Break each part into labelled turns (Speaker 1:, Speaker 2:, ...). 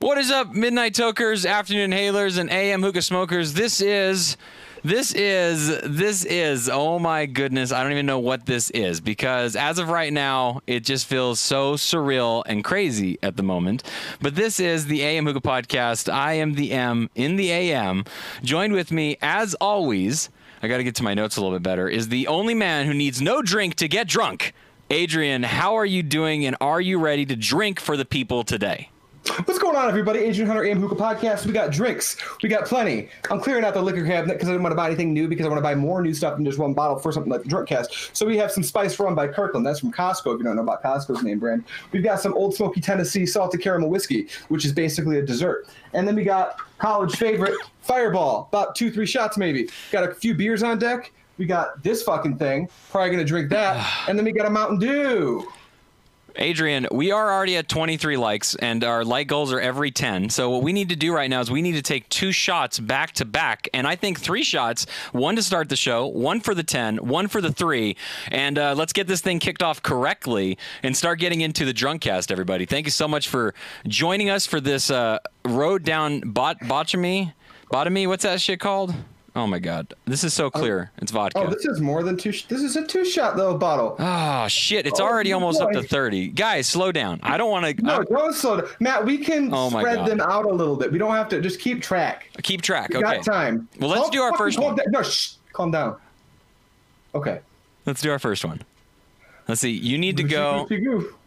Speaker 1: What is up, midnight tokers, afternoon hailers, and AM hookah smokers? This is, this is, this is. Oh my goodness, I don't even know what this is because as of right now, it just feels so surreal and crazy at the moment. But this is the AM hookah podcast. I am the M in the AM. Joined with me, as always, I got to get to my notes a little bit better. Is the only man who needs no drink to get drunk. Adrian, how are you doing, and are you ready to drink for the people today?
Speaker 2: What's going on, everybody? Adrian Hunter, AM Hookah Podcast. We got drinks. We got plenty. I'm clearing out the liquor cabinet because I didn't want to buy anything new because I want to buy more new stuff than just one bottle for something like the drunk cast. So we have some Spice Rum by Kirkland. That's from Costco, if you don't know about Costco's name brand. We've got some Old Smoky Tennessee Salted Caramel Whiskey, which is basically a dessert. And then we got college favorite Fireball, about two, three shots maybe. Got a few beers on deck. We got this fucking thing. Probably going to drink that. And then we got a Mountain Dew.
Speaker 1: Adrian, we are already at 23 likes, and our like goals are every 10. So what we need to do right now is we need to take two shots back to back, and I think three shots: one to start the show, one for the 10, one for the three, and uh, let's get this thing kicked off correctly and start getting into the drunk cast. Everybody, thank you so much for joining us for this uh, road down bot botchamy, botomy. What's that shit called? Oh my god, this is so clear. It's vodka.
Speaker 2: Oh, this is more than two. Sh- this is a two shot, though, bottle.
Speaker 1: Oh shit! It's already almost up to
Speaker 2: boy.
Speaker 1: thirty. Guys, slow down. I don't want to.
Speaker 2: No, don't slow down. Matt, we can
Speaker 1: Oh my
Speaker 2: spread
Speaker 1: God.
Speaker 2: them out a little bit. We don't have to just keep track.
Speaker 1: keep track.
Speaker 2: We
Speaker 1: Okay.
Speaker 2: got time.
Speaker 1: Well, let's
Speaker 2: Calm-
Speaker 1: do our
Speaker 2: fucking
Speaker 1: first
Speaker 2: calm
Speaker 1: one.
Speaker 2: down. No, shh, calm down. Okay.
Speaker 1: Let's do our first one. Let's see. You need to go.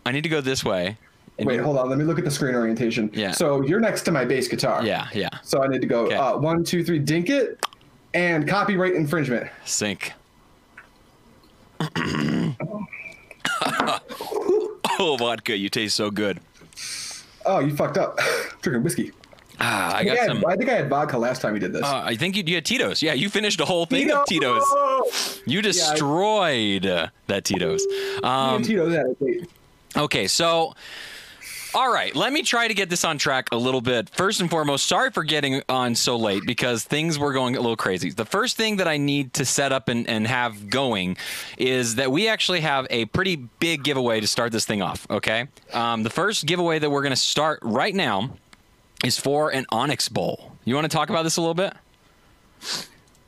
Speaker 1: I need to go this way. And
Speaker 2: Wait,
Speaker 1: you-
Speaker 2: hold on. Let me look at the screen orientation.
Speaker 1: Yeah.
Speaker 2: So you're next to my bass guitar.
Speaker 1: Yeah, yeah.
Speaker 2: So I need to go
Speaker 1: Okay.
Speaker 2: uh, one, two, three, dink it, and copyright infringement.
Speaker 1: Sink. oh, vodka! You taste so good.
Speaker 2: Oh, you fucked up. Drinking whiskey.
Speaker 1: Ah, I got
Speaker 2: I, think I had-
Speaker 1: some.
Speaker 2: I think I had vodka last time you did this.
Speaker 1: Uh, I think you, you had Tito's. Yeah, you finished a whole thing of Tito's.
Speaker 2: Tito's.
Speaker 1: You destroyed uh, that Tito's. Um,
Speaker 2: Tito's had a date.
Speaker 1: Okay, so all right, let me try to get this on track a little bit. First and foremost, sorry for getting on so late because things were going a little crazy. The first thing that I need to set up and, and have going is that we actually have a pretty big giveaway to start this thing off, okay? Um, the first giveaway that we're going to start right now is for an Onyx Bowl. You want to talk about this a little bit?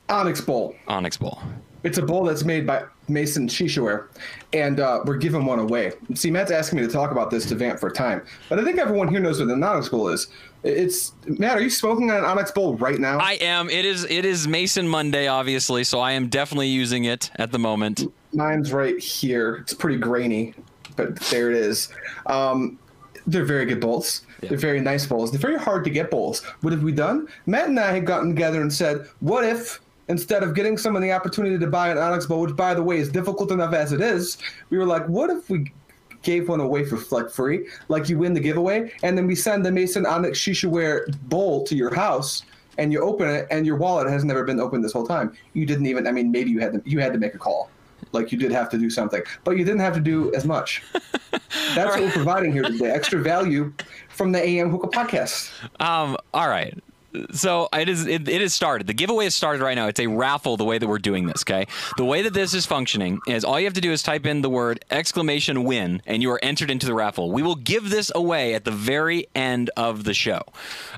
Speaker 2: Onyx Bowl.
Speaker 1: Onyx Bowl.
Speaker 2: It's a bowl that's made by Mason Shishaware, and uh, we're giving one away. See, Matt's asking me to talk about this to vamp for time, but I think everyone here knows what an onyx bowl is. It's Matt. Are you smoking on an onyx bowl right now?
Speaker 1: I am. It is. It is Mason Monday, obviously. So I am definitely using it at the moment.
Speaker 2: Mine's right here. It's pretty grainy, but there it is. Um, they're very good bowls. They're very nice bowls. They're very hard to get bowls. What have we done? Matt and I have gotten together and said, what if instead of getting someone the opportunity to buy an Onyx bowl, which by the way is difficult enough as it is, we were like, what if we gave one away for like free? Like you win the giveaway, and then we send the Mason Onyx Shishaware bowl to your house. And you open it, and your wallet has never been opened this whole time. You didn't even—I mean, maybe you had to, you had to make a call, like you did have to do something, but you didn't have to do as much. That's what we're providing here today. Extra value from the AM Hookah Podcast.
Speaker 1: Um. All right. So it is. It, it is started. The giveaway is started right now. It's a raffle. The way that we're doing this, okay. The way that this is functioning is all you have to do is type in the word exclamation win, and you are entered into the raffle. We will give this away at the very end of the show.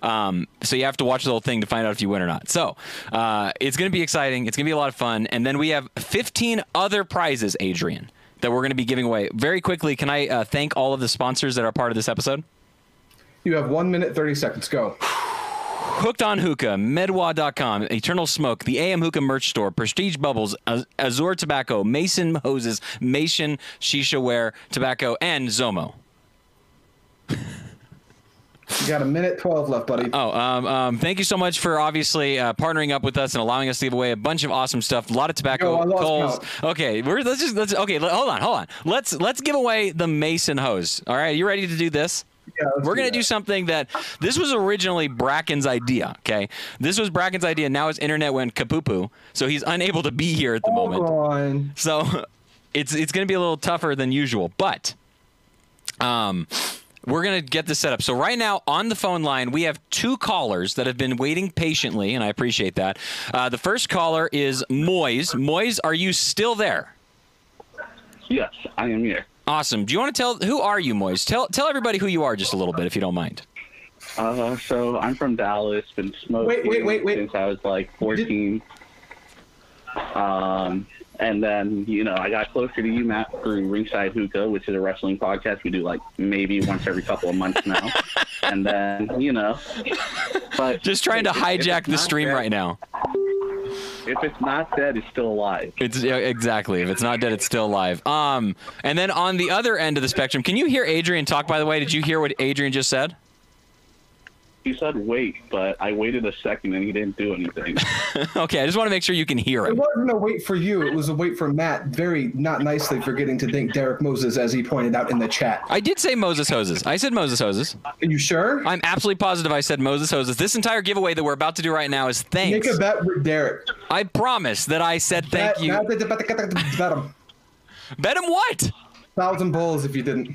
Speaker 1: Um, so you have to watch the whole thing to find out if you win or not. So uh, it's going to be exciting. It's going to be a lot of fun. And then we have 15 other prizes, Adrian, that we're going to be giving away very quickly. Can I uh, thank all of the sponsors that are part of this episode?
Speaker 2: You have one minute, 30 seconds. Go.
Speaker 1: Hooked on Hookah, Medwa.com, Eternal Smoke, the AM Hookah merch store, Prestige Bubbles, Az- Azure Tobacco, Mason Hoses, Mason Shisha Ware Tobacco, and Zomo.
Speaker 2: You got a minute, 12 left, buddy.
Speaker 1: Oh, um, um, thank you so much for obviously uh, partnering up with us and allowing us to give away a bunch of awesome stuff. A lot of
Speaker 2: Yo,
Speaker 1: tobacco,
Speaker 2: I lost
Speaker 1: Coles. Okay, we're, let's just let's okay. let- hold on, hold on. Let's let's give away the Mason hose. All right, you ready to do this?
Speaker 2: Yeah, let's
Speaker 1: we're
Speaker 2: do
Speaker 1: gonna
Speaker 2: that.
Speaker 1: do something that this was originally Bracken's idea. Okay, this was Bracken's idea. Now his internet went kapoo, so he's unable to be here at the moment.
Speaker 2: Hold on.
Speaker 1: So it's it's going to be a little tougher than usual, but um, We're going to get this set up. So, right now on the phone line, we have two callers that have been waiting patiently, and I appreciate that. Uh, the first caller is Moise. Moise, are you still there?
Speaker 3: Yes, I am here.
Speaker 1: Awesome. Do you want to tell who are you, Moise? Tell tell everybody who you are just a little bit, if you don't mind.
Speaker 3: Uh, so I'm from Dallas. Been smoking
Speaker 2: Wait, wait, wait, wait.
Speaker 3: since I was like 14. Um, and then you know I got closer to UMAP through Ringside Hookah, which is a wrestling podcast we do like maybe once every couple of months now. and then you know, but
Speaker 1: Just trying to
Speaker 3: if- if it's
Speaker 1: hijack the
Speaker 3: not
Speaker 1: stream
Speaker 3: dead-
Speaker 1: right now.
Speaker 3: If it's not dead, it's still alive.
Speaker 1: It's yeah, exactly. If it's not dead, it's still alive. Um, and then on the other end of the spectrum, can you hear Adrian talk? By the way, did you hear what Adrian just said?
Speaker 3: He said wait, but I waited a second and he didn't do anything.
Speaker 1: okay, I just want to make sure you can hear
Speaker 2: It
Speaker 1: him.
Speaker 2: wasn't a wait for you. It was a wait for Matt. Very not nicely forgetting to thank Derek Moses, as he pointed out in the chat.
Speaker 1: I did say Moses hoses. I said Moses hoses.
Speaker 2: Are you sure?
Speaker 1: I'm absolutely positive I said Moses hoses. This entire giveaway that we're about to do right now is
Speaker 2: Make
Speaker 1: thanks.
Speaker 2: a bet with Derek.
Speaker 1: I promise that I said thank
Speaker 2: Bet-
Speaker 1: you.
Speaker 2: bet- bet- bet- bet- bet- bet him.
Speaker 1: Bet him what?
Speaker 2: Thousand bulls if you didn't.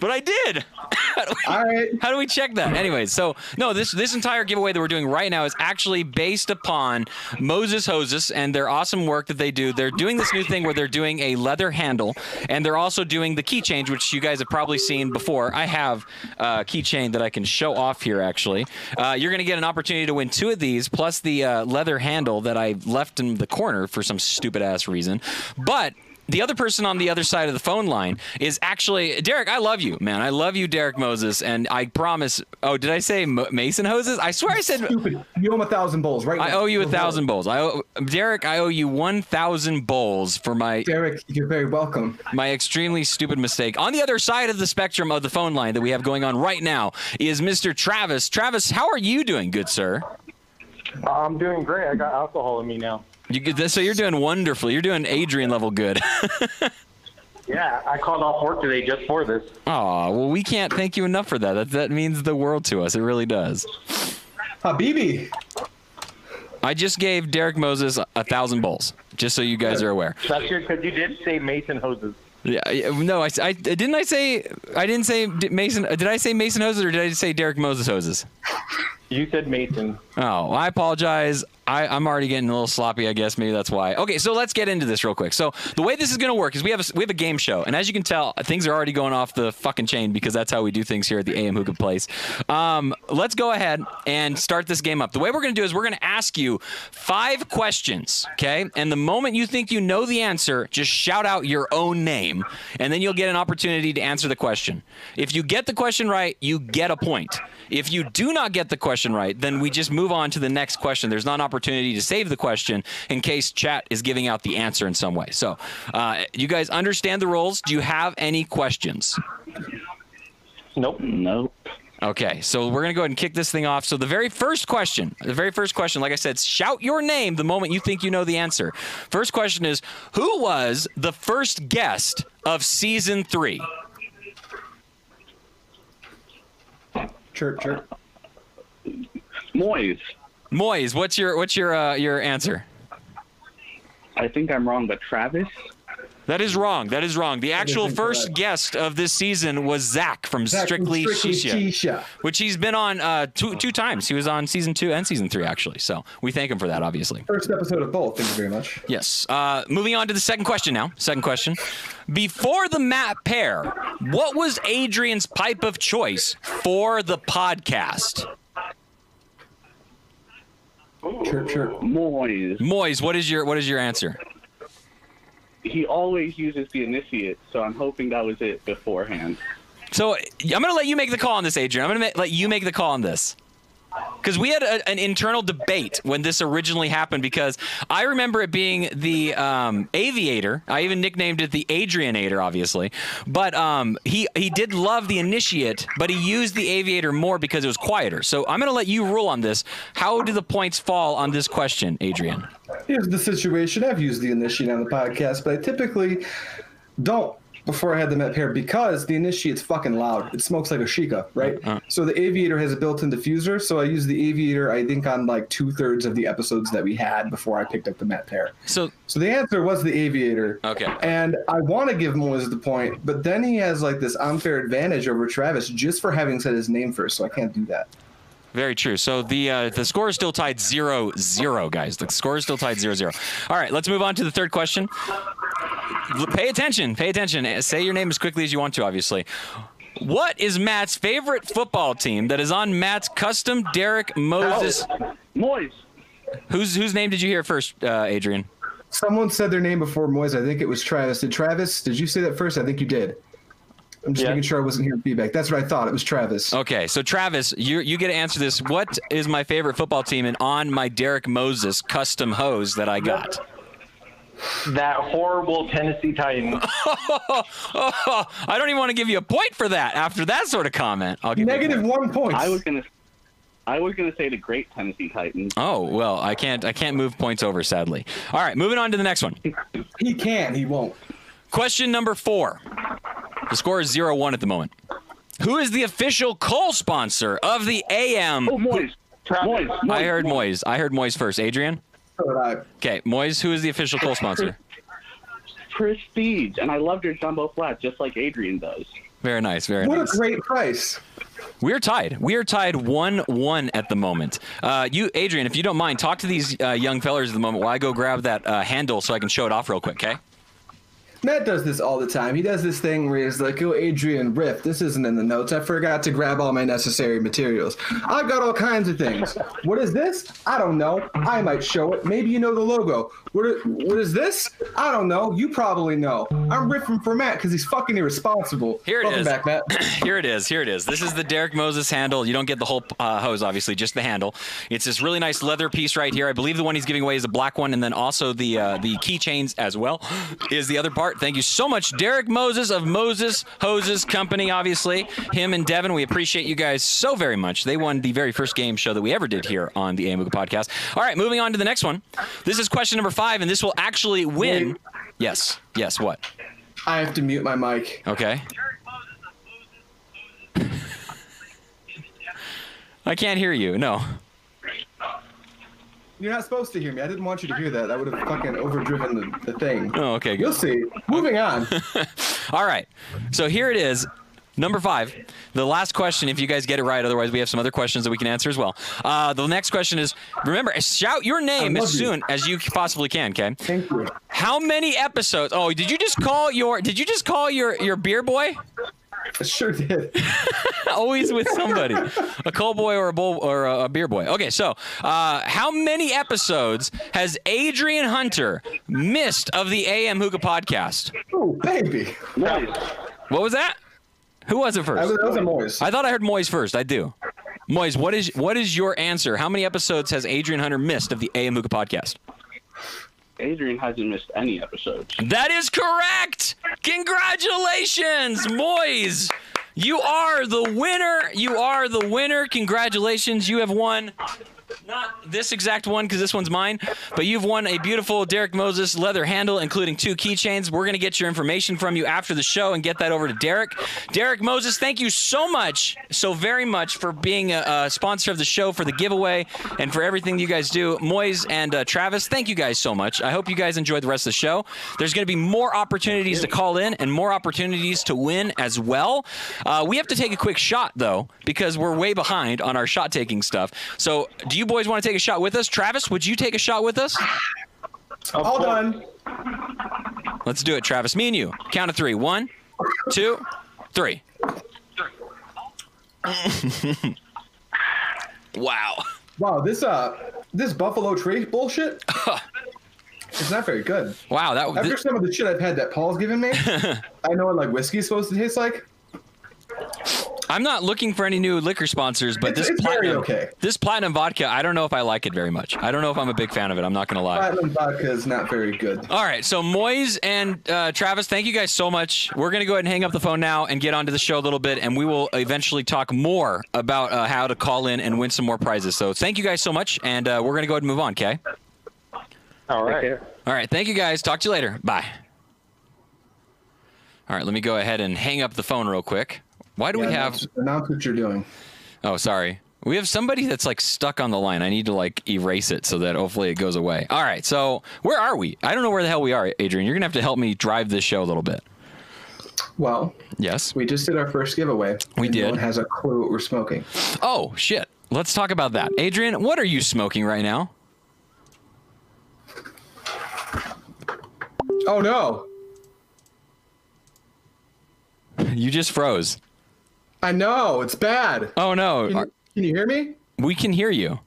Speaker 1: But I did.
Speaker 2: All right.
Speaker 1: How do we check that? Anyways, so no, this this entire giveaway that we're doing right now is actually based upon Moses Hoses and their awesome work that they do. They're doing this new thing where they're doing a leather handle, and they're also doing the key change, which you guys have probably seen before. I have a keychain that I can show off here. Actually, uh, you're gonna get an opportunity to win two of these, plus the uh, leather handle that I left in the corner for some stupid ass reason, but the other person on the other side of the phone line is actually Derek. I love you, man. I love you, Derek Moses, and I promise. Oh, did I say Mo- Mason hoses? I swear I said
Speaker 2: Stupid. You owe him a thousand bulls, right?
Speaker 1: I
Speaker 2: now.
Speaker 1: owe you a
Speaker 2: Go
Speaker 1: thousand bowls. I owe, Derek, I owe you one thousand bowls for my
Speaker 2: for it. Derek, you're very welcome.
Speaker 1: my extremely stupid mistake. On the other side of the spectrum of the phone line that we have going on right now is Mr. Travis. Travis, how are you doing, good sir?
Speaker 4: I'm doing great. I got alcohol in me now.
Speaker 1: You, good- so you're doing wonderfully. You're doing Adrian level good.
Speaker 4: Yeah, I called off work today just for this.
Speaker 1: Aw, well, we can't thank you enough for that. That that means the world to us. It really does.
Speaker 2: Habibi.
Speaker 1: I just gave Derek Moses a thousand bowls, just so you guys are aware.
Speaker 4: That's good because you did say Mason hoses.
Speaker 1: Yeah, I- no, I, I didn't. I say I didn't say D- Mason. Did I say Mason hoses or did I just say Derek Moses hoses?
Speaker 4: You said Mason.
Speaker 1: Oh, I apologize. I, I'm already getting a little sloppy. I guess maybe that's why. Okay, so let's get into this real quick. So the way this is gonna work is we have a, s- we have a game show, and as you can tell, things are already going off the fucking chain because that's how we do things here at the AM Hookah Place. Um, let's go ahead and start this game up. The way we're gonna do is we're gonna ask you five questions, okay? And the moment you think you know the answer, just shout out your own name, and then you'll get an opportunity to answer the question. If you get the question right, you get a point. If you do not get the question right, then we just move on to the next question. There's not an opportunity to save the question in case chat is giving out the answer in some way. So, uh, you guys understand the rules. Do you have any questions?
Speaker 4: Nope.
Speaker 3: nope.
Speaker 1: Okay, so we're gonna go ahead and kick this thing off. So the very first question, the very first question, like I said, shout your name the moment you think you know the answer. First question is, who was the first guest of season three?
Speaker 2: Chirp, chirp.
Speaker 3: Moise.
Speaker 1: Moyes, what's your what's your uh, your answer?
Speaker 3: I think I'm wrong, but Travis.
Speaker 1: That is wrong. That is wrong. The actual
Speaker 2: incorrect.
Speaker 1: first guest of this season was Zach from
Speaker 2: Zach from
Speaker 1: Strictly, Shisha,
Speaker 2: Shisha.
Speaker 1: which he's been on uh, two two times. He was on season two and season three actually. So we thank him for that, obviously.
Speaker 2: First episode of both. Thank you very much.
Speaker 1: Yes. Uh, moving on to the second question now. Second question. Before the Matt pair, what was Adrian's pipe of choice for the podcast?
Speaker 2: Chirp, chirp.
Speaker 3: Moise.
Speaker 1: Moyes, what is your what is your answer?
Speaker 3: he always uses the initiate, so I'm hoping that was it beforehand.
Speaker 1: So I'm gonna let you make the call on this, Adrian. I'm gonna ma- let you make the call on this. Because we had a, an internal debate when this originally happened, because I remember it being the um, Aviator. I even nicknamed it the Adrianator, obviously. But um, he he did love the Initiate, but he used the Aviator more because it was quieter. So I'm going to let you rule on this. How do the points fall on this question, Adrian?
Speaker 2: Here's the situation. I've used the initiate on the podcast, but I typically don't before I had the Met pair because the initiate's fucking loud. It smokes like a Sheikah, right?
Speaker 1: Uh,
Speaker 2: So the aviator has a built-in diffuser. So I use the aviator. I think on like two thirds of the episodes that we had before I picked up the Met pair.
Speaker 1: So
Speaker 2: So the answer was the aviator.
Speaker 1: Okay.
Speaker 2: And I want to give Moises the point, but then he has like this unfair advantage over Travis just for having said his name first. So I can't do that.
Speaker 1: Very true. So the uh, the score is still tied 0-0, guys. The score is still tied 0-0. All right, let's move on to the third question. L- Pay attention. Pay attention. Eh, Say your name as quickly as you want to, obviously. What is Matt's favorite football team that is on Matt's custom Derek Moses?
Speaker 3: Moise.
Speaker 1: Whose whose name did you hear first, uh, Adrian?
Speaker 2: Someone said their name before Moises. I think it was Travis. Did Travis? Did you say that first? I think you did. I'm just
Speaker 4: Yeah.
Speaker 2: making sure I wasn't hearing feedback. That's what I thought. It was Travis.
Speaker 1: Okay, so Travis, you you get to answer this. What is my favorite football team and on my Derek Moses custom hose that I got?
Speaker 4: That horrible Tennessee Titans.
Speaker 1: Oh, I don't even want to give you a point for that. After that sort of comment, I'll give you a
Speaker 2: Negative
Speaker 1: point.
Speaker 2: one point.
Speaker 3: I was gonna. I was gonna say the great Tennessee Titans.
Speaker 1: Oh well, I can't. I can't move points over, sadly. All right, moving on to the next one.
Speaker 2: He can. He won't.
Speaker 1: Question number four. The score is zero one at the moment. Who is the official coal sponsor of the AM?
Speaker 3: Oh, Moise. Moise. Moise.
Speaker 1: I heard Moyes. I heard Moyes first. Adrian.
Speaker 2: So did I.
Speaker 1: Okay, Moyes. Who is the official coal sponsor?
Speaker 3: Prestige, and I loved your jumbo flat just like Adrian does.
Speaker 1: Very nice. Very
Speaker 2: What a
Speaker 1: nice.
Speaker 2: great price.
Speaker 1: We're tied. We are tied one-one at the moment. Uh, you, Adrian, if you don't mind, talk to these uh, young fellers at the moment while I go grab that uh, handle so I can show it off real quick. Okay.
Speaker 2: Matt does this all the time. He does this thing where he's like, "Oh, Adrian, riff. This isn't in the notes. I forgot to grab all my necessary materials. I've got all kinds of things. What is this? I don't know. I might show it. Maybe you know the logo. What? i- What is this? I don't know. You probably know. I'm riffing for Matt because he's fucking irresponsible.
Speaker 1: Here it
Speaker 2: Welcome
Speaker 1: is.
Speaker 2: back, Matt.
Speaker 1: Here it is. Here it is. This is the Derek Moses handle. You don't get the whole uh, hose, obviously, just the handle. It's this really nice leather piece right here. I believe the one he's giving away is a black one, and then also the uh, the keychains as well is the other part. Thank you so much, Derek Moses of Moses Hoses Company. Obviously, him and Devin, we appreciate you guys so very much. They won the very first game show that we ever did here on the Amuga podcast. All right, moving on to the next one. This is question number five, and this will actually win.
Speaker 2: Wait.
Speaker 1: Yes. Yes. What?
Speaker 2: I have to mute my mic.
Speaker 1: Okay. I can't hear you. No.
Speaker 2: You're not supposed to hear me. I didn't want you to hear that. That would have fucking overdriven the, the thing.
Speaker 1: Oh, okay.
Speaker 2: You'll
Speaker 1: Good.
Speaker 2: see. Moving on.
Speaker 1: All right. So here it is. Number five, the last question. If you guys get it right, otherwise we have some other questions that we can answer as well. Uh, the next question is: Remember, shout your name
Speaker 2: love
Speaker 1: as
Speaker 2: you.
Speaker 1: soon as you possibly can. Okay.
Speaker 2: Thank you.
Speaker 1: How many episodes? Oh, did you just call your? Did you just call your your beer boy?
Speaker 2: I sure did.
Speaker 1: always with somebody a cold boy or a bull or a, a beer boy okay so uh, how many episodes has adrian hunter missed of the am hookah podcast
Speaker 2: Oh, baby.
Speaker 3: Moise.
Speaker 1: what was that who was it
Speaker 2: That
Speaker 1: first
Speaker 2: was, that was a noise.
Speaker 1: i thought i heard moyes first i do moyes what is what is your answer how many episodes has adrian hunter missed of the am hookah podcast
Speaker 3: Adrian hasn't missed any episodes.
Speaker 1: that is correct congratulations moyes you are the winner. You are the winner. Congratulations. You have won not this exact one because this one's mine, but you've won a beautiful Derek Moses leather handle, including two keychains. We're going to get your information from you after the show and get that over to Derek. Derek Moses, thank you so much, so very much for being a, a sponsor of the show, for the giveaway, and for everything you guys do. Moyes and uh, Travis, thank you guys so much. I hope you guys enjoyed the rest of the show. There's going to be more opportunities to call in and more opportunities to win as well. Uh, we have to take a quick shot, though, because we're way behind on our shot taking stuff. So, do you boys want to take a shot with us? Travis, would you take a shot with us?
Speaker 4: Of
Speaker 2: all
Speaker 4: course.
Speaker 2: done.
Speaker 1: Let's do it, Travis. Me and you. Count of three. One, two, three. wow.
Speaker 2: Wow, this uh, this Buffalo Trace bullshit. it's not very good.
Speaker 1: Wow. That
Speaker 2: After some of the shit I've had that Paul's given me, I know what like whiskey's supposed to taste like.
Speaker 1: I'm not looking for any new liquor sponsors, but
Speaker 2: It's-
Speaker 1: this
Speaker 2: it's very
Speaker 1: platinum,
Speaker 2: okay.
Speaker 1: this platinum vodka, I don't know if I like it very much. I don't know if I'm a big fan of it. I'm not gonna lie.
Speaker 2: Platinum vodka is not very good.
Speaker 1: All right, so Moyes and uh, Travis, thank you guys so much. We're gonna go ahead and hang up the phone now and get onto the show a little bit, and we will eventually talk more about uh, how to call in and win some more prizes. So thank you guys so much, and uh, we're gonna go ahead and move on. Okay.
Speaker 4: All
Speaker 3: Take
Speaker 4: right.
Speaker 3: care.
Speaker 1: All right, thank you guys. Talk to you later. Bye. All right, let me go ahead and hang up the phone real quick. Why do we
Speaker 2: Yeah,
Speaker 1: have?
Speaker 2: that's- announce what you're doing.
Speaker 1: Oh, sorry. We have somebody that's like stuck on the line. I need to like erase it so that hopefully it goes away. All right. So where are we? I don't know where the hell we are, Adrian. You're gonna have to help me drive this show a little bit.
Speaker 2: Well,
Speaker 1: Yes.
Speaker 2: we just did our first giveaway.
Speaker 1: We
Speaker 2: and
Speaker 1: did.
Speaker 2: No one has a clue what we're smoking.
Speaker 1: Oh shit. Let's talk about that. Adrian, what are you smoking right now?
Speaker 2: Oh no!
Speaker 1: You just froze.
Speaker 2: I know it's bad.
Speaker 1: Oh no.
Speaker 2: Can,
Speaker 1: Are-
Speaker 2: can you hear me?
Speaker 1: We can hear you.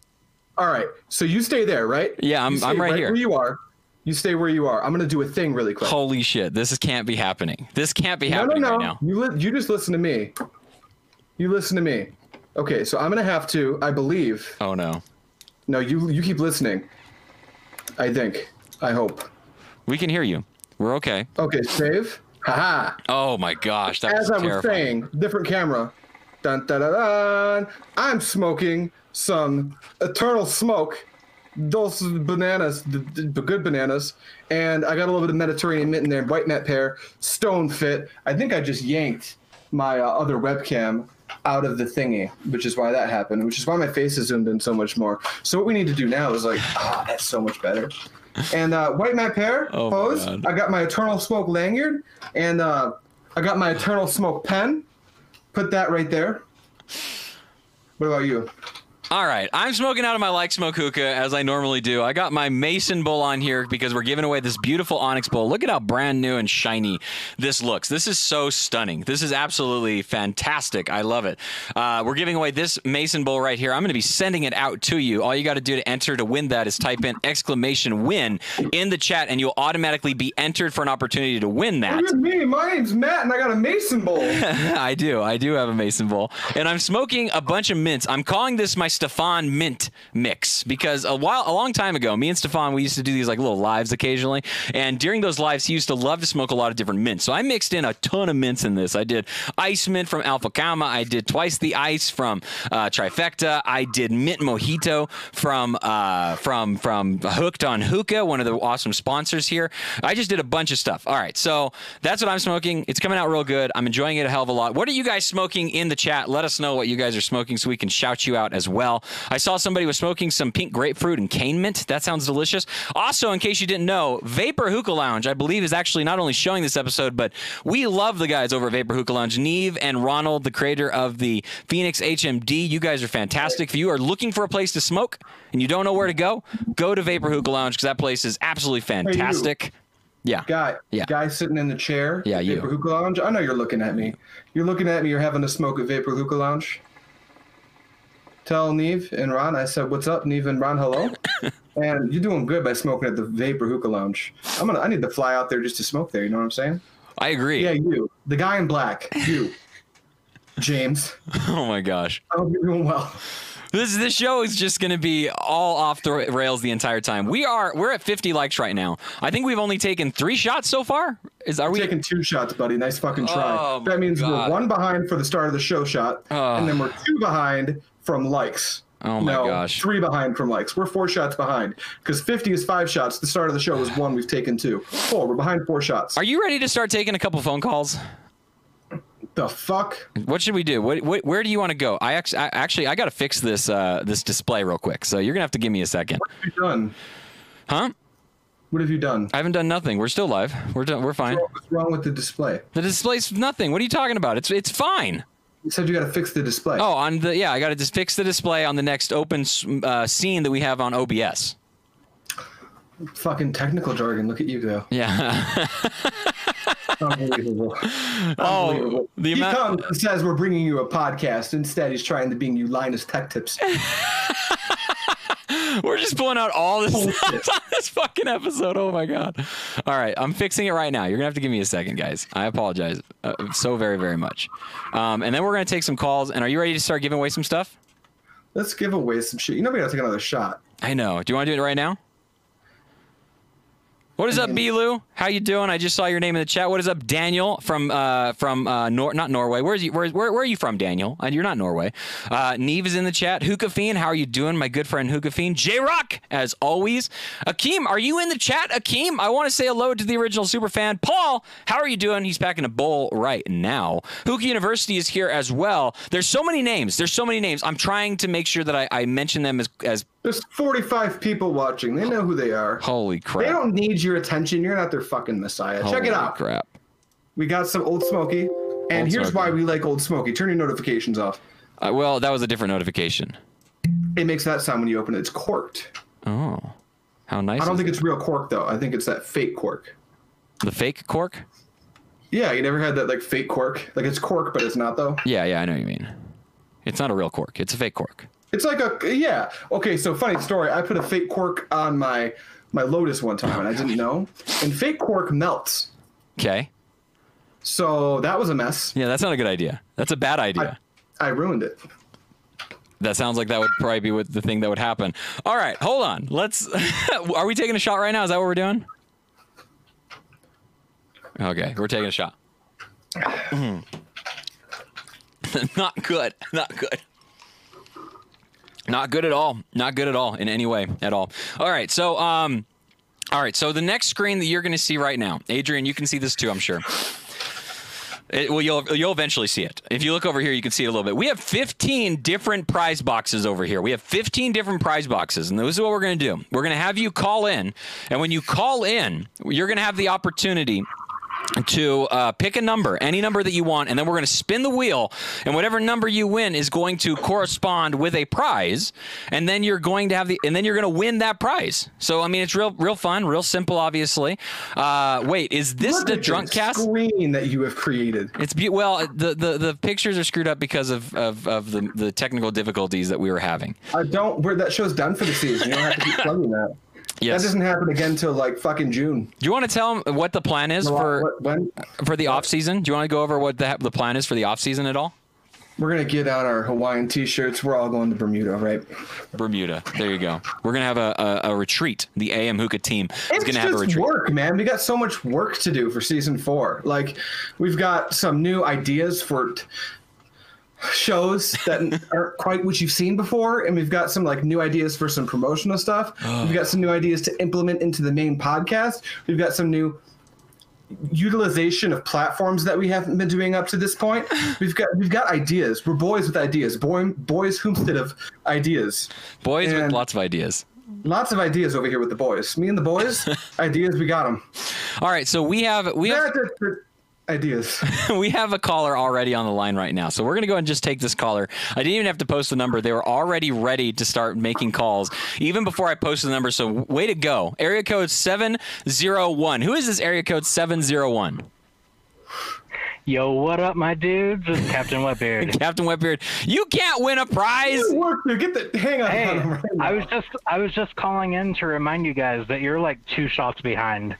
Speaker 2: All right. So you stay there, right?
Speaker 1: Yeah, I'm-
Speaker 2: You stay
Speaker 1: I'm right here.
Speaker 2: Where you are. You stay where you are. I'm gonna do a thing really quick.
Speaker 1: Holy shit. This is, can't be happening. This can't be
Speaker 2: no, no,
Speaker 1: happening
Speaker 2: no.
Speaker 1: right now.
Speaker 2: You li- you just listen to me. You listen to me. Okay. So I'm gonna have to. I believe.
Speaker 1: Oh no.
Speaker 2: No, you you keep listening. I think. I hope.
Speaker 1: We can hear you. We're okay.
Speaker 2: Okay. Save. Haha.
Speaker 1: Oh my gosh. That
Speaker 2: as I
Speaker 1: was
Speaker 2: was
Speaker 1: terrifying.
Speaker 2: saying, different camera. Dun, dun, dun, dun. I'm smoking some eternal smoke, those bananas, the, the good bananas, and I got a little bit of Mediterranean mint in there, white nut pear, stone fit. I think I just yanked my uh, other webcam out of the thingy, which is why that happened, which is why my face is zoomed in so much more. So what we need to do now is like, ah, that's so much better. And uh, white nut pear
Speaker 1: Oh my
Speaker 2: pose.
Speaker 1: God.
Speaker 2: I got my eternal smoke lanyard, and uh, I got my eternal smoke pen. Put that right there. What about you?
Speaker 1: All right, I'm smoking out of my like smoke hookah as I normally do. I got my Mason bowl on here because we're giving away this beautiful onyx bowl. Look at how brand new and shiny this looks. This is so stunning. This is absolutely fantastic. I love it. Uh, we're giving away this Mason bowl right here. I'm going to be sending it out to you. All you got to do to enter to win that is type in exclamation win in the chat, and you'll automatically be entered for an opportunity to win that.
Speaker 2: Look at me. My name's Matt, and I got a mason bowl.
Speaker 1: I do. I do have a mason bowl. And I'm smoking a bunch of mints. I'm calling this my Stefan mint mix because a while a long time ago, me and Stefan we used to do these like little lives occasionally. And during those lives, he used to love to smoke a lot of different mints. So I mixed in a ton of mints in this. I did ice mint from Alpha Gamma. I did twice the ice from uh, Trifecta. I did mint mojito from uh, from from Hooked on Hookah, one of the awesome sponsors here. I just did a bunch of stuff. All right, so that's what I'm smoking. It's coming out real good. I'm enjoying it a hell of a lot. What are you guys smoking in the chat? Let us know what you guys are smoking so we can shout you out as well. I saw somebody was smoking some pink grapefruit and cane mint. That sounds delicious. Also, in case you didn't know, Vapor Hookah Lounge, I believe, is actually not only showing this episode, but we love the guys over at Vapor Hookah Lounge. Neve and Ronald, the creator of the Phoenix HMD, you guys are fantastic. If you are looking for a place to smoke and you don't know where to go, go to Vapor Hookah Lounge because that place is absolutely fantastic. Yeah.
Speaker 2: Guy,
Speaker 1: Yeah.
Speaker 2: guy sitting in the chair.
Speaker 1: Yeah, you.
Speaker 2: Vapor Hookah Lounge. I know you're looking at me. You're looking at me. You're having a smoke at Vapor Hookah Lounge. Tell Neve and Ron. I said, "What's up, Neve and Ron? Hello." and you're doing good by smoking at the Vapor Hookah Lounge. I'm gonna. I need to fly out there just to smoke there. You know what I'm saying?
Speaker 1: I agree.
Speaker 2: Yeah, you. The guy in black. You. James.
Speaker 1: Oh my gosh.
Speaker 2: I hope you're doing well.
Speaker 1: This this show is just going to be all off the rails the entire time. We are we're at 50 likes right now. I think we've only taken 3 shots so far. Is are we
Speaker 2: Taking two shots, buddy. Nice fucking try.
Speaker 1: Oh, my
Speaker 2: that means
Speaker 1: God.
Speaker 2: we're one behind for the start of the show shot, and then we're two behind from likes.
Speaker 1: Oh, my
Speaker 2: no,
Speaker 1: gosh.
Speaker 2: Three behind from likes. We're four shots behind because 50 is five shots. The start of the show was one. We've taken two. Four. We're behind four shots.
Speaker 1: Are you ready to start taking a couple phone calls?
Speaker 2: the fuck?
Speaker 1: What should we do? What, what where do you want to go? I actually I, actually I got to fix this uh this display real quick. So you're going to have to give me a second.
Speaker 2: What have you done?
Speaker 1: Huh?
Speaker 2: What have you done?
Speaker 1: I haven't done nothing. We're still live. We're done. We're fine.
Speaker 2: What's wrong with the display?
Speaker 1: The display's nothing. What are you talking about? It's it's fine.
Speaker 2: You said you got to fix the display.
Speaker 1: Oh, on the yeah, I got to just fix the display on the next open s- uh, scene that we have on OBS.
Speaker 2: Fucking technical jargon. Look at you go.
Speaker 1: Yeah.
Speaker 2: Unbelievable.
Speaker 1: oh,
Speaker 2: Unbelievable.
Speaker 1: the
Speaker 2: he
Speaker 1: amount
Speaker 2: comes and says we're bringing you a podcast. Instead, he's trying to bring you Linus Tech Tips.
Speaker 1: We're just pulling out all this stuff on this fucking episode. Oh my god! All right, I'm fixing it right now. You're gonna have to give me a second, guys. I apologize uh, so very, very much. Um, and then we're gonna take some calls. And are you ready to start giving away some stuff?
Speaker 2: Let's give away some shit. You know we gotta take another shot.
Speaker 1: I know. Do you want to do it right now? What is up, B. Lou? How you doing? I just saw your name in the chat. What is up, Daniel from uh, from uh, Nor- not Norway? Where's you? Where, where, where are you from, Daniel? Uh, you're not Norway. Uh, Neve is in the chat. Hookafine, how are you doing, my good friend Hookafine? J Rock, as always. Akeem, are you in the chat? Akeem, I want to say hello to the original super fan, Paul. How are you doing? He's back in a bowl right now. Hookah University is here as well. There's so many names. There's so many names. I'm trying to make sure that I, I mention them as as
Speaker 2: There's 45 people watching. They know who they are.
Speaker 1: holy
Speaker 2: They
Speaker 1: crap.
Speaker 2: don't need your attention. You're not their fucking messiah. Check
Speaker 1: Holy
Speaker 2: it out.
Speaker 1: Crap.
Speaker 2: We got some Old Smoky, and
Speaker 1: Old
Speaker 2: here's
Speaker 1: Smoky.
Speaker 2: why we like Old Smoky. Turn your notifications off.
Speaker 1: Uh, well, that was a different notification.
Speaker 2: It makes that sound when you open it. It's corked.
Speaker 1: Oh, how nice!
Speaker 2: I don't
Speaker 1: is
Speaker 2: think it's real cork though. I think it's that fake cork.
Speaker 1: it? the fake cork.
Speaker 2: Yeah, you never had that like fake cork. Like it's cork, but it's not though.
Speaker 1: Yeah, yeah, I know what you mean. It's not a real cork. It's a fake cork.
Speaker 2: It's like a yeah. Okay, so funny story. I put a fake cork on my my Lotus one time, and I didn't know. And fake cork melts,
Speaker 1: Okay.
Speaker 2: so that was a mess.
Speaker 1: Yeah, that's not a good idea. That's a bad idea.
Speaker 2: I ruined it.
Speaker 1: That sounds like that would probably be what the thing that would happen. All right, hold on. Let's. are we taking a shot right now? Is that what we're doing? Okay, we're taking a shot. Mhm. not good. Not good. Not good at all. Not good at all in any way at all. All right, so um, all right, so the next screen that you're going to see right now, Adrian, you can see this too, I'm sure. It, well, you'll you'll eventually see it. If you look over here, you can see it a little bit. We have 15 different prize boxes over here. We have 15 different prize boxes, and this is what we're going to do. We're going to have you call in, and when you call in, you're going to have the opportunity to uh, pick a number, any number that you want, and then we're going to spin the wheel, and whatever number you win is going to correspond with a prize, and then you're going to have the, and then you're going to win that prize. So I mean, it's real, real fun, real simple, obviously. Uh, wait, is this
Speaker 2: Look
Speaker 1: the
Speaker 2: at
Speaker 1: drunk cast?
Speaker 2: screen that you have created.
Speaker 1: It's be- well, the, the the pictures are screwed up because of of, of the, the technical difficulties that we were having.
Speaker 2: I don't. Where that show's done for the season. You don't have to keep plugging that.
Speaker 1: Yes.
Speaker 2: That doesn't happen again till like fucking June.
Speaker 1: Do you want to tell 'em what the plan is for
Speaker 2: What- when
Speaker 1: for the off season? Do you want to go over what the the plan is for the off season at all?
Speaker 2: we're gonna get out our Hawaiian t-shirts. We're all going to Bermuda, right?
Speaker 1: Bermuda. There you go. We're gonna have a, a, a retreat. The AM Hookah team is
Speaker 2: it's
Speaker 1: gonna have a
Speaker 2: just
Speaker 1: retreat.
Speaker 2: work, man. We got so much work to do for season four. Like, we've got some new ideas for t- shows that aren't quite what you've seen before, and we've got some like new ideas for some promotional stuff. we've got some new ideas to implement into the main podcast. We've got some new utilization of platforms that we haven't been doing up to this point. We've got we've got ideas. We're boys with ideas. Boy, boys homestead of ideas
Speaker 1: Boys with
Speaker 2: And-
Speaker 1: lots of ideas.
Speaker 2: lots of ideas over here with the boys. Me and the boys, ideas, we got them.
Speaker 1: All right, so we have we have
Speaker 2: ideas.
Speaker 1: we have a caller already on the line right now. So we're going to go ahead and just take this caller. I didn't even have to post the number. They were already ready to start making calls even before I posted the number. So way to go. Area code 701. Who is this area code 701?
Speaker 5: Yo, what up, my dudes? It's Captain Wetbeard.
Speaker 1: Captain Wetbeard, you can't win a prize.
Speaker 2: Work, dude. Get the hang on.
Speaker 5: Hey,
Speaker 2: on right
Speaker 5: I was
Speaker 2: now.
Speaker 5: just I was just calling in to remind you guys that you're like two shots behind.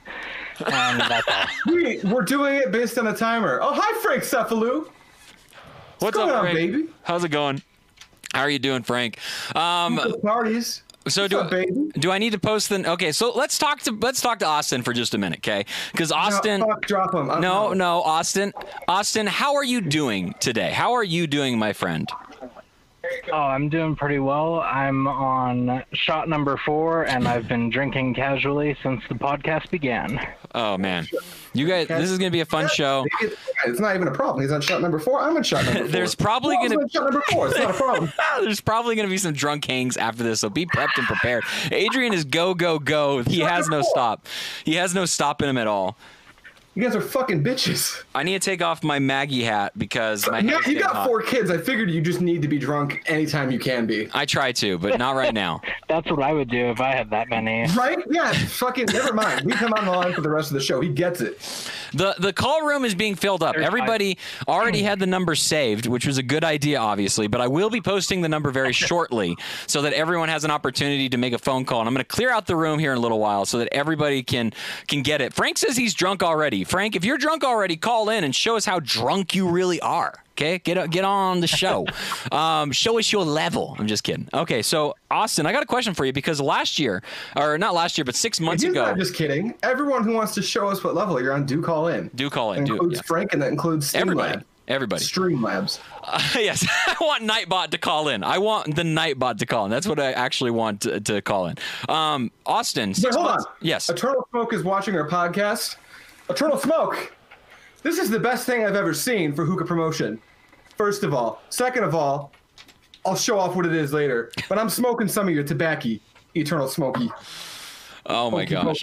Speaker 5: And that's all.
Speaker 2: we, we're doing it based on a timer. Oh, hi, Frank Cephalou.
Speaker 1: What's
Speaker 2: going
Speaker 1: up,
Speaker 2: on,
Speaker 1: Frank?
Speaker 2: baby?
Speaker 1: How's it going? How are you doing, Frank? Um,
Speaker 2: Parties.
Speaker 1: so
Speaker 2: What's
Speaker 1: do
Speaker 2: up, baby?
Speaker 1: do I need to post then? Okay, so let's talk to let's talk to Austin for just a minute, okay? Because Austin,
Speaker 2: No, fuck, drop him. I'm
Speaker 1: No,
Speaker 2: out.
Speaker 1: no, Austin. Austin, how are you doing today? How are you doing, my friend?
Speaker 5: Oh, I'm doing pretty well. I'm on shot number four, and I've been drinking casually since the podcast began.
Speaker 1: Oh man, you guys, this is gonna be a fun show.
Speaker 2: It's, it's not even a problem. He's on shot number four. I'm on shot number four.
Speaker 1: There's probably
Speaker 2: We're all
Speaker 1: gonna-
Speaker 2: on shot number four. It's not a problem.
Speaker 1: There's probably gonna be some drunk hangs after this, so be prepped and prepared. Adrian is go, go, go. He has no stop. He has no stop in him at all.
Speaker 2: You guys are fucking bitches.
Speaker 1: I need to take off my Maggie hat because my
Speaker 2: Yeah,
Speaker 1: hair's
Speaker 2: you
Speaker 1: getting
Speaker 2: got
Speaker 1: hot.
Speaker 2: four kids. I figured you just need to be drunk anytime you can be.
Speaker 1: I try to, but not right now.
Speaker 5: That's what I would do if I had that many.
Speaker 2: Right? Yeah. Fucking. Never mind. We come on the line for the rest of the show. He gets it.
Speaker 1: The the call room is being filled up. Everybody already had the number saved, which was a good idea, obviously. But I will be posting the number very shortly, so that everyone has an opportunity to make a phone call. And I'm going to clear out the room here in a little while, so that everybody can can get it. Frank says he's drunk already. Frank, if you're drunk already, call in and show us how drunk you really are. Okay, get get on the show. um, show us your level. I'm just kidding. Okay, so Austin, I got a question for you because last year, or not last year, but six months
Speaker 2: He's
Speaker 1: ago,
Speaker 2: not just kidding. Everyone who wants to show us what level you're on, do call in.
Speaker 1: do call
Speaker 2: That
Speaker 1: in, do
Speaker 2: includes
Speaker 1: yeah.
Speaker 2: Frank and that includes Streamlab.
Speaker 1: everybody, everybody. Uh,
Speaker 2: Streamlabs.
Speaker 1: yes, I want Nightbot to call in. I want the Nightbot to call in. That's what I actually want to, to call in. Um, Austin,
Speaker 2: But
Speaker 1: six
Speaker 2: hold
Speaker 1: months-
Speaker 2: on.
Speaker 1: Yes.
Speaker 2: Eternal Smoke is watching our podcast. Eternal Smoke, this is the best thing I've ever seen for hookah promotion. First of all. Second of all, I'll show off what it is later. But I'm smoking some of your tobacco, Eternal Smoky.
Speaker 1: Oh my gosh.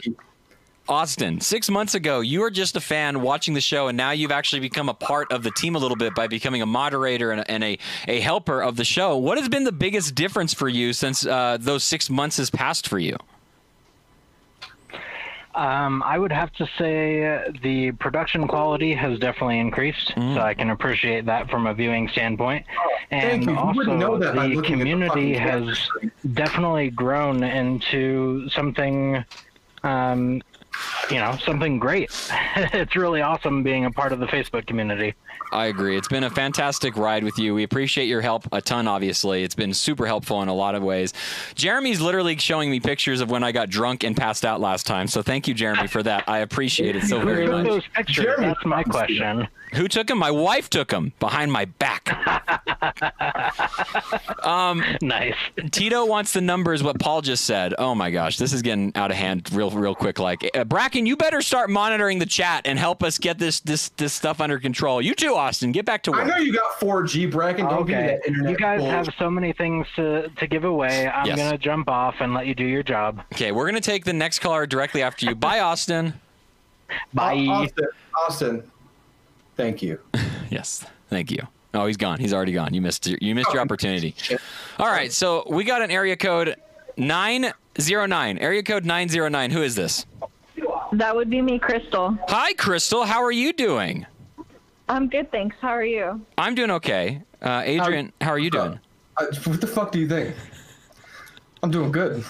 Speaker 1: Austin, six months ago, you were just a fan watching the show, and now you've actually become a part of the team a little bit by becoming a moderator and, a- and a, a helper of the show. What has been the biggest difference for you since uh, those six months has passed for you?
Speaker 5: Um, I would have to say the production quality has definitely increased,
Speaker 1: Mm.
Speaker 5: so I can appreciate that from a viewing standpoint.
Speaker 2: thank
Speaker 5: And
Speaker 2: you. You
Speaker 5: also,
Speaker 2: wouldn't know that by
Speaker 5: the
Speaker 2: looking at the
Speaker 5: community
Speaker 2: fucking
Speaker 5: has definitely grown into something, um, you know, something great. it's really awesome being a part of the Facebook community.
Speaker 1: I agree. It's been a fantastic ride with you. We appreciate your help a ton, obviously. It's been super helpful in a lot of ways. Jeremy's literally showing me pictures of when I got drunk and passed out last time. So thank you, Jeremy, for that. I appreciate it so
Speaker 5: Who
Speaker 1: very
Speaker 5: took
Speaker 1: much.
Speaker 5: those pictures?
Speaker 2: Jeremy
Speaker 5: That's my question.
Speaker 1: Who took him? My wife took him behind my back. Um,
Speaker 5: Nice.
Speaker 1: Tito wants the numbers, what Paul just said. Oh my gosh, this is getting out of hand real, real quick. Like, uh, Bracken, you better start monitoring the chat and help us get this, this, this stuff under control. You too, Austin. Get back to
Speaker 2: I
Speaker 1: work.
Speaker 2: know you got 4G, Bracken. Don't give me
Speaker 5: Okay.
Speaker 2: that internet.
Speaker 5: You guys
Speaker 2: bullshit.
Speaker 5: have so many things to, to give away. I'm
Speaker 1: Yes.
Speaker 5: going to jump off and let you do your job.
Speaker 1: Okay, we're going to take the next caller directly after you. Bye, Austin.
Speaker 5: Bye.
Speaker 2: Austin, Austin, thank you.
Speaker 1: Yes. Thank you. Oh, he's gone. He's already gone. You missed you missed your
Speaker 2: Oh.
Speaker 1: opportunity. All right, so we got an area code 909. Area code 909. Who is this?
Speaker 6: That would be me, Crystal.
Speaker 1: Hi, Crystal. How are you doing?
Speaker 6: I'm good, thanks. How are you?
Speaker 1: I'm doing okay. Uh, Adrian, how are you doing?
Speaker 2: Uh, what the fuck do you think? I'm doing good.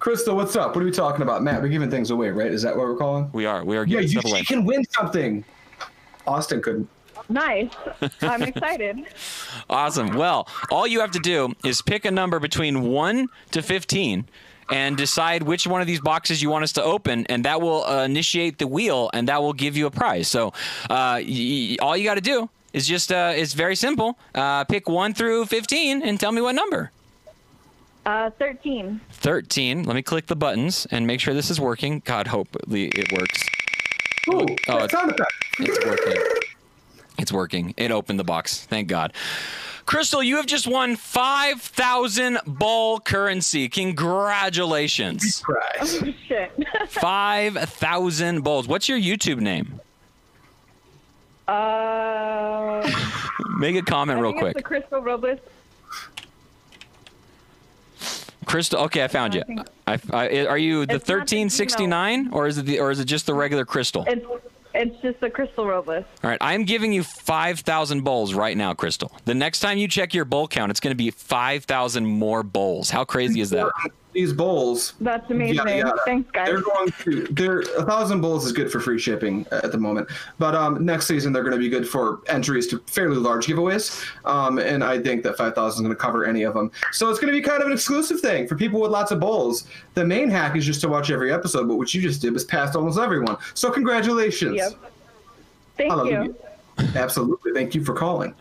Speaker 2: Crystal, what's up? What are we talking about? Matt, we're giving things away, right? Is that what we're calling?
Speaker 1: We are. We are
Speaker 2: Yeah,
Speaker 1: giving
Speaker 2: you
Speaker 1: stuff away.
Speaker 2: she can win something. Austin couldn't.
Speaker 6: Nice. I'm excited.
Speaker 1: Awesome. Well, all you have to do is pick a number between 1 to 15 and decide which one of these boxes you want us to open, and that will uh, initiate the wheel and that will give you a prize. So, uh, y- y- all you got to do is just, uh, it's very simple. Uh, pick 1 through 15 and tell me what number.
Speaker 6: Uh, 13.
Speaker 1: 13. Let me click the buttons and make sure this is working. God, hopefully it works.
Speaker 2: Ooh,
Speaker 1: Oh,
Speaker 2: that sound effect.
Speaker 1: It's working. It's working. It opened the box. Thank God. Crystal, you have just won 5,000 ball currency. Congratulations.
Speaker 2: Prize.
Speaker 6: Shit.
Speaker 1: 5,000 bowls. What's your YouTube name?
Speaker 6: Uh,
Speaker 1: Make a comment real
Speaker 6: I think It's the
Speaker 1: quick.
Speaker 6: Crystal Robles.
Speaker 1: Crystal, okay, I found you.
Speaker 6: I think-
Speaker 1: I, I, are you the
Speaker 6: It's not the
Speaker 1: 1369 or is it the, or is it just the regular Crystal?
Speaker 6: It's, it's just the Crystal Robles.
Speaker 1: All right, I'm giving you 5,000 bowls right now, Crystal. The next time you check your bowl count, it's going to be 5,000 more bowls. How crazy is that?
Speaker 2: These bowls.
Speaker 6: That's amazing.
Speaker 2: Yeah, yeah.
Speaker 6: Thanks, guys.
Speaker 2: They're going to. They're a thousand bowls is good for free shipping at the moment, but um, next season they're going to be good for entries to fairly large giveaways. Um, and I think that five thousand is going to cover any of them. So it's going to be kind of an exclusive thing for people with lots of bowls. The main hack is just to watch every episode, but what you just did was past almost everyone. So congratulations.
Speaker 6: Yep. Thank
Speaker 2: Hallelujah.
Speaker 6: you.
Speaker 2: Absolutely. Thank you for calling.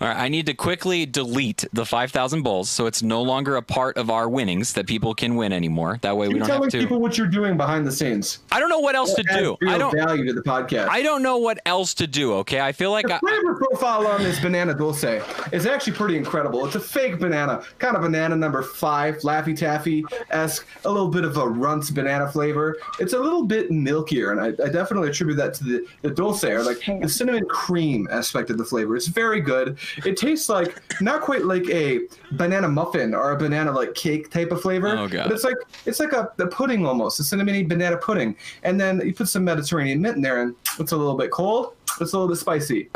Speaker 1: All right, I need to quickly delete the 5,000 bowls so it's no longer a part of our winnings that people can win anymore. That way we
Speaker 2: You're
Speaker 1: don't have
Speaker 2: telling
Speaker 1: to.
Speaker 2: people what you're doing behind the scenes.
Speaker 1: I don't know what else to do.
Speaker 2: Adds real
Speaker 1: I don't
Speaker 2: value to the podcast.
Speaker 1: I don't know what else to do, okay? I feel like
Speaker 2: The
Speaker 1: I,
Speaker 2: flavor profile on this banana dulce is actually pretty incredible. It's a fake banana, kind of banana number five, Laffy Taffy esque, a little bit of a runts banana flavor. It's a little bit milkier, and I, I definitely attribute that to the, the dulce or like the cinnamon cream aspect of the flavor. It's very good. It tastes like not quite like a banana muffin or a banana like cake type of flavor.
Speaker 1: Oh, God.
Speaker 2: but it's like it's like a, a pudding almost, a cinnamony banana pudding. And then you put some Mediterranean mint in there, and it's a little bit cold. It's a little bit spicy.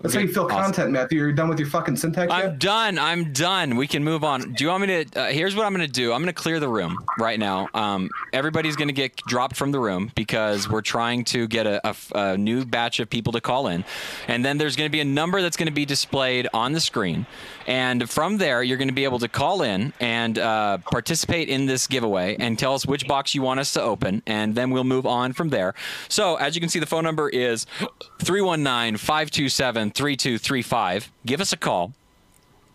Speaker 2: That's how you fill
Speaker 1: Awesome.
Speaker 2: content, Matthew. You're done with your fucking syntax.
Speaker 1: I'm
Speaker 2: yet?
Speaker 1: done. I'm done. We can move on. Do you want me to? Uh, here's what I'm going to do. I'm going to clear the room right now. Um, everybody's going to get dropped from the room because we're trying to get a, a f- a new batch of people to call in, and then there's going to be a number that's going to be displayed on the screen, and from there you're going to be able to call in and uh, participate in this giveaway and tell us which box you want us to open, and then we'll move on from there. So as you can see, the phone number is 319-527-3235. Give us a call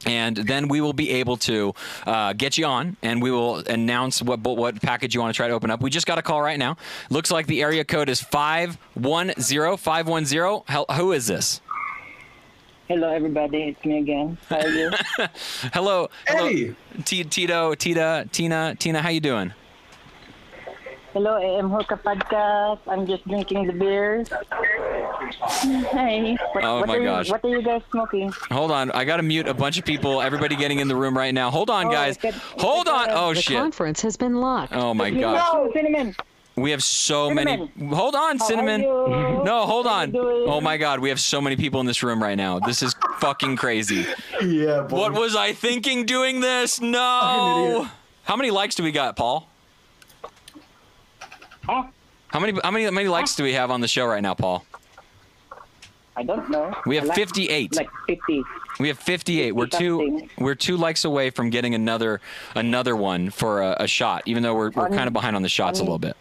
Speaker 1: and then we will be able to uh, get you on, and we will announce what bu- what package you want to try to open up. We just got a call right now. Looks like the area code is five one zero five one zero. Who is this?
Speaker 7: Hello, everybody. It's me again. How are you?
Speaker 1: Hello, hello,
Speaker 2: Hey!
Speaker 1: T- Tito, Tita, Tina, Tina. How you doing?
Speaker 7: Hello, AM Hookah Podcast. I'm just drinking the beers.
Speaker 6: Hey.
Speaker 7: What,
Speaker 1: Oh
Speaker 7: what
Speaker 1: my
Speaker 7: are
Speaker 1: gosh.
Speaker 7: You, what are you guys smoking?
Speaker 1: Hold on, I gotta mute a bunch of people. Everybody getting in the room right now. Hold on,
Speaker 7: Oh,
Speaker 1: guys.
Speaker 7: it's good.
Speaker 1: Hold
Speaker 7: It's
Speaker 1: on.
Speaker 7: good.
Speaker 1: Oh
Speaker 8: the
Speaker 1: shit.
Speaker 8: conference has been locked.
Speaker 1: Oh my gosh.
Speaker 7: No, cinnamon.
Speaker 1: We have so many.
Speaker 7: Cinnamon.
Speaker 1: Hold on,
Speaker 7: How are
Speaker 1: cinnamon.
Speaker 7: you?
Speaker 1: No, hold
Speaker 7: How you
Speaker 1: on.
Speaker 7: doing?
Speaker 1: Oh my god, we have so many people in this room right now. This is fucking crazy.
Speaker 2: Yeah, boy.
Speaker 1: What was I thinking doing this?
Speaker 2: Fucking
Speaker 1: No.
Speaker 2: idiot.
Speaker 1: How many likes do we got, Uh, Paul?
Speaker 7: Huh?
Speaker 1: How many how many how many likes do we have on the show right now, Paul?
Speaker 7: I don't know.
Speaker 1: We have
Speaker 7: Like-
Speaker 1: 58.
Speaker 7: Like 50.
Speaker 1: We have 58. We're
Speaker 7: 50
Speaker 1: two
Speaker 7: something.
Speaker 1: we're two likes away from getting another another one for a, a shot, even though we're we're
Speaker 7: Funny.
Speaker 1: kind of behind on the shots a little bit.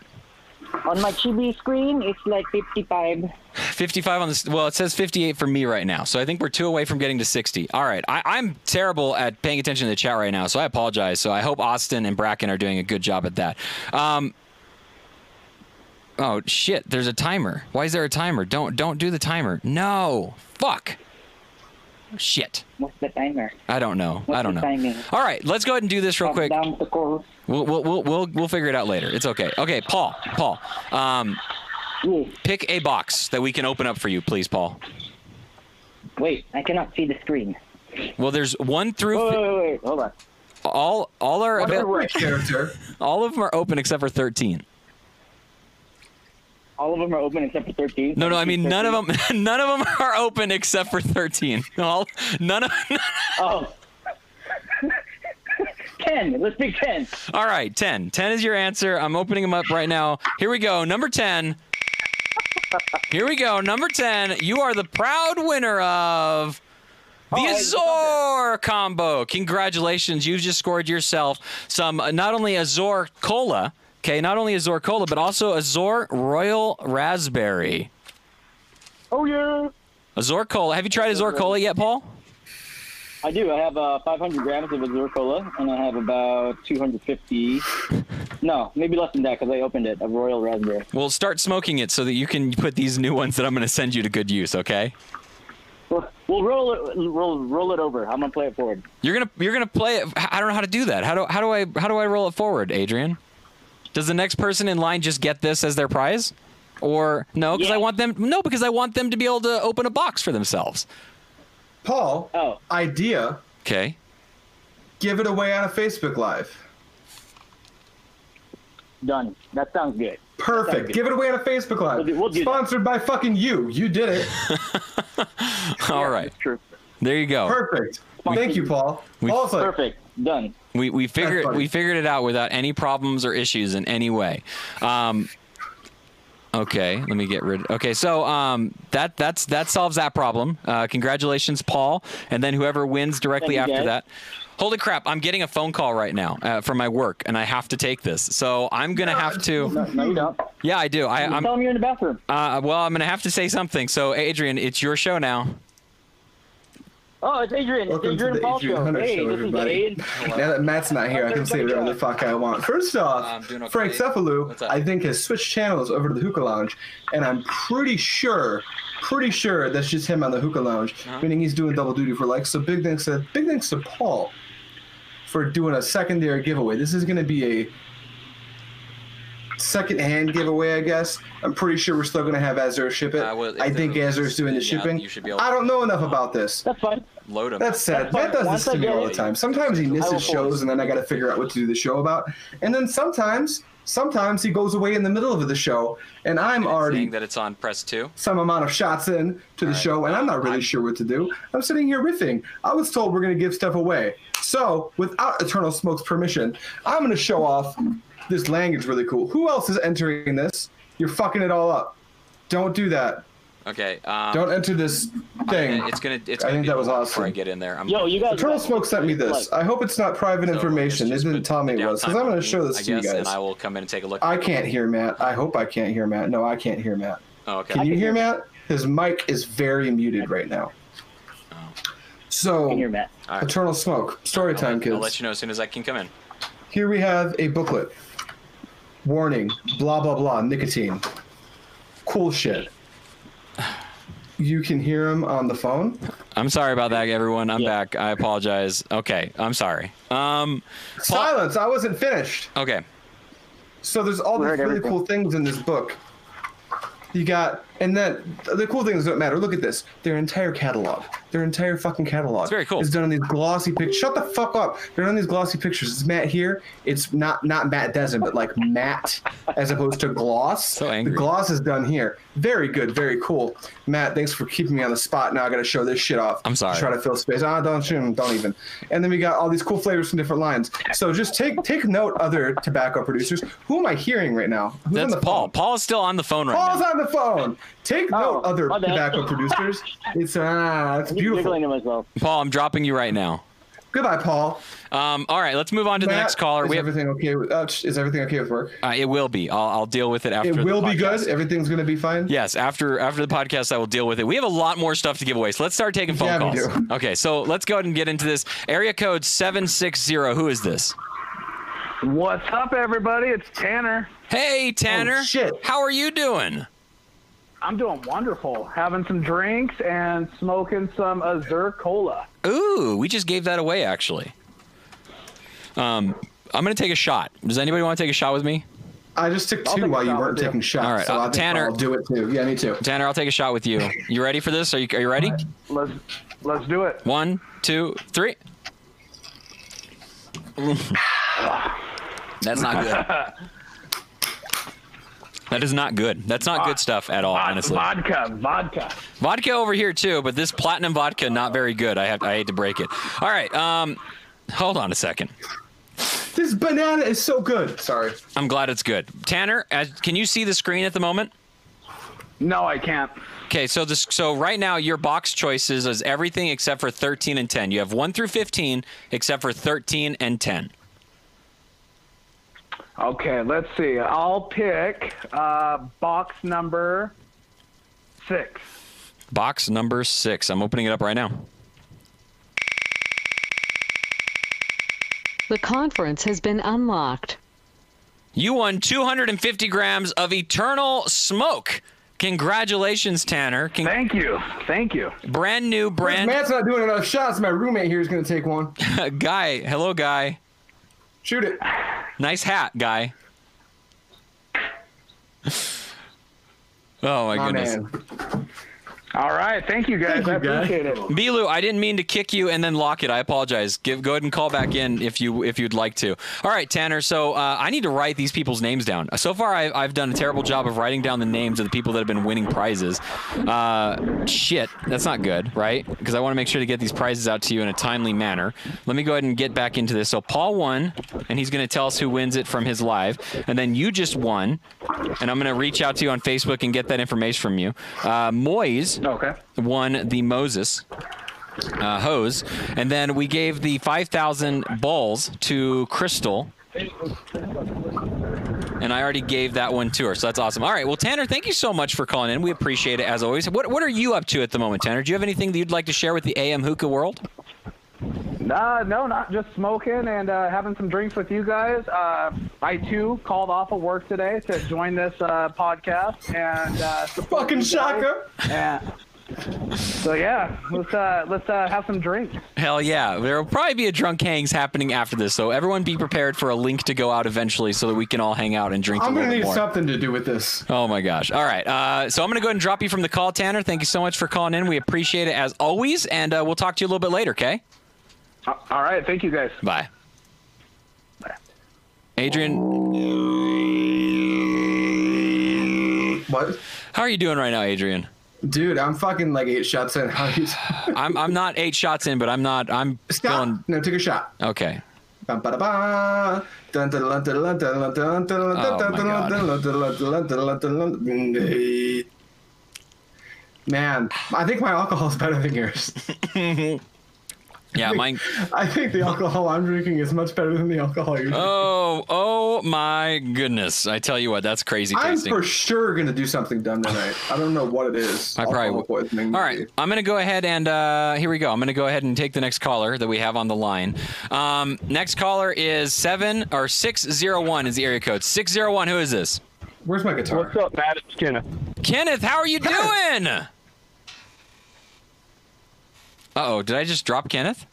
Speaker 7: On my chibi screen, it's like 55.
Speaker 1: 55 on this. Well, it says 58 for me right now. So I think we're two away from getting to 60. All right. I, I'm terrible at paying attention to the chat right now. So I apologize. So I hope Austin and Bracken are doing a good job at that. Um, oh, shit. There's a timer. Why is there a timer? Don't don't do the timer. No. Fuck. Shit.
Speaker 7: What's the timer?
Speaker 1: I don't know.
Speaker 7: What's
Speaker 1: I don't
Speaker 7: the
Speaker 1: know.
Speaker 7: timing?
Speaker 1: All right. Let's go ahead and do this real
Speaker 7: Come
Speaker 1: quick.
Speaker 7: Down to call.
Speaker 1: We'll, we'll, we'll, we'll, we'll figure it out later. It's okay. Okay. Paul. Paul. Um,
Speaker 7: Yes.
Speaker 1: pick a box that we can open up for you, please, Paul.
Speaker 7: Wait, I cannot see the screen.
Speaker 1: Well, there's one through
Speaker 7: Wait,
Speaker 1: fi-
Speaker 7: wait, wait. Hold on.
Speaker 1: all. All are avail-
Speaker 2: My character.
Speaker 1: all of them are open except for 13.
Speaker 7: All of them are open except for 13.
Speaker 1: No, no, I mean none of them. None of them are open except for 13. All none of.
Speaker 7: Oh. 10. Let's pick 10.
Speaker 1: All right, 10. 10 is your answer. I'm opening them up right now. Here we go. Number 10. Here we go. Number 10. You are the proud winner of. The Azor combo. Congratulations. You've just scored yourself some, uh, not only Azor Cola, okay, not only Azor Cola, but also Azor Royal Raspberry.
Speaker 7: Oh, yeah.
Speaker 1: Azor Cola. Have you tried Azor Cola yet, Paul?
Speaker 7: I do. I have uh, 500 grams of Azure Cola, and I have about 250. No, maybe less than that because I opened it. A Royal Raspberry.
Speaker 1: Well, start smoking it so that you can put these new ones that I'm going to send you to good use, okay?
Speaker 7: We'll, we'll roll it. Roll, roll it over. I'm gonna play it forward.
Speaker 1: You're gonna you're gonna play it. I don't know how to do that. How do how do I how do I roll it forward, Adrian? Does the next person in line just get this as their prize, or no? Because I
Speaker 7: Yeah.
Speaker 1: want them no because I want them to be able to open a box for themselves.
Speaker 2: Paul,
Speaker 7: Oh,
Speaker 2: idea.
Speaker 1: Okay.
Speaker 2: Give it away on a Facebook Live.
Speaker 7: done. That sounds good.
Speaker 2: Perfect. Give it away on a Facebook Live.
Speaker 7: We'll do- we'll do that.
Speaker 2: Sponsored by fucking you. You did it.
Speaker 1: All right.
Speaker 7: True.
Speaker 1: There you go.
Speaker 2: Perfect. Thank you, Paul.
Speaker 1: We-
Speaker 2: Paul's like,
Speaker 7: Perfect. Done.
Speaker 1: We we figured
Speaker 2: funny.
Speaker 1: we figured it out without any problems or issues in any way. Um, okay. Let me get rid. Okay. So um, that that's that solves that problem. Uh, congratulations, Paul, and then whoever wins directly
Speaker 7: Thank you,
Speaker 1: after
Speaker 7: guys.
Speaker 1: that. Holy crap! I'm getting a phone call right now uh, from my work, and I have to take this. So I'm gonna have to.
Speaker 7: No, no you don't.
Speaker 1: Yeah, I do. I,
Speaker 7: You
Speaker 1: I'm.
Speaker 7: tell them you're in the bathroom.
Speaker 1: Uh, well, I'm gonna have to say something. So, Adrian, it's your show now.
Speaker 7: Oh, it's Adrian. It's
Speaker 2: Welcome to
Speaker 7: Adrian
Speaker 2: the
Speaker 7: Paul
Speaker 2: Adrian
Speaker 7: show.
Speaker 2: Hunter
Speaker 7: Hey,
Speaker 2: Show,
Speaker 7: this is
Speaker 2: everybody.
Speaker 7: Aid.
Speaker 2: Now that Matt's not here, I can say whatever the fuck I want. First
Speaker 1: I'm
Speaker 2: off,
Speaker 1: doing okay.
Speaker 2: Frank
Speaker 1: What's
Speaker 2: Cefalu,
Speaker 1: up?
Speaker 2: I think, has switched channels over to the Hookah Lounge, and I'm pretty sure, pretty sure that's just him on the Hookah Lounge,
Speaker 1: Uh-huh.
Speaker 2: meaning he's doing double duty for likes. So big thanks to big thanks to Paul for doing a secondary giveaway. This is going to be a second-hand giveaway, I guess. I'm pretty sure we're still going to have Azure ship it.
Speaker 1: Uh, well, if
Speaker 2: I think
Speaker 1: they're
Speaker 2: Azure's doing the
Speaker 1: sending out,
Speaker 2: shipping.
Speaker 1: you should be able-
Speaker 2: I don't know enough about this.
Speaker 7: That's fine.
Speaker 1: Load him.
Speaker 2: That's sad.
Speaker 7: That's fine.
Speaker 2: Matt does
Speaker 7: Once
Speaker 2: this
Speaker 7: I
Speaker 2: to me
Speaker 7: get
Speaker 2: all the
Speaker 7: it-
Speaker 2: time. Sometimes he
Speaker 7: I will
Speaker 2: misses
Speaker 7: forward.
Speaker 2: shows, and then I got to figure out what to do the show about. And then sometimes Sometimes he goes away in the middle of the show, and I'm already
Speaker 1: Saying that it's on press two.
Speaker 2: some amount of shots in to the show, and I'm not really sure what to do. I'm sitting here riffing. I was told we're going to give stuff away. So, without Eternal Smoke's permission, I'm going to show off this language really cool. Who else is entering this? You're fucking it all up. Don't do that.
Speaker 1: Okay. Um, uh,
Speaker 2: Don't enter this thing.
Speaker 1: It's gonna. It's
Speaker 2: I
Speaker 1: gonna
Speaker 2: think
Speaker 1: be
Speaker 2: that
Speaker 1: a
Speaker 2: was
Speaker 1: while
Speaker 2: awesome.
Speaker 1: Before I get in there, I'm
Speaker 7: Yo, you guys.
Speaker 2: Eternal Smoke sent me this. I hope it's not private
Speaker 1: so
Speaker 2: information.
Speaker 1: it's
Speaker 2: It
Speaker 1: just
Speaker 2: didn't
Speaker 1: put
Speaker 2: tell me it
Speaker 1: down
Speaker 2: was, because
Speaker 1: time
Speaker 2: I'm going
Speaker 1: on
Speaker 2: to show this
Speaker 1: I
Speaker 2: to you
Speaker 1: guess,
Speaker 2: guys.
Speaker 1: And I will come in and take a look.
Speaker 2: I can't hear Matt. I hope I can't hear Matt. No, I can't hear Matt.
Speaker 1: oh, okay.
Speaker 2: Can you
Speaker 7: can hear
Speaker 2: hear Matt? His mic is very muted right now.
Speaker 7: in here,
Speaker 2: So,
Speaker 7: Matt.
Speaker 2: Eternal Smoke, story
Speaker 1: I'll
Speaker 2: time,
Speaker 1: let- I'll let
Speaker 2: kids.
Speaker 1: you know as soon as I can come in.
Speaker 2: Here we have a booklet. Warning, blah, blah, blah, nicotine. Cool shit. You can hear him on the phone.
Speaker 1: I'm sorry about that, everyone. I'm back. I apologize. Okay, I'm sorry. Um,
Speaker 2: Silence, I wasn't finished.
Speaker 1: okay.
Speaker 2: So there's all these
Speaker 7: heard
Speaker 2: really
Speaker 7: everything.
Speaker 2: cool things in this book. You got, and then the cool things don't matter. Look at this. Their entire catalog, their entire fucking catalog.
Speaker 1: It's very cool.
Speaker 2: Is done on these glossy pictures. Shut the fuck up. They're done on these glossy pictures. It's Matt here. It's not not Matt Desin, but like Matt, as opposed to gloss.
Speaker 1: So angry.
Speaker 2: The gloss is done here. Very good. Very cool. Matt, thanks for keeping me on the spot. Now I got to show this shit off.
Speaker 1: I'm sorry.
Speaker 2: Try to fill space. Ah, don't shoot 'em, Don't even. And then we got all these cool flavors from different lines. So just take take note, other tobacco producers. Who am I hearing right now? Who's on
Speaker 1: That's
Speaker 2: the
Speaker 1: Paul.
Speaker 2: phone?
Speaker 1: Paul's still on the phone right
Speaker 2: Paul's
Speaker 1: now.
Speaker 2: on the phone. Take note,
Speaker 7: Oh,
Speaker 2: other
Speaker 7: my bad.
Speaker 2: tobacco producers. It's ah, it's
Speaker 7: I'm just giggling
Speaker 2: beautiful.
Speaker 7: to myself.
Speaker 1: Paul, I'm dropping you right now.
Speaker 2: Goodbye, Paul.
Speaker 1: Um, all right, let's move on to the
Speaker 2: Matt,
Speaker 1: next caller.
Speaker 2: Is
Speaker 1: We have,
Speaker 2: everything okay? With, uh, sh- is everything okay with work?
Speaker 1: uh, it will be. I'll, I'll deal with it after.
Speaker 2: It
Speaker 1: the
Speaker 2: will be
Speaker 1: podcast.
Speaker 2: good. Everything's gonna be fine.
Speaker 1: Yes, after after the podcast, I will deal with it. We have a lot more stuff to give away, so let's start taking phone
Speaker 2: Yeah, we
Speaker 1: calls.
Speaker 2: do.
Speaker 1: Okay, so let's go ahead and get into this. Area code seven six zero. Who is this?
Speaker 4: What's up, everybody? It's Tanner.
Speaker 1: Hey Tanner.
Speaker 2: Oh, shit.
Speaker 1: How are you doing?
Speaker 4: I'm doing wonderful. Having some drinks and smoking some Azure Cola.
Speaker 1: Ooh, we just gave that away actually. Um, I'm gonna take a shot. Does anybody want to take a shot with me?
Speaker 2: I just took
Speaker 4: I'll
Speaker 2: two
Speaker 4: take a
Speaker 2: while you
Speaker 4: shot
Speaker 2: weren't
Speaker 4: with you.
Speaker 2: taking shots.
Speaker 1: All right,
Speaker 2: so
Speaker 1: uh,
Speaker 2: I think
Speaker 1: Tanner-
Speaker 2: I'll do it too. Yeah, me too.
Speaker 1: Tanner, I'll take a shot with you. You ready for this? Are you are you ready?
Speaker 4: Let's let's do it.
Speaker 1: One, two, three. That's not good. That is not good. That's not
Speaker 4: Ah,
Speaker 1: good stuff at all,
Speaker 4: Vod-
Speaker 1: honestly.
Speaker 4: Vodka, vodka.
Speaker 1: Vodka over here too, but this platinum vodka not very good. I have I hate to break it. All right, um, hold on a second.
Speaker 2: This banana is so good. Sorry.
Speaker 1: I'm glad it's good. Tanner, as, can you see the screen at the moment?
Speaker 4: No, I can't.
Speaker 1: Okay, so this so right now your box choices is everything except for 13 and 10. You have 1 through 15 except for 13 and 10.
Speaker 4: Okay, let's see. I'll pick uh, box number six.
Speaker 1: Box number 6. I'm opening it up right now.
Speaker 8: The conference has been unlocked.
Speaker 1: You won 250 grams of Eternal Smoke. Congratulations, Tanner. Con-
Speaker 4: Thank you, thank you.
Speaker 1: brand new, brand
Speaker 2: Matt's not doing enough shots. My roommate here is gonna take one.
Speaker 1: guy. Hello, guy.
Speaker 2: Shoot it.
Speaker 1: Nice hat, guy. oh my
Speaker 2: My
Speaker 1: goodness.
Speaker 2: man.
Speaker 4: All right, thank you guys.
Speaker 2: Thank you,
Speaker 4: I
Speaker 2: guys.
Speaker 4: appreciate it.
Speaker 1: Bilu, I didn't mean to kick you and then lock it. I apologize. Give, go ahead and call back in if you if you'd like to. All right, Tanner. So uh, I need to write these people's names down. So far, I, I've done a terrible job of writing down the names of the people that have been winning prizes. Uh, shit, that's not good, right? Because I want to make sure to get these prizes out to you in a timely manner. Let me go ahead and get back into this. So Paul won, and he's going to tell us who wins it from his live, and then you just won, and I'm going to reach out to you on Facebook and get that information from you. Uh, Moise
Speaker 4: Okay.
Speaker 1: won the Moses uh, hose, and then we gave the 5,000 balls to Crystal. And I already gave that one to her, so that's awesome. All right, well, Tanner, thank you so much for calling in. We appreciate it as always. What What are you up to at the moment, Tanner? Do you have anything that you'd like to share with the AM Hookah world?
Speaker 4: Uh, no, not just smoking and uh, having some drinks with you guys. Uh, I too called off of work today to join this uh, podcast and uh, support
Speaker 2: Fucking
Speaker 4: you guys.
Speaker 2: shocker.
Speaker 4: And- so yeah, let's uh, let's uh, have some drinks.
Speaker 1: Hell yeah. There will probably be a drunk hangs happening after this, so everyone be prepared for a link to go out eventually so that we can all hang out and drink
Speaker 2: I'm
Speaker 1: a
Speaker 2: gonna
Speaker 1: little bit
Speaker 2: need
Speaker 1: more.
Speaker 2: something to do with this.
Speaker 1: Oh my gosh. All right. Uh, so I'm going to go ahead and drop you from the call, Tanner. Thank you so much for calling in. We appreciate it as always. And uh, we'll talk to you a little bit later, okay?
Speaker 4: Uh, All right, thank you guys.
Speaker 1: Bye. Adrian.
Speaker 2: What?
Speaker 1: How are you doing right now, Adrian?
Speaker 2: Dude, I'm fucking like eight shots in. How you?
Speaker 1: I'm I'm not eight shots in, but I'm not. I'm
Speaker 2: Stop.
Speaker 1: feeling
Speaker 2: No, take a shot.
Speaker 1: okay.
Speaker 2: Bum, ba, da, ba. Dun, dun, dun, dun, dun, dun, dun, dun, dun,
Speaker 1: Oh,
Speaker 2: dun,
Speaker 1: my
Speaker 2: dun,
Speaker 1: God.
Speaker 2: dun, dun, dun, dun, dun, dun, dun. Man, I think my alcohol is better than yours.
Speaker 1: Yeah, mine.
Speaker 2: I think the alcohol I'm drinking is much better than the alcohol you're drinking.
Speaker 1: Oh, oh my goodness! I tell you what, that's crazy
Speaker 2: I'm
Speaker 1: tasting.
Speaker 2: for sure gonna do something dumb tonight. I don't know what it is.
Speaker 1: I probably will. All right, I'm gonna go ahead and uh, here we go. I'm gonna go ahead and take the next caller that we have on the line. Um, next caller is seven or six zero one is the area code six zero one. Who is this?
Speaker 2: Where's my guitar?
Speaker 9: What's up, Matt? It's Kenneth.
Speaker 1: Kenneth, how are you doing? Uh oh, did I just drop Kenneth?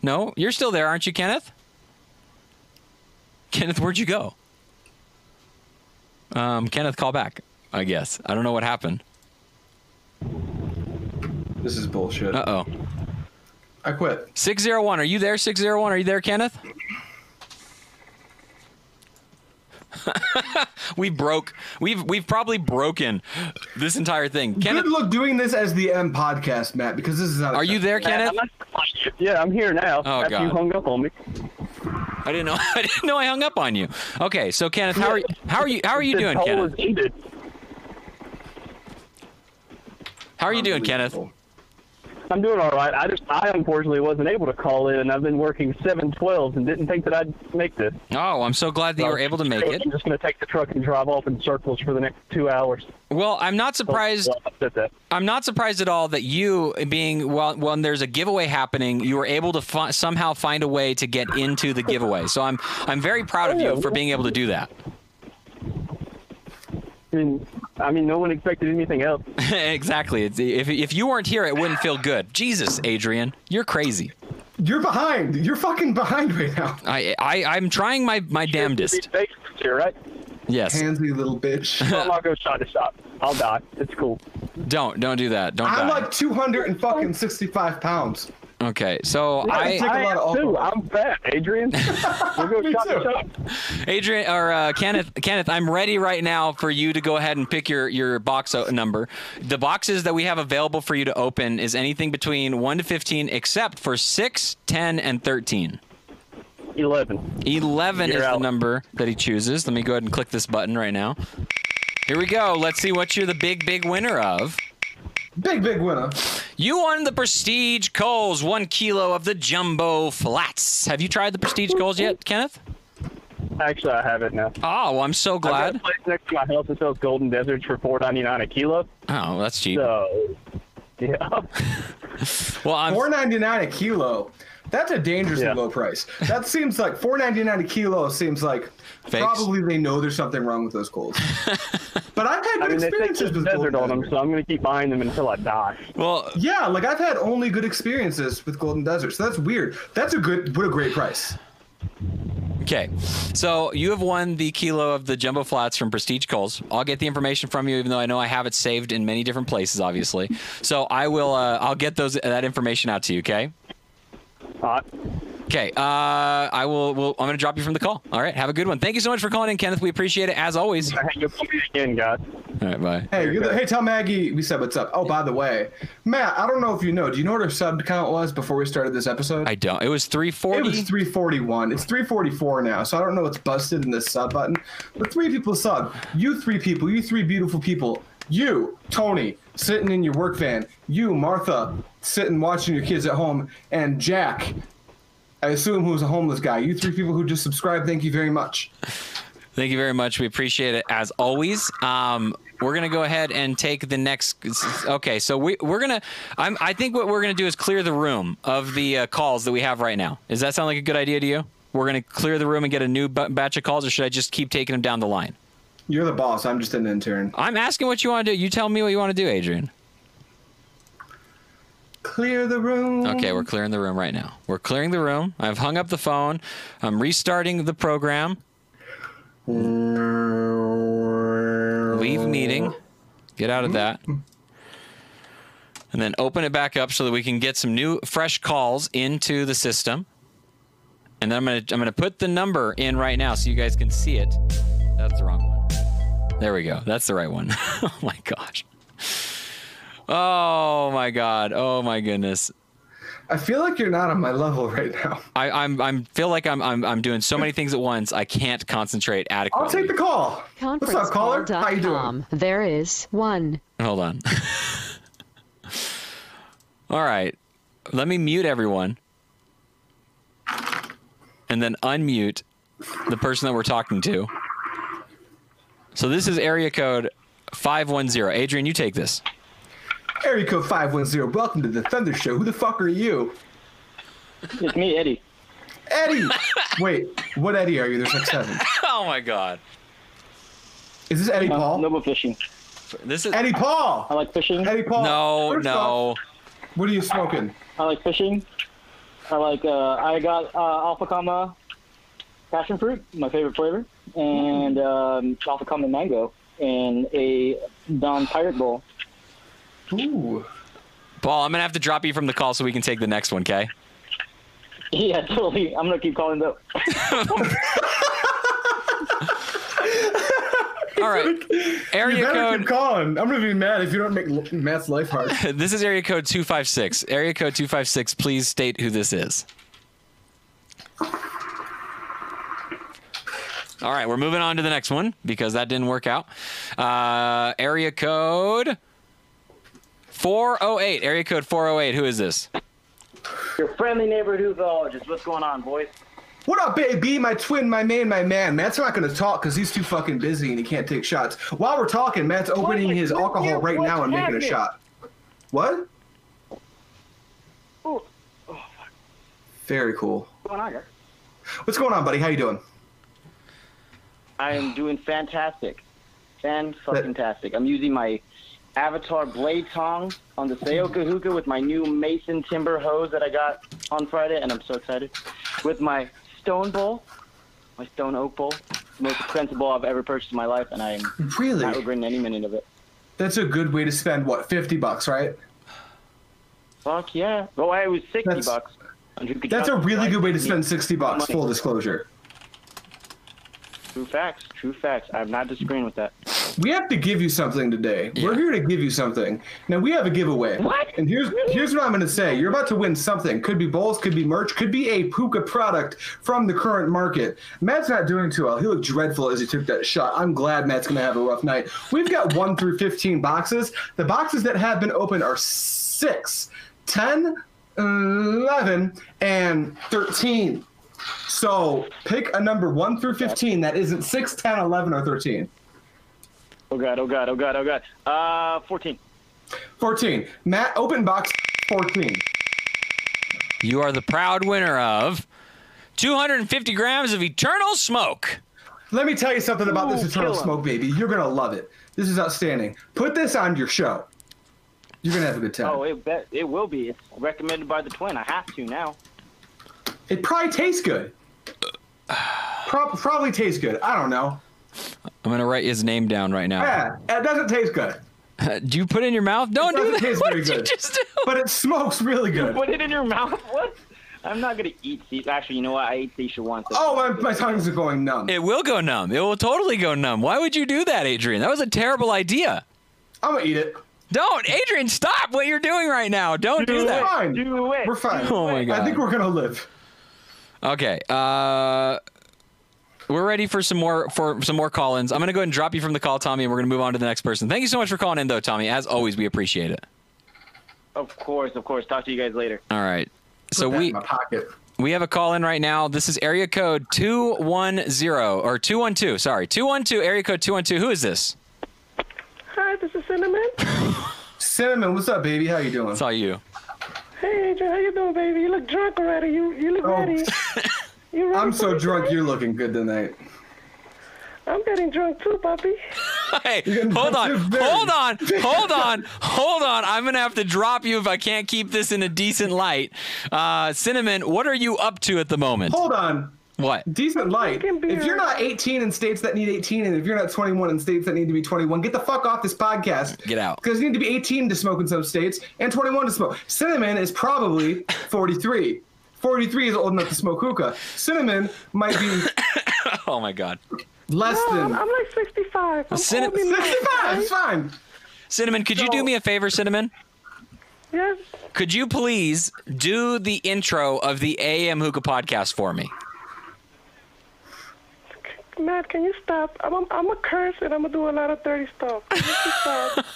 Speaker 1: No, you're still there, aren't you, Kenneth? Kenneth, where'd you go? Um, Kenneth, call back. I guess I don't know what happened.
Speaker 2: This is bullshit.
Speaker 1: Uh oh.
Speaker 2: I quit.
Speaker 1: 601, are you there? 601, are you there, Kenneth? we broke. We've we've probably broken this entire thing. Kenneth,
Speaker 2: Good luck doing this as the M podcast, Matt, because this is not.
Speaker 1: are you there, Kenneth?
Speaker 9: Yeah, I'm here now.
Speaker 1: Oh,
Speaker 9: after you
Speaker 1: God.
Speaker 9: hung up on me.
Speaker 1: I didn't know. I didn't know I hung up on you. Okay, so Kenneth, how are you? How are you? How are you
Speaker 9: This
Speaker 1: doing,
Speaker 9: hole
Speaker 1: Kenneth?
Speaker 9: is needed.
Speaker 1: How are you doing, Kenneth?
Speaker 9: I'm doing all right. I just I unfortunately wasn't able to call in. I've been working 712s and didn't think that I'd make this.
Speaker 1: Oh, I'm so glad that you were able to make it.
Speaker 9: I'm just going to take the truck and drive off in circles for the next two hours.
Speaker 1: Well, I'm not surprised.
Speaker 9: Well, that's it, that.
Speaker 1: I'm not surprised at all that you, being well, when there's a giveaway happening, you were able to fi- somehow find a way to get into the giveaway. So I'm I'm very proud of you for being able to do that.
Speaker 9: I mean, I mean, no one expected anything else.
Speaker 1: exactly. It's, if if you weren't here, it wouldn't feel good. Jesus, Adrian, you're crazy.
Speaker 2: You're behind. You're fucking behind right now.
Speaker 1: I I I'm trying my my damnedest.
Speaker 9: Be safe Here, right?
Speaker 1: Yes.
Speaker 2: Pansy little bitch.
Speaker 9: I'm not going shot to shot. I'll die. It's cool.
Speaker 1: Don't don't do that. Don't
Speaker 2: I'm
Speaker 1: die.
Speaker 2: like 265 pounds.
Speaker 1: Okay, so
Speaker 2: I
Speaker 1: I,
Speaker 2: took a lot of
Speaker 9: am too.
Speaker 2: alcohol.
Speaker 9: I'm fat, Adrian. We'll go
Speaker 2: Me
Speaker 9: shot to
Speaker 2: too.
Speaker 9: shot.
Speaker 1: Adrian or uh, Kenneth, Kenneth, I'm ready right now for you to go ahead and pick your your box o- number. The boxes that we have available for you to open is anything between one to fifteen, except for six, 10, and thirteen.
Speaker 9: 11.
Speaker 1: 11
Speaker 9: You're
Speaker 1: is
Speaker 9: out.
Speaker 1: the number that he chooses. Let me go ahead and click this button right now. Here we go. Let's see what you're the big, big winner of.
Speaker 2: Big, big winner.
Speaker 1: You won the Prestige Coals, one kilo of the Jumbo Flats. Have you tried the Prestige Coals yet, Kenneth?
Speaker 9: Actually, I have it now.
Speaker 1: Oh, I'm so
Speaker 9: I've got
Speaker 1: glad.
Speaker 9: a place next to my house that sells golden deserts for four ninety nine a kilo.
Speaker 1: Oh, that's cheap.
Speaker 9: So, yeah.
Speaker 1: Well, I'm,
Speaker 2: 4.99 a kilo. That's a dangerously
Speaker 9: Yeah.
Speaker 2: low price. That seems like 4.99 a kilo seems like
Speaker 1: Fakes.
Speaker 2: probably they know there's something wrong with those coals. but I've had good
Speaker 9: I mean, they take
Speaker 2: experiences with
Speaker 9: desert
Speaker 2: golden
Speaker 9: on them,
Speaker 2: desert.
Speaker 9: so I'm gonna keep buying them until I die.
Speaker 1: well,
Speaker 2: Yeah, like I've had only good experiences with golden desert. So that's weird. That's a good what a great price.
Speaker 1: okay. So you have won the kilo of the Jumbo Flats from Prestige Coals. I'll get the information from you, even though I know I have it saved in many different places, obviously. So I will. Uh, I'll get those that information out to you. Okay.
Speaker 9: Uh,
Speaker 1: Okay. Uh, I will. Will I'm going to drop you from the call. All right. Have a good one. Thank you so much for calling in, Kenneth. We appreciate it as always. All
Speaker 9: I hang up on you again, guys.
Speaker 1: right. Bye.
Speaker 2: Hey, you're the, hey, tell Maggie we said what's up. Oh, by the way, Matt, I don't know if you know. Do you know what our sub count was before we started this episode?
Speaker 1: I don't. It was
Speaker 2: it
Speaker 1: 340.
Speaker 2: was 341. It's 344 now, so I don't know what's busted in this sub button. But three people sub. You three people. You three beautiful people. You, Tony, sitting in your work van. You, Martha, sitting watching your kids at home. And Jack, I assume who's a homeless guy. You three people who just subscribed, thank you very much.
Speaker 1: Thank you very much. We appreciate it as always. Um, we're gonna go ahead and take the next. Okay, so we we're gonna. I'm, I think what we're gonna do is clear the room of the uh, calls that we have right now. Does that sound like a good idea to you? We're gonna clear the room and get a new b- batch of calls, or should I just keep taking them down the line?
Speaker 2: You're the boss. I'm just an intern.
Speaker 1: I'm asking what you want to do. You tell me what you want to do, Adrian.
Speaker 2: Clear the room.
Speaker 1: Okay, we're clearing the room right now. We're clearing the room. I've hung up the phone. I'm restarting the program. Leave
Speaker 2: Uh,
Speaker 1: meeting. Get out of that.
Speaker 2: hmm.
Speaker 1: And then open it back up so that we can get some new fresh calls into the system. And then I'm going to I'm going to put the number in right now so you guys can see it. That's the wrong one. There we go. That's the right one. oh my gosh. Oh my god. Oh my goodness.
Speaker 2: I feel like you're not on my level right now.
Speaker 1: I, I'm I'm feel like I'm I'm I'm doing so many things at once. I can't concentrate adequately.
Speaker 2: I'll take the call. What's up, caller? How you doing?
Speaker 8: Conferencecall.com. There is one.
Speaker 1: Hold on. All right. Let me mute everyone. And then unmute the person that we're talking to. So this is area code 510. Adrian, you take this.
Speaker 2: Area code 510, welcome to the Thunder Show. Who the fuck are you?
Speaker 7: It's me, Eddie.
Speaker 2: Eddie! Wait, what Eddie are you? There's like seven.
Speaker 1: Oh my god.
Speaker 2: Is this Eddie
Speaker 7: No,
Speaker 2: Paul?
Speaker 7: noble fishing.
Speaker 1: This is
Speaker 2: Eddie
Speaker 7: I
Speaker 2: Paul!
Speaker 7: like fishing.
Speaker 2: Eddie Paul!
Speaker 1: No,
Speaker 2: First
Speaker 1: no.
Speaker 2: off, what are you smoking?
Speaker 7: I like fishing. I like. Uh, I got uh, alpha comma passion fruit, my favorite flavor, and um, alpha comma mango, and a Don Pirate Bowl.
Speaker 2: Ooh.
Speaker 1: Paul, I'm going to have to drop you from the call so we can take the next one, okay?
Speaker 7: Yeah, totally. I'm gonna keep calling though.
Speaker 1: All right.
Speaker 2: you
Speaker 1: Area
Speaker 2: better
Speaker 1: code
Speaker 2: keep calling. I'm gonna be mad if you don't make l- Matt's life hard.
Speaker 1: This is area code 256. Area code 256, please state who this is. All right, we're moving on to the next one because that didn't work out. Uh, area code 408. Area code 408. Who is this?
Speaker 10: Your friendly neighborhood ufologist. What's going on, boys?
Speaker 2: What up, baby? My twin, my man, my man. Matt's not gonna talk because he's too fucking busy and he can't take shots. While we're talking, Matt's opening
Speaker 10: What?
Speaker 2: his
Speaker 10: What?
Speaker 2: alcohol right
Speaker 10: What
Speaker 2: now and making a
Speaker 10: happened?
Speaker 2: shot. What?
Speaker 10: Ooh.
Speaker 2: Very cool.
Speaker 10: What's going on here?
Speaker 2: What's going on, buddy? How you doing?
Speaker 10: I am doing fantastic. Fan fucking tastic. I'm using my Avatar blade tong on the Sayoka hookah with my new Mason timber hose that I got on Friday, and I'm so excited. With my stone bowl, my stone oak bowl, the most expensive bowl I've ever purchased in my life, and I'm not
Speaker 2: Really?
Speaker 10: regretting any minute of it.
Speaker 2: That's a good way to spend what, fifty bucks, right?
Speaker 10: Fuck yeah. Oh, I was 60
Speaker 2: That's-
Speaker 10: bucks. on hookah
Speaker 2: That's a
Speaker 10: junk,
Speaker 2: really
Speaker 10: right?
Speaker 2: good way to spend sixty bucks. Full disclosure.
Speaker 10: True facts. True facts. I'm not disagreeing with that.
Speaker 2: We have to give you something today. We're here to give you something. Now we have a giveaway.
Speaker 10: What?
Speaker 2: And here's here's what I'm gonna say. You're about to win something. Could be bowls, could be merch, could be a puka product from the current market. Matt's not doing too well. He looked dreadful as he took that shot. I'm glad Matt's gonna have a rough night. We've got one through fifteen boxes. The boxes that have been opened are six, 10, 11, and thirteen. So pick a number one through fifteen that isn't six, 10, 11, or thirteen.
Speaker 10: Oh god. Oh god. Oh god. Oh god. Uh, 14.
Speaker 2: 14. Matt, open box 14.
Speaker 1: You are the proud winner of 250 grams of eternal smoke.
Speaker 2: Let me tell you something about this
Speaker 10: Ooh,
Speaker 2: Eternal
Speaker 10: kill 'em.
Speaker 2: Smoke, baby. You're going to love it. This is outstanding. Put this on your show. You're going to have a good time.
Speaker 10: Oh,
Speaker 2: it,
Speaker 10: it bet it will be. It's recommended by the twin. I have to now.
Speaker 2: probably tastes good. Pro- probably tastes good. I don't know.
Speaker 1: I'm going to write his name down right now.
Speaker 2: Yeah, it doesn't taste good,
Speaker 1: Do you put it in your mouth? Don't do
Speaker 2: doesn't
Speaker 1: that.
Speaker 2: taste
Speaker 1: What
Speaker 2: very
Speaker 1: did you
Speaker 2: good.
Speaker 1: just do?
Speaker 2: but it smokes really good.
Speaker 10: Put it in your mouth. What? I'm not gonna eat sea. Actually, you know what? I ate seashell once.
Speaker 2: Oh, my, my tongues are going numb.
Speaker 1: It will go numb. It will totally go numb. Why would you do that, Adrian? That was a terrible idea.
Speaker 2: I'm going to eat it.
Speaker 1: Don't, Adrian, stop what you're doing right now. Don't do
Speaker 2: We're
Speaker 1: that.
Speaker 2: fine.
Speaker 10: Do it.
Speaker 2: We're fine.
Speaker 1: Oh my
Speaker 2: I think
Speaker 1: god.
Speaker 2: we're going to live.
Speaker 1: Okay. Uh we're ready for some more for some more call-ins. I'm gonna go ahead and drop you from the call, Tommy, and we're gonna move on to the next person. Thank you so much for calling in though, Tommy. As always, we appreciate it.
Speaker 10: Of course, of course. Talk to you guys later.
Speaker 1: All right. So
Speaker 2: Put that
Speaker 1: we
Speaker 2: in my pocket.
Speaker 1: we have a call in right now. This is area code two one zero or two one two. Sorry, two one two. Area code two one two. Who is this?
Speaker 11: Hi, this is Cinnamon.
Speaker 2: Cinnamon, what's up, baby? How you doing?
Speaker 1: It's all you.
Speaker 11: Hey, Adrian, how you doing, baby? You look drunk already. You you look
Speaker 2: Oh.
Speaker 11: ready. You ready
Speaker 2: I'm
Speaker 11: for
Speaker 2: so
Speaker 11: this
Speaker 2: drunk.
Speaker 11: night?
Speaker 2: You're looking good tonight.
Speaker 11: I'm getting drunk too, puppy.
Speaker 1: Hey,
Speaker 2: You're gonna
Speaker 1: hold on,
Speaker 2: have to
Speaker 1: hold on, hold on, hold on. I'm gonna have to drop you if I can't keep this in a decent light. Uh, Cinnamon, what are you up to at the moment?
Speaker 2: Hold on.
Speaker 1: What?
Speaker 2: decent light.
Speaker 11: Fucking beer.
Speaker 2: If you're not 18 in states that need 18, and if you're not 21 in states that need to be 21, get the fuck off this podcast.
Speaker 1: Get out.
Speaker 2: Because you need to be 18 to smoke in some states and 21 to smoke. Cinnamon is probably 43. 43 is old enough to smoke hookah. Cinnamon might be
Speaker 1: Oh my God.
Speaker 2: Less
Speaker 11: I'm, I'm like 65. I'm
Speaker 1: Cin-
Speaker 11: old enough, right?
Speaker 2: fine.
Speaker 1: Cinnamon, could you do me a favor, Cinnamon?
Speaker 11: Yes.
Speaker 1: Could you please do the intro of the AM Hookah podcast for me?
Speaker 11: Matt, can you stop? I'm, I'm, I'm a curse and I'm gonna do a lot of dirty stuff. Can you just stop?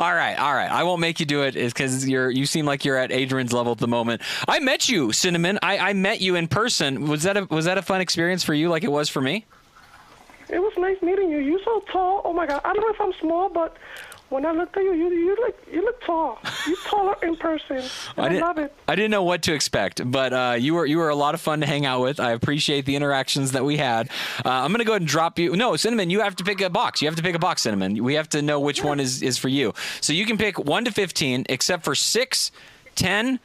Speaker 1: All right, all right. I won't make you do it because you're you seem like you're at Adrian's level at the moment. I met you, Cinnamon. I, I met you in person. Was that a was that a fun experience for you like it was for me?
Speaker 11: It was nice meeting you. You so tall. Oh my god. I don't know if I'm small, but when I looked at you, you you look you look tall. You taller in person. And I,
Speaker 1: didn't,
Speaker 11: love it.
Speaker 1: I didn't know what to expect, but uh, you were you were a lot of fun to hang out with. I appreciate the interactions that we had. Uh, I'm gonna go ahead and drop you. No, cinnamon, you have to pick a box. You have to pick a box, cinnamon. We have to know which one is is for you. So you can pick one to fifteen, except for 6, 10,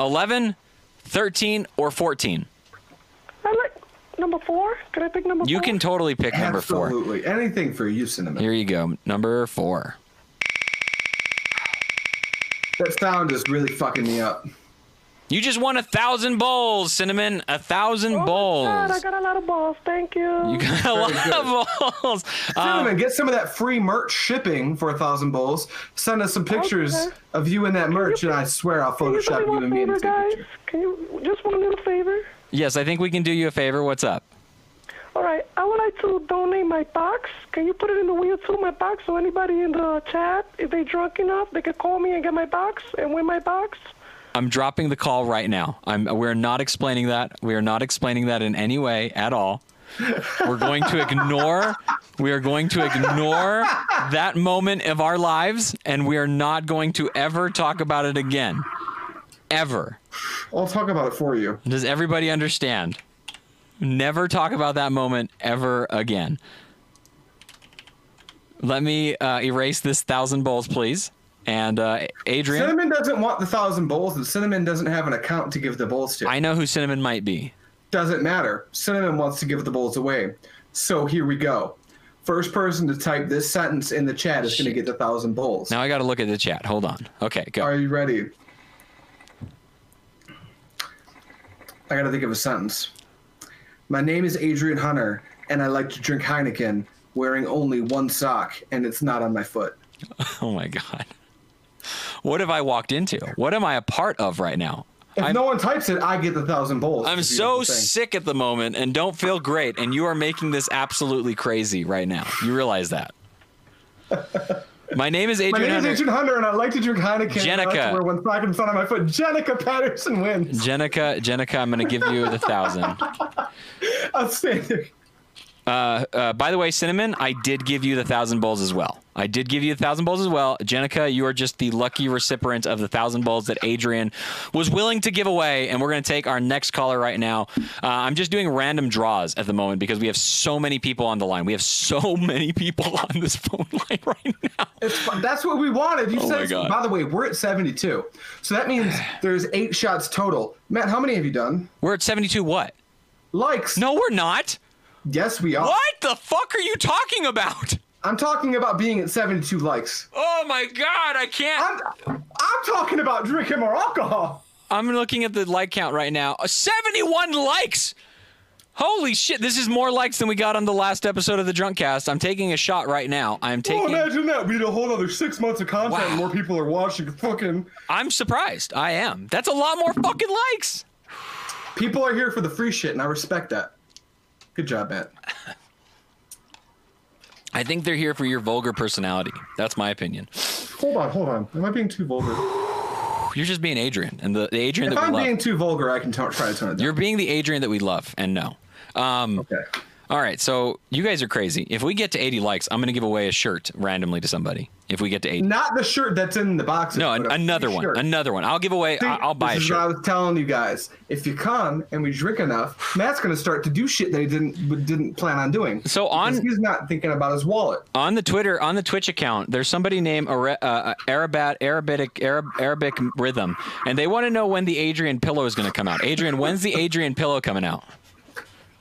Speaker 1: 11, 13, or fourteen.
Speaker 11: I like number four. Can I pick number
Speaker 1: You
Speaker 11: four?
Speaker 1: can totally pick number four.
Speaker 2: Absolutely, anything for you, cinnamon.
Speaker 1: Here you go, number four.
Speaker 2: That sound is really fucking me up.
Speaker 1: You just won a thousand bowls, cinnamon. A thousand
Speaker 11: Oh God, I
Speaker 1: bowls.
Speaker 11: got a lot of balls. Thank you.
Speaker 1: You got a lot of Um, bowls.
Speaker 2: Cinnamon, get some of that free merch shipping for a thousand bowls. Send us some pictures
Speaker 11: Okay.
Speaker 2: of you in that merch, and I swear I'll
Speaker 11: Can you do
Speaker 2: Photoshop
Speaker 11: me
Speaker 2: you
Speaker 11: one
Speaker 2: and me in
Speaker 11: favor,
Speaker 2: the same
Speaker 11: guys?
Speaker 2: picture.
Speaker 11: Can you just one little favor?
Speaker 1: Yes, I think we can do you a favor. What's up?
Speaker 11: All right, I would like to donate my box. Can you put it in the wheel too, my box? So anybody in the chat, if they drunk enough, they could call me and get my box and win my box.
Speaker 1: I'm dropping the call right now. I'm, we're not explaining that. We are not explaining that in any way at all. We're going to ignore. We are going to ignore that moment of our lives, and we are not going to ever talk about it again, ever.
Speaker 2: I'll talk about it for you.
Speaker 1: Does everybody understand? Never talk about that moment ever again. Let me uh, erase this thousand bowls, please. And uh, Adrian,
Speaker 2: Cinnamon doesn't want the thousand bowls, and Cinnamon doesn't have an account to give the bowls to. I
Speaker 1: know who Cinnamon might be.
Speaker 2: Doesn't matter. Cinnamon wants to give the bowls away. So here we go. First person to type this sentence in the chat is going to get the thousand bowls.
Speaker 1: now I got to look at the chat. Hold on. Okay, go.
Speaker 2: Are you ready? I got to think of a sentence. My name is Adrian Hunter, and I like to drink Heineken wearing only one sock, and it's not on my foot.
Speaker 1: Oh my god. What have I walked into? What am I a part of right now?
Speaker 2: If no one types it, I get the thousand bowls.
Speaker 1: I'm
Speaker 2: It's a beautiful
Speaker 1: so
Speaker 2: thing.
Speaker 1: sick at the moment and don't feel great and you are making this absolutely crazy right now. You realize that. My name is
Speaker 2: My
Speaker 1: Adrian
Speaker 2: name
Speaker 1: Hunter.
Speaker 2: is Agent Hunter, and I like to drink Heineken. and I like
Speaker 1: Jenica.
Speaker 2: to wear one sock and front of my foot. Jenica Patterson wins.
Speaker 1: Jenica, Jenica, I'm going to give you the thousand.
Speaker 2: Outstanding.
Speaker 1: Uh, uh, by the way, Cinnamon, I did give you the thousand bowls as well. I did give you the thousand bowls as well. Jenica, you are just the lucky recipient of the thousand bowls that Adrian was willing to give away. And we're going to take our next caller right now. Uh, I'm just doing random draws at the moment because we have so many people on the line. We have so many people on this phone line right
Speaker 2: It's fun. That's what we wanted. You
Speaker 1: Oh my
Speaker 2: said,
Speaker 1: God.
Speaker 2: by the way, we're at 72. So that means there's eight shots total. Matt, how many have you done?
Speaker 1: We're at 72 what?
Speaker 2: Likes.
Speaker 1: No, we're not.
Speaker 2: Yes, we are.
Speaker 1: What the fuck are you talking about?
Speaker 2: I'm talking about being at 72 likes.
Speaker 1: Oh my God, I can't.
Speaker 2: I'm, I'm talking about drinking more alcohol.
Speaker 1: I'm looking at the like count right now. Uh, 71 likes. Holy shit, this is more likes than we got on the last episode of the Drunk Cast. I'm taking a shot right now. I'm taking
Speaker 2: imagine that. We had a whole other six months of content. and More people are watching. Fucking.
Speaker 1: I'm surprised. I am. That's a lot more fucking likes.
Speaker 2: People are here for the free shit, and I respect that. Good job, Matt.
Speaker 1: I think they're here for your vulgar personality. That's my opinion.
Speaker 2: Hold on, hold on. Am I being too vulgar?
Speaker 1: You're just being Adrian and the, the Adrian
Speaker 2: if
Speaker 1: that we
Speaker 2: I'm
Speaker 1: love.
Speaker 2: being too vulgar, I can t- try to turn it down.
Speaker 1: You're being the Adrian that we love and know. Um, okay. All right, so you guys are crazy. If we get to 80 likes, I'm going to give away a shirt randomly to somebody. If we get to 80.
Speaker 2: Not the shirt that's in the box.
Speaker 1: No, an- another one.
Speaker 2: shirt.
Speaker 1: Another one. I'll give away. I- I'll buy a
Speaker 2: this is
Speaker 1: shirt.
Speaker 2: what I was telling you guys. If you come and we drink enough, Matt's gonna start to do shit that he didn't didn't plan on doing.
Speaker 1: So on-
Speaker 2: Because he's not thinking about his wallet.
Speaker 1: on the Twitter, on the Twitch account, there's somebody named Ara- uh, Arabat, Arabic, Arab, Arabic Rhythm, and they want to know when the Adrian pillow is going to come out. Adrian, when's the Adrian pillow coming out?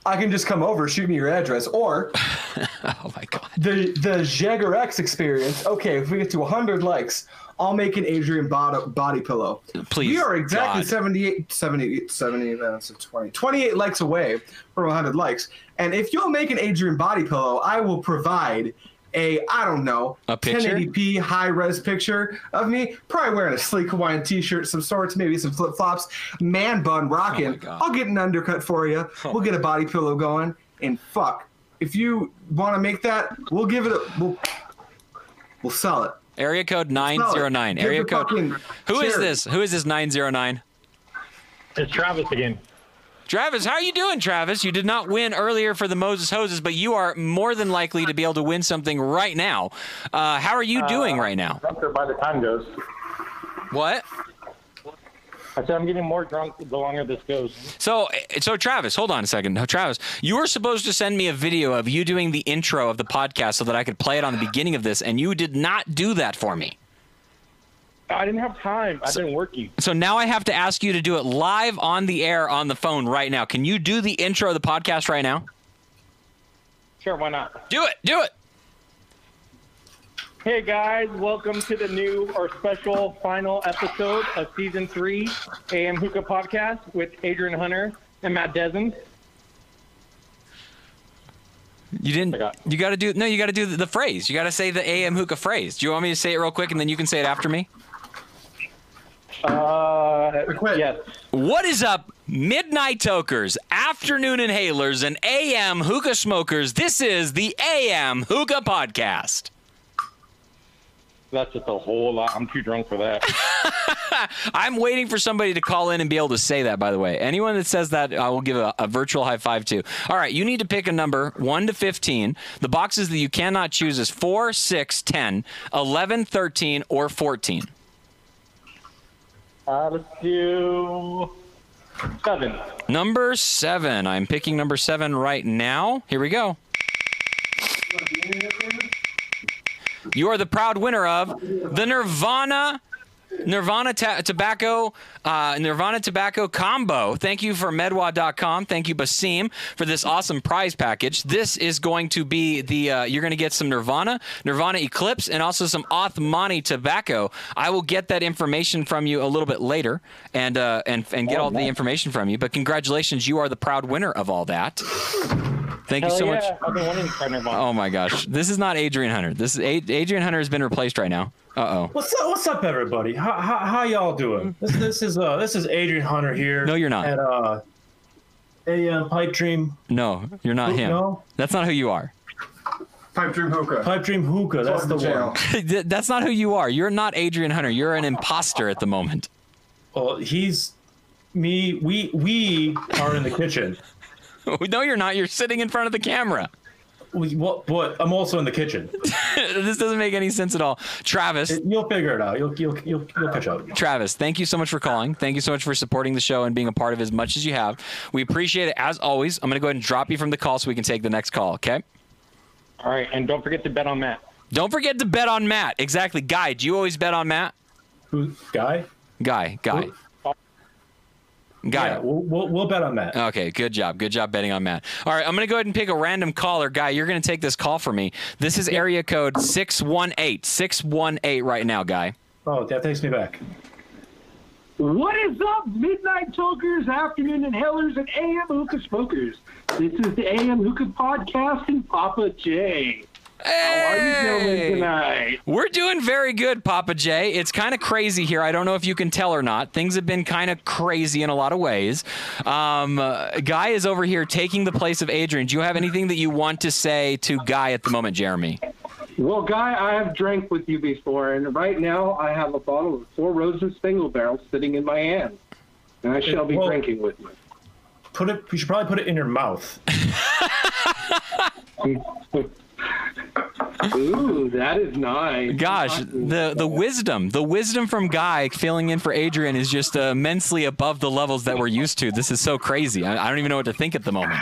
Speaker 2: I can just come over, shoot me your address, or
Speaker 1: oh my god,
Speaker 2: the the Jagger X experience. Okay, if we get to 100 likes, I'll make an Adrian body, body pillow.
Speaker 1: Please,
Speaker 2: we are exactly
Speaker 1: God.
Speaker 2: 78, 78, 78, uh, so 20, 28 likes away from 100 likes. And if you'll make an Adrian body pillow, I will provide a I don't know
Speaker 1: A picture?
Speaker 2: 1080p high res picture of me, probably wearing a sleek Hawaiian t-shirt, some shorts, maybe some flip flops, man bun rocking.
Speaker 1: Oh God.
Speaker 2: I'll get an undercut for you.
Speaker 1: Oh
Speaker 2: we'll get a body pillow going, and fuck, if you want to make that, we'll give it a we'll, we'll sell it.
Speaker 1: Area code 909.
Speaker 2: Give
Speaker 1: Area
Speaker 2: the
Speaker 1: code.
Speaker 2: fucking
Speaker 1: Who is
Speaker 2: charity.
Speaker 1: this? Who is this 909?
Speaker 12: It's Travis again.
Speaker 1: Travis, how are you doing, Travis? You did not win earlier for the Moses Hoses, but you are more than likely to be able to win something right now. Uh, how are you doing right now?
Speaker 12: Drunker by the time goes.
Speaker 1: What?
Speaker 12: I said I'm getting more drunk the longer this goes.
Speaker 1: So, so Travis, hold on a second. Now, Travis, you were supposed to send me a video of you doing the intro of the podcast so that I could play it on the beginning of this, and you did not do that for me.
Speaker 12: I didn't have time. I've been working.
Speaker 1: So now I have to ask you to do it live on the air on the phone right now. Can you do the intro of the podcast right now?
Speaker 12: Sure, why not?
Speaker 1: Do it. Do it.
Speaker 12: Hey guys, welcome to the new or special final episode of season three AM Hookah Podcast with Adrian Hunter and Matt Desmond.
Speaker 1: You didn't. you got to do no. You got to do the, the phrase. You got to say the AM hookah phrase. Do you want me to say it real quick and then you can say it after me?
Speaker 12: Uh, yes.
Speaker 1: What is up, midnight tokers, afternoon inhalers, and AM hookah smokers? This is the AM hookah podcast.
Speaker 12: That's just a whole lot. I'm too drunk for that.
Speaker 1: I'm waiting for somebody to call in and be able to say that. By the way, anyone that says that, I will give a, a virtual high five to. All right, you need to pick a number one to fifteen. The boxes that you cannot choose is four, six, 10, 11, 13, or fourteen.
Speaker 12: Uh, let's do seven.
Speaker 1: Number seven. I'm picking number seven right now. Here we go. You are the proud winner of the Nirvana Nirvana ta- Tobacco uh, Nirvana Tobacco Combo. Thank you for Medwa.com. Thank you Basim for this awesome prize package. This is going to be the uh, you're going to get some Nirvana Nirvana Eclipse and also some Othmani Tobacco. I will get that information from you a little bit later and uh, and and get all the information from you. But congratulations, you are the proud winner of all that. Thank you
Speaker 12: Hell
Speaker 1: so
Speaker 12: yeah.
Speaker 1: much.
Speaker 12: I've been winning for Nirvana.
Speaker 1: Oh my gosh, this is not Adrian Hunter. This is Ad- Adrian Hunter has been replaced right now. Uh oh.
Speaker 13: What's up? What's up, everybody? How, how, how y'all doing? This, this is uh this is Adrian Hunter here. No,
Speaker 1: you're not.
Speaker 13: At uh, a uh, pipe dream.
Speaker 1: No, you're not
Speaker 13: Who-
Speaker 1: him.
Speaker 13: no?
Speaker 1: That's not who you are.
Speaker 2: Pipe dream hookah.
Speaker 13: Pipe dream hookah. That's the one.
Speaker 1: Th- That's not who you are. You're not Adrian Hunter. You're an imposter at the moment.
Speaker 13: Well, he's me. We we are in the kitchen.
Speaker 1: no, you're not. You're sitting in front of the camera.
Speaker 13: We, what? What? I'm also in the kitchen.
Speaker 1: this doesn't make any sense at all. Travis,
Speaker 13: you'll figure it out. You'll you'll you'll, you'll catch up.
Speaker 1: Travis, thank you so much for calling. Thank you so much for supporting the show and being a part of it as much as you have. We appreciate it as always. I'm going to go ahead and drop you from the call so we can take the next call, okay?
Speaker 12: All right, and don't forget to bet on Matt.
Speaker 1: Don't forget to bet on Matt. Exactly. Guy, do you always bet on Matt?
Speaker 13: Who? Guy?
Speaker 1: Guy, guy. Guy.
Speaker 13: Yeah, we'll, we'll we'll bet on that.
Speaker 1: Okay, good job. Good job betting on Matt. All right, I'm going to go ahead and pick a random caller. Guy, you're going to take this call for me. This is area code 618. 618 right now, Guy.
Speaker 13: Oh, that takes me back.
Speaker 14: What is up, Midnight Talkers, Afternoon Inhalers, and AM Hookah Smokers? This is the AM Hookah Podcast and Papa J. How are you doing tonight?
Speaker 1: We're doing very good, Papa J. It's kind of crazy here. I don't know if you can tell or not. Things have been kind of crazy in a lot of ways. Um, uh, Guy is over here taking the place of Adrian. Do you have anything that you want to say to Guy at the moment, Jeremy?
Speaker 14: Well, Guy, I have drank with you before, and right now I have a bottle of Four Roses Single Barrel sitting in my hand, and I shall be
Speaker 13: Well-
Speaker 14: drinking with you.
Speaker 13: Put it. You should probably put it in your mouth.
Speaker 14: Ooh, that is nice.
Speaker 1: Gosh, the the wisdom, the wisdom from Guy filling in for Adrian is just immensely above the levels that we're used to. This is so crazy. I, I don't even know what to think at the moment.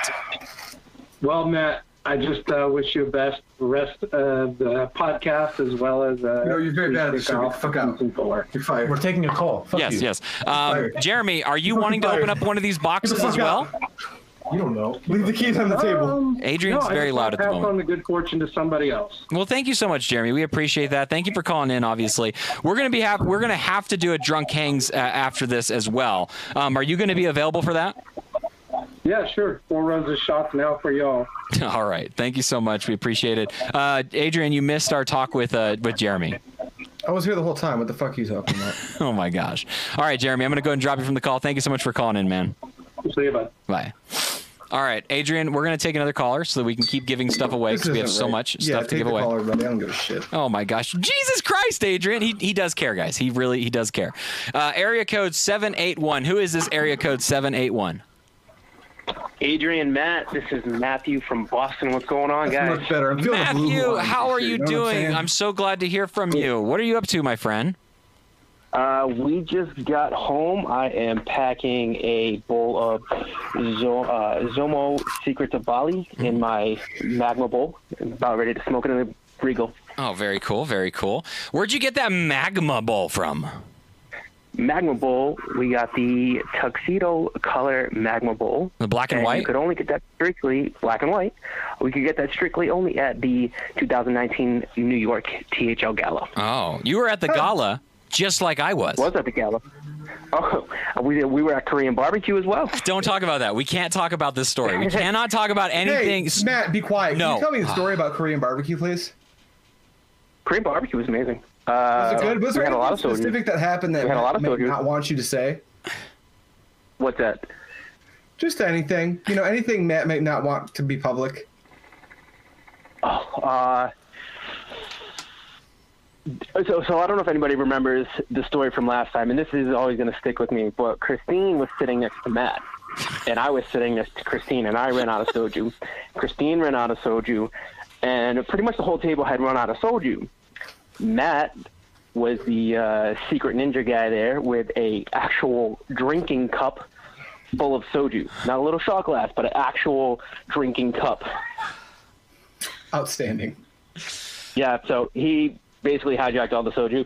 Speaker 14: Well, Matt, I just uh, wish you the best rest of the podcast as well as. Uh,
Speaker 2: No, you're very bad at this shit. Get the Fuck out. You're fired.
Speaker 13: We're taking a call.
Speaker 1: yes, yes. Um, Jeremy, are you wanting to open up one of these boxes as well?
Speaker 10: You don't know. Um,
Speaker 2: Leave the keys on the table.
Speaker 1: Adrian's
Speaker 10: no, I
Speaker 1: very
Speaker 10: just
Speaker 1: loud at the
Speaker 10: pass
Speaker 1: moment.
Speaker 10: on the good fortune to somebody else.
Speaker 1: Well, thank you so much, Jeremy. We appreciate that. Thank you for calling in. Obviously, we're gonna be hap- we're gonna have to do a drunk hangs uh, after this as well. Um, are you gonna be available for that?
Speaker 10: Yeah, sure. Four runs of shots now for y'all.
Speaker 1: All right. Thank you so much. We appreciate it. Uh, Adrian, you missed our talk with uh, with Jeremy.
Speaker 2: I was here the whole time. What the fuck are you talking about?
Speaker 1: oh my gosh. All right, Jeremy. I'm gonna go and drop you from the call. Thank you so much for calling in, man.
Speaker 10: See you, bud.
Speaker 1: Bye. All right, Adrian, we're gonna take another caller so that we can keep giving stuff away
Speaker 2: This
Speaker 1: because we have
Speaker 2: isn't
Speaker 1: so
Speaker 2: right.
Speaker 1: much
Speaker 2: Yeah,
Speaker 1: stuff to
Speaker 2: take
Speaker 1: give
Speaker 2: the
Speaker 1: away.
Speaker 2: caller, buddy. I don't give a shit.
Speaker 1: Oh my gosh, Jesus Christ, Adrian, he he does care, guys. He really he does care. Uh, area code seven eight one. Who is this area code seven eight one?
Speaker 11: Adrian, Matt, this is Matthew from Boston. What's going on, guys?
Speaker 1: Matthew, how are you doing? I'm so glad to hear from you. What are you up to, my friend?
Speaker 11: Uh, we just got home. I am packing a bowl of Zo- uh, Zomo Secret to Bali
Speaker 13: Mm-hmm.
Speaker 11: in my magma bowl. I'm about ready to smoke it in a regal.
Speaker 1: Oh, very cool, very cool. Where'd you get that magma bowl from?
Speaker 11: Magma bowl. We got the tuxedo color magma bowl.
Speaker 1: The black and
Speaker 11: You
Speaker 1: white?
Speaker 11: could only get that strictly black and white. We could get that strictly only at the 2019 New York THL Gala.
Speaker 1: Oh, you were at the gala, just like I was.
Speaker 11: Was at the gala. Oh, we we were at Korean barbecue as well.
Speaker 1: Don't talk about that. We can't talk about this story. We cannot talk about anything.
Speaker 2: Hey, Matt, be quiet. Can
Speaker 1: No. Ah.
Speaker 2: you tell me the story about Korean barbecue, please?
Speaker 11: Korean barbecue was amazing.
Speaker 2: Was
Speaker 11: Uh,
Speaker 2: it good? Was
Speaker 11: we
Speaker 2: there
Speaker 11: had a lot
Speaker 2: anything
Speaker 11: of soju.
Speaker 2: specific that happened that
Speaker 11: We had a lot of
Speaker 2: Matt may
Speaker 11: soju.
Speaker 2: not want you to say?
Speaker 11: What's that?
Speaker 2: Just anything. You know, anything Matt may not want to be public.
Speaker 11: Uh, so, so I don't know if anybody remembers the story from last time, and this is always going to stick with me. But Christine was sitting next to Matt, and I was sitting next to Christine, and I ran out of soju. Christine ran out of soju, and pretty much the whole table had run out of soju. Matt was the uh, secret ninja guy there with a actual drinking cup full of soju, not a little shot glass, but an actual drinking cup.
Speaker 2: Outstanding.
Speaker 11: Yeah, so he basically hijacked all the soju.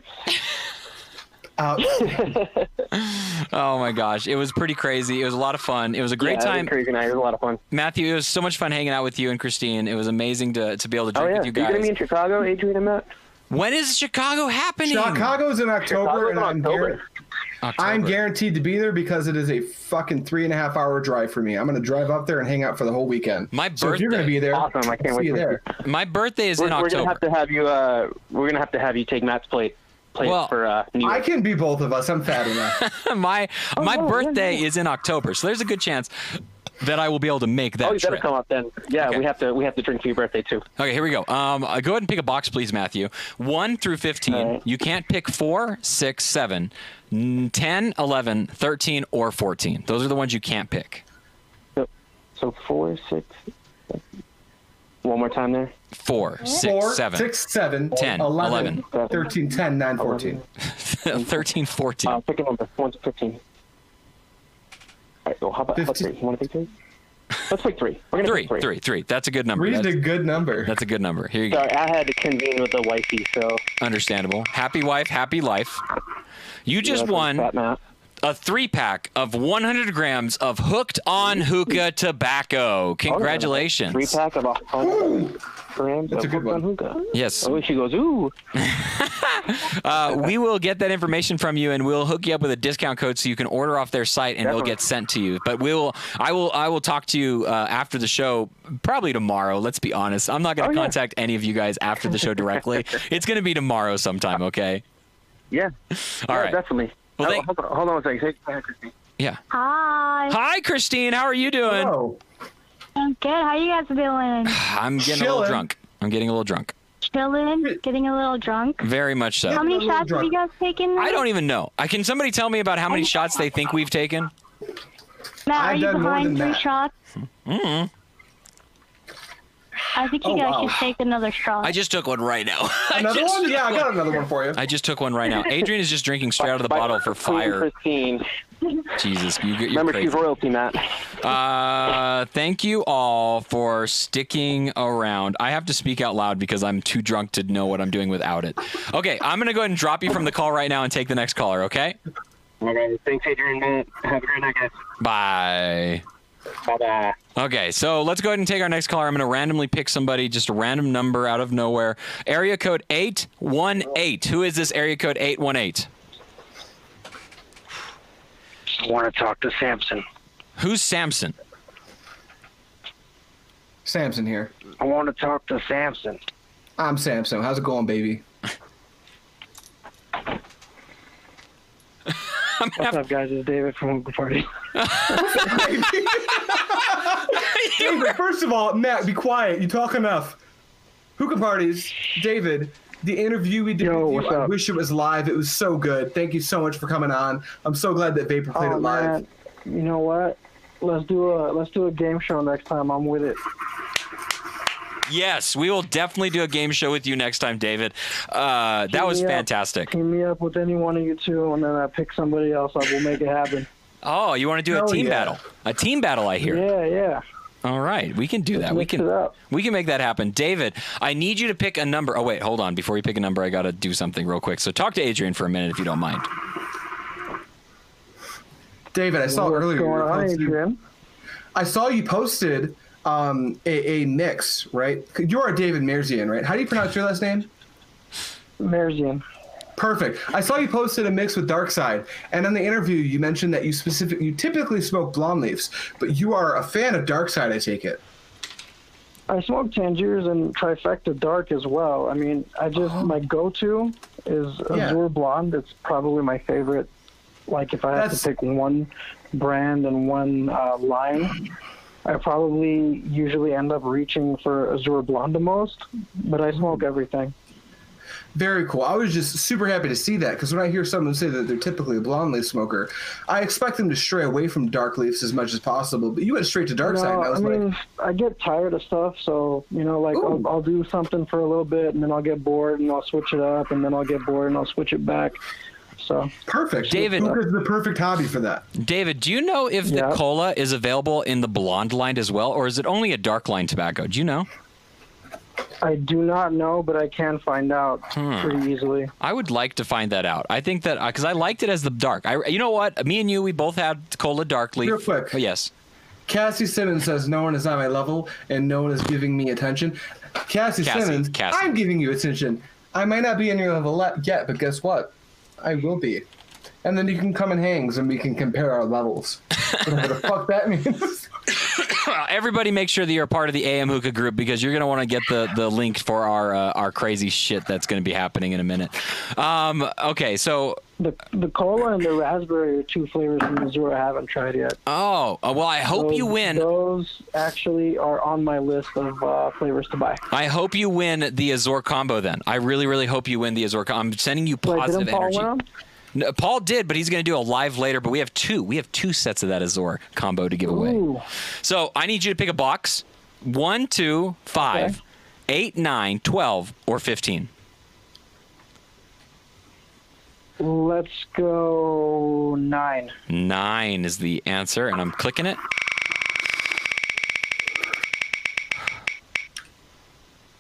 Speaker 1: Oh my gosh, it was pretty crazy. It was a lot of fun. It was a great
Speaker 11: Yeah, it was
Speaker 1: time.
Speaker 11: crazy night. It was a lot of fun.
Speaker 1: Matthew, it was so much fun hanging out with you and Christine. It was amazing to, to be able to
Speaker 11: Oh
Speaker 1: drink
Speaker 11: yeah,
Speaker 1: with you
Speaker 11: you gonna
Speaker 1: guys.
Speaker 11: be in Chicago, Adrian and Matt?
Speaker 1: when is Chicago happening?
Speaker 2: Chicago's in October, and I'm, guar- I'm guaranteed to be there because it is a fucking three and a half hour drive for me. I'm going to drive up there and hang out for the whole weekend.
Speaker 1: My
Speaker 2: So if you're going to
Speaker 1: birthday.
Speaker 2: be there,
Speaker 11: Awesome, I can't
Speaker 2: see
Speaker 11: wait
Speaker 2: you
Speaker 11: for
Speaker 2: there.
Speaker 1: My birthday is
Speaker 11: we're,
Speaker 1: in
Speaker 11: we're
Speaker 1: October.
Speaker 11: gonna have to have you. Uh, we're gonna have to have you take Matt's plate. Plate
Speaker 1: Well,
Speaker 11: for uh, New
Speaker 2: I
Speaker 11: York. Oh,
Speaker 2: can be both of us. I'm fat enough.
Speaker 1: my my birthday is in October, so there's a good chance that I will be able to make that
Speaker 11: oh, you better
Speaker 1: trip.
Speaker 11: come up then. Yeah, we have to. We have to drink for your birthday too.
Speaker 1: Okay, here we go. Um, uh, go ahead and pick a box, please, Matthew. One through 15. You can't pick four, six, seven, n- 10, 11, 13, or 14. Those are the ones you can't pick.
Speaker 11: So four, six. One more time there.
Speaker 1: Four, six,
Speaker 2: Four,
Speaker 1: seven.
Speaker 2: six, seven,
Speaker 1: 10,
Speaker 2: 11, 13, 10, 9, 14.
Speaker 1: 13, 14.
Speaker 11: Uh, pick a number. One to fifteen. All right. Well, how about, how about three? You want to pick three? Let's pick three. We're gonna
Speaker 1: Three,
Speaker 11: pick three.
Speaker 1: three, three. That's a good number.
Speaker 11: Three's
Speaker 1: That's-
Speaker 11: a
Speaker 2: good number.
Speaker 1: That's a good number. Here you go.
Speaker 11: Sorry, I had to convene with the wifey, so Oh,
Speaker 1: Understandable. Happy wife, happy life. You just won a three pack of 100 grams of hooked on hookah
Speaker 11: Oh,
Speaker 1: tobacco. Congratulations.
Speaker 11: Three pack of a hundred grams That's of a good one. hookah.
Speaker 1: Yes.
Speaker 11: Oh, she goes, ooh.
Speaker 1: Uh, we will get that information from you, and we'll hook you up with a discount code so you can order off their site, and it'll get sent to you. But we'll, I will, I will talk to you uh, after the show, probably tomorrow. Let's be honest. I'm not going
Speaker 11: Oh,
Speaker 1: to
Speaker 11: yeah.
Speaker 1: contact any of you guys after the show directly. it's going to be tomorrow sometime. Okay.
Speaker 11: Yeah.
Speaker 1: All
Speaker 11: yeah,
Speaker 1: right.
Speaker 11: Definitely.
Speaker 1: Well,
Speaker 11: Oh,
Speaker 1: thank-
Speaker 11: hold, on, hold on a second. Say- go ahead, Christine.
Speaker 1: Yeah.
Speaker 15: Hi.
Speaker 1: Hi, Christine. How are you doing?
Speaker 15: I'm good. How you guys doing?
Speaker 1: I'm getting a
Speaker 15: Chilling.
Speaker 1: little drunk. I'm getting a little drunk.
Speaker 15: Chilling? Getting a little drunk?
Speaker 1: Very much so.
Speaker 15: How many shots have you guys taken?
Speaker 1: I don't even know. I can somebody tell me about how many shots they think we've taken?
Speaker 15: Matt,
Speaker 1: I've
Speaker 15: are you
Speaker 1: done more than
Speaker 15: behind three
Speaker 1: that.
Speaker 15: shots?
Speaker 1: mm
Speaker 15: I think you
Speaker 1: Oh,
Speaker 15: guys
Speaker 1: wow.
Speaker 15: should take another shot.
Speaker 1: I just took one right now. I
Speaker 2: Another
Speaker 1: just
Speaker 2: one?
Speaker 1: took
Speaker 2: Yeah, I got another one for you.
Speaker 1: I just took one right now. Adrian is just drinking straight out of the bottle for fire.
Speaker 11: Christine.
Speaker 1: Jesus, you get your
Speaker 11: Remember, she's
Speaker 1: crazy.
Speaker 11: royalty, Matt.
Speaker 1: Uh, thank you all for sticking around. I have to speak out loud because I'm too drunk to know what I'm doing without it. Okay, I'm gonna go ahead and drop you from the call right now and take the next caller. Okay.
Speaker 11: All right. Thanks, Adrian. Matt. Have a great night, guys.
Speaker 1: Bye.
Speaker 7: Bye-bye.
Speaker 1: Okay, so let's go ahead and take our next caller. I'm going to randomly pick somebody, just a random number out of nowhere. Area code 818. Who is this area code 818?
Speaker 5: I want to talk to Samson.
Speaker 1: Who's Samson?
Speaker 2: Samson here.
Speaker 5: I want to talk to Samson.
Speaker 2: I'm Samson. How's it going, baby?
Speaker 5: What's up, guys? It's David from Hookah Party.
Speaker 2: David, first of all, Matt, be quiet. You talk enough. Hookah parties, David. The interview we did with you, I wish it was live. It was so good. Thank you so much for coming on. I'm so glad that Vapor played
Speaker 16: Oh,
Speaker 2: it live.
Speaker 16: man. You know what? Let's do a let's do a game show next time. I'm with it.
Speaker 1: Yes, we will definitely do a game show with you next time, David. Uh, that was
Speaker 16: Yeah.
Speaker 1: fantastic.
Speaker 16: Team me up with any one of you two, and then I pick somebody else. I will make it happen.
Speaker 1: Oh, you want to do a
Speaker 16: Hell
Speaker 1: team
Speaker 16: yeah.
Speaker 1: battle? A team battle, I hear.
Speaker 16: Yeah, yeah.
Speaker 1: All right, we can do that. We can we can make that happen. David, I need you to pick a number. Oh wait, hold on. Before you pick a number, I gotta do something real quick. So talk to Adrian for a minute if you don't mind.
Speaker 2: David, I saw
Speaker 1: What's
Speaker 2: earlier.
Speaker 1: going
Speaker 2: you
Speaker 1: on,
Speaker 2: posted- I saw you posted um, a, a mix, right? You're a David Merzian, right? How do you pronounce your last name?
Speaker 16: Merzian.
Speaker 2: Perfect. I saw you posted a mix with Darkside, and in the interview you mentioned that you specific you typically smoke blonde leaves, but you are a fan of Darkside, I take it.
Speaker 16: I smoke Tangiers and Trifecta Dark as well. I mean, I just my go-to is
Speaker 2: Oh. Yeah.
Speaker 16: Azure Blonde. It's probably my favorite. Like if I had
Speaker 2: That's-
Speaker 16: to pick one brand and one uh, line, I probably usually end up reaching for Azure Blonde the most. But I smoke everything.
Speaker 2: Very cool. I was just super happy to see that because when I hear someone say that they're typically a blonde leaf smoker, I expect them to stray away from dark leaves as much as possible. But you went straight to Darkside,
Speaker 16: No,
Speaker 2: and I was
Speaker 16: I
Speaker 2: like,
Speaker 16: mean, I get tired of stuff, so you know, like I'll, I'll do something for a little bit, and then I'll get bored, and I'll switch it up, and then I'll get bored, and I'll switch it back. So
Speaker 2: perfect.
Speaker 1: David-
Speaker 2: Hookah's the perfect hobby for that.
Speaker 1: David, do you know if the cola is available in the blonde line as well, or is it only a dark line tobacco? Do you know?
Speaker 16: I do not know, but I can find out
Speaker 1: Hmm.
Speaker 16: pretty easily.
Speaker 1: I would like to find that out. I think that because I liked it as the dark. I, you know what? Me and you, we both had cola dark leaf.
Speaker 2: Real quick.
Speaker 1: Oh, yes.
Speaker 2: Cassie Simmons says no one is on my level and no one is giving me attention. Cassie,
Speaker 1: Cassie,
Speaker 2: Simmons,
Speaker 1: Cassie.
Speaker 2: I'm giving you attention. I might not be on your level le- yet, but guess what? I will be. And then you can come and hangs and we can compare our levels. Whatever the fuck that means.
Speaker 1: Everybody, make sure that you're a part of the AM Hookah group because you're going to want to get the, the link for our uh, our crazy shit that's going to be happening in a minute. Um, okay, so
Speaker 16: The the cola and the raspberry are two flavors from Missouri I haven't tried yet.
Speaker 1: oh uh, well, I hope you
Speaker 16: Those-
Speaker 1: win.
Speaker 16: Those actually are on my list of uh, flavors to buy.
Speaker 1: I hope you win the Azor combo. Then I really, really hope you win the Azor. Com- I'm sending you
Speaker 16: Wait,
Speaker 1: positive
Speaker 16: didn't Paul
Speaker 1: energy.
Speaker 16: win 'em?
Speaker 1: No, Paul did, but he's going to do a live later. But we have two. We have two sets of that Azor combo to give away. So I need you to pick a box: one, two, five, eight, nine, twelve, or fifteen.
Speaker 16: Let's go nine.
Speaker 1: Nine is the answer, and I'm clicking it.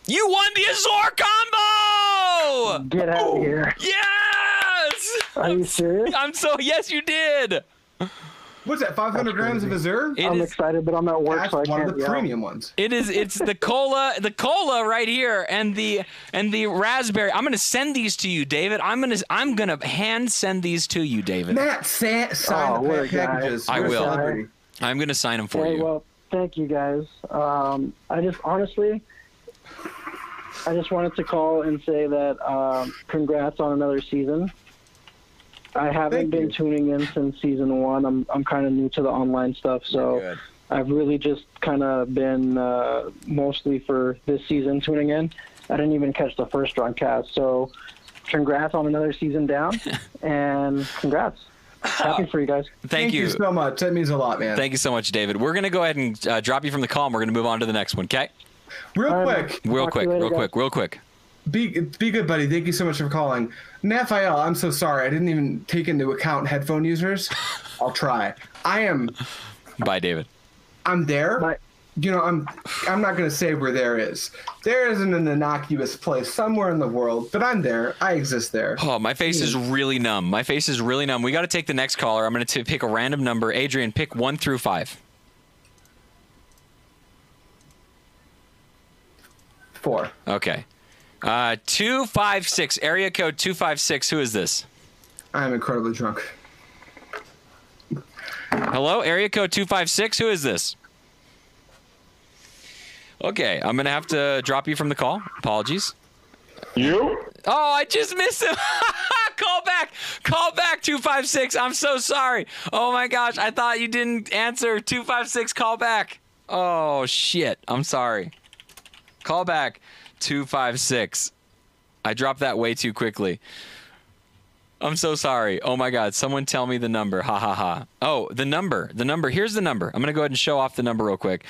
Speaker 1: You won the Azor combo!
Speaker 16: Get out
Speaker 2: Oh.
Speaker 16: of here.
Speaker 1: Yes!
Speaker 16: Are you serious?
Speaker 1: I'm so yes, you did.
Speaker 2: What's that? 500 grams of Azure?
Speaker 16: I'm excited, but I'm at work,
Speaker 2: That's
Speaker 16: so I
Speaker 2: one
Speaker 16: can't.
Speaker 2: of the
Speaker 16: yell.
Speaker 2: premium ones.
Speaker 1: It is. It's the cola, the cola right here, and the and the raspberry. I'm gonna send these to you, David. I'm gonna I'm gonna hand send these to you, David.
Speaker 2: Matt, sa- sign
Speaker 16: Oh,
Speaker 1: Oh,
Speaker 2: the pack packages.
Speaker 1: I
Speaker 2: You're a
Speaker 1: will.
Speaker 2: celebrity.
Speaker 1: I'm gonna sign them for
Speaker 16: Hey,
Speaker 1: you.
Speaker 16: well, thank you guys. Um, I just honestly, I just wanted to call and say that um, congrats on another season. I haven't been tuning in since season one. I'm I'm kind of new to the online stuff, so I've really just kind of been uh, mostly for this season tuning in. I didn't even catch the first round cast, so congrats on another season down, and congrats. Happy for you guys.
Speaker 1: Thank you.
Speaker 2: so much. That means a lot, man.
Speaker 1: Thank you so much, David. We're gonna go ahead and uh, drop you from the call. and We're gonna move on to the next one, okay?
Speaker 2: Real quick.
Speaker 1: Real quick. Real quick. Real quick.
Speaker 2: Be, be good, buddy. Thank you so much for calling. Naphael, I'm so sorry. I didn't even take into account headphone users. I'll try. I am
Speaker 1: Bye, David.
Speaker 2: I'm there. you know, I'm I'm not gonna say where there is. There isn't an innocuous place somewhere in the world, but I'm there. I exist there.
Speaker 1: Oh, my face is really numb. My face is really numb. We got to take the next caller. I'm going to pick a random number. Adrian, pick one through five.
Speaker 2: Four.
Speaker 1: Okay. Uh, 256, area code 256. Who is this?
Speaker 2: I'm incredibly drunk.
Speaker 1: Hello, area code 256. Who is this? Okay, I'm going to have to drop you from the call. Apologies.
Speaker 17: You?
Speaker 1: Oh, I just missed him. call back. Call back 256. I'm so sorry. Oh my gosh, I thought you didn't answer 256 call back. Oh shit. I'm sorry. Call back 256. I dropped that way too quickly. I'm so sorry. Oh my god, someone tell me the number. Ha ha ha. Oh, the number. The number. Here's the number. I'm going to go ahead and show off the number real quick.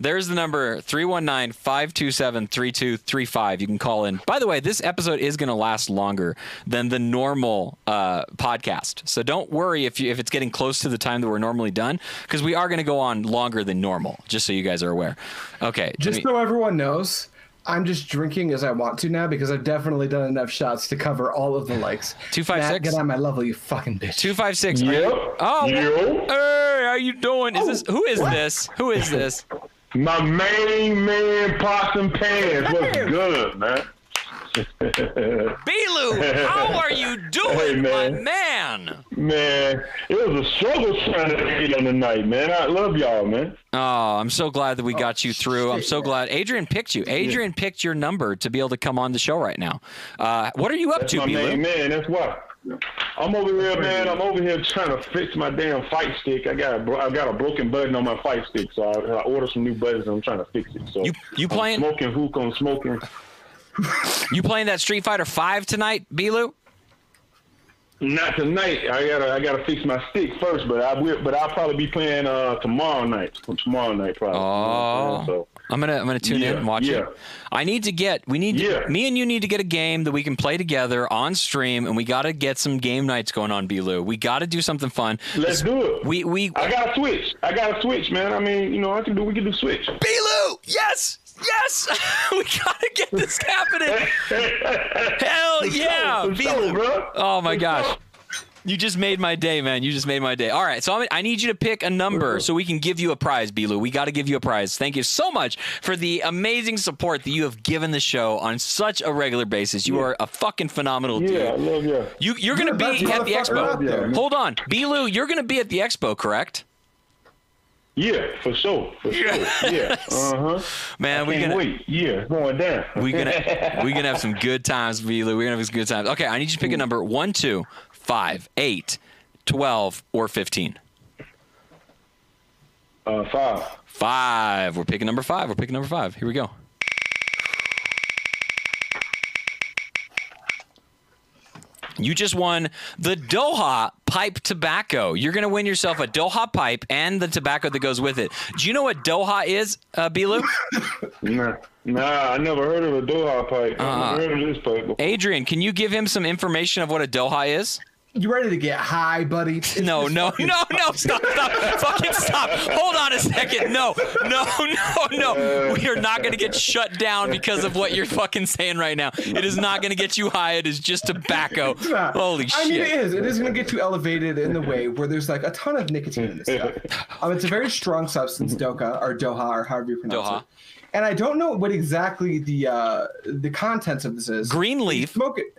Speaker 1: There's the number 319 527 3235. You can call in. By the way, this episode is going to last longer than the normal uh, podcast. So don't worry if, you, if it's getting close to the time that we're normally done, because we are going to go on longer than normal, just so you guys are aware. Okay. let
Speaker 2: Just
Speaker 1: me-
Speaker 2: so everyone knows, I'm just drinking as I want to now because I've definitely done enough shots to cover all of the likes.
Speaker 1: Two five
Speaker 2: Matt,
Speaker 1: six?
Speaker 2: Get on my level, you fucking bitch.
Speaker 1: Two five six. are you- Oh. Hey, how you doing? Is this who is this? Who is this?
Speaker 17: Oh. My main man, Possum Pants. What's good, man?
Speaker 1: Belu, how are you doing, my man?
Speaker 17: Man, it was a struggle trying to get on the night, man. I love y'all, man.
Speaker 1: Oh, I'm so glad that we got
Speaker 17: Oh,
Speaker 1: you through. I'm so glad Adrian picked you. Adrian picked your number to be able to come on the show right now. Uh, what are you up
Speaker 17: That's
Speaker 1: to,
Speaker 17: my
Speaker 1: Belu?
Speaker 17: main man. That's why. I'm over here, man. I'm over here trying to fix my damn fight stick. I got a bro- I got a broken button on my fight stick, so I, I ordered some new buttons and I'm trying to fix it. So you
Speaker 1: you playing
Speaker 17: smoking hook on smoking?
Speaker 1: You playing that Street Fighter Five tonight, Belu?
Speaker 17: Not tonight. I gotta I gotta fix my stick first, but I will. But I'll probably be playing uh tomorrow night. Tomorrow night probably.
Speaker 1: Oh. I'm gonna I'm gonna tune in
Speaker 17: Yeah,
Speaker 1: and watch
Speaker 17: yeah.
Speaker 1: it. I need to get we need
Speaker 17: Yeah.
Speaker 1: me and you need to get a game that we can play together on stream, and we got to get some game nights going on, Belu. We got to do something fun.
Speaker 17: Let's do it.
Speaker 1: We we
Speaker 17: I got a switch. I got a switch, man. I mean, you know, I can do. We can do switch.
Speaker 1: Belu, yes, yes, we gotta get this happening. Hell
Speaker 17: Let's go,
Speaker 1: yeah,
Speaker 17: let's go,
Speaker 1: Belu.
Speaker 17: bro.
Speaker 1: Oh my gosh. You just made my day, man. You just made my day. All right, so I'm, I need you to pick a number so we can give you a prize, Belu. We got to give you a prize. Thank you so much for the amazing support that you have given the show on such a regular basis. You are a fucking phenomenal dude.
Speaker 17: Yeah, I love you.
Speaker 1: You you're gonna
Speaker 17: You're the
Speaker 1: be
Speaker 17: best
Speaker 1: at the
Speaker 17: motherfucker out there,
Speaker 1: expo.
Speaker 17: man.
Speaker 1: Hold on, Belu, you're gonna be at the expo, correct?
Speaker 17: Yeah, for sure, for sure. Yeah, uh huh.
Speaker 1: Man, we
Speaker 17: can
Speaker 1: gonna-
Speaker 17: wait. Yeah, it's going down.
Speaker 1: We're gonna we're gonna have some good times, Vila. We're gonna have some good times. Okay, I need you to pick a number one, two, five, eight, twelve, or fifteen.
Speaker 17: Uh, five.
Speaker 1: Five. We're picking number five. We're picking number five. Here we go. You just won the Doha pipe tobacco. You're gonna win yourself a Doha pipe and the tobacco that goes with it. Do you know what Doha is, uh, Bilu?
Speaker 17: nah, nah, I never heard of a Doha pipe.
Speaker 1: Uh-uh.
Speaker 17: I never heard of this pipe.
Speaker 1: Adrian, can you give him some information of what a Doha is?
Speaker 2: You ready to get high, buddy?
Speaker 1: No, no, no, no, stop, stop, fucking stop. Hold on a second. No, no, no, no. We are not going to get shut down because of what you're fucking saying right now. It is not going to get you high. It is just tobacco.
Speaker 2: It's not.
Speaker 1: Holy
Speaker 2: I mean, it
Speaker 1: shit.
Speaker 2: is. It is going to get you elevated in the way where there's like a ton of nicotine in this stuff. Um, it's a very strong substance, doka or doha or however you pronounce
Speaker 1: Doha.
Speaker 2: it. And I don't know what exactly the uh, the contents of this is.
Speaker 1: Green leaf.
Speaker 2: Smoke it.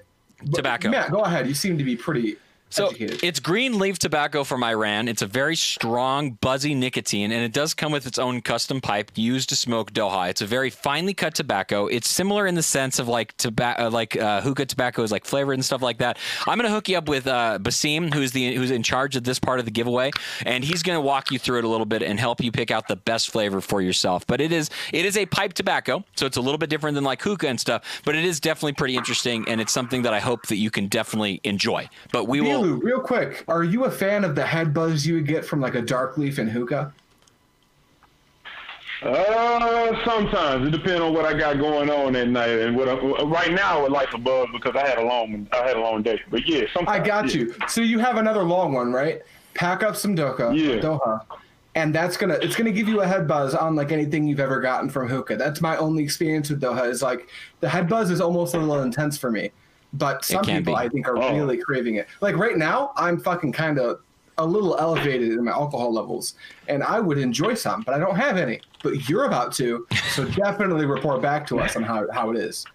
Speaker 1: Tobacco.
Speaker 2: Matt, go ahead. You seem to be pretty.
Speaker 1: So it's green leaf tobacco from Iran. It's a very strong, buzzy nicotine, and it does come with its own custom pipe used to smoke Doha. It's a very finely cut tobacco. It's similar in the sense of like tobacco, like uh, hookah tobacco is like flavored and stuff like that. I'm gonna hook you up with uh, Basim, who's the who's in charge of this part of the giveaway, and he's gonna walk you through it a little bit and help you pick out the best flavor for yourself. But it is it is a pipe tobacco, so it's a little bit different than like hookah and stuff. But it is definitely pretty interesting, and it's something that I hope that you can definitely enjoy. But we will.
Speaker 2: Bilu, real quick, are you a fan of the head buzz you would get from like a dark leaf and hookah?
Speaker 17: Uh, sometimes it depends on what I got going on at night and what. I, right now, with life above because I had a long, I had a long day. But yeah,
Speaker 2: I
Speaker 17: sometimes.
Speaker 2: got
Speaker 17: yeah.
Speaker 2: you. So you have another long one, right? Pack up some doka,
Speaker 17: Yeah.
Speaker 2: doha, and that's gonna it's gonna give you a head buzz on like anything you've ever gotten from hookah. That's my only experience with doha is like the head buzz is almost a little intense for me, but some
Speaker 1: can
Speaker 2: people
Speaker 1: be.
Speaker 2: I think are
Speaker 1: Oh.
Speaker 2: really craving it. Like right now, I'm fucking kind of a little elevated in my alcohol levels, and I would enjoy some, but I don't have any. But you're about to, so definitely report back to us on how, how it is.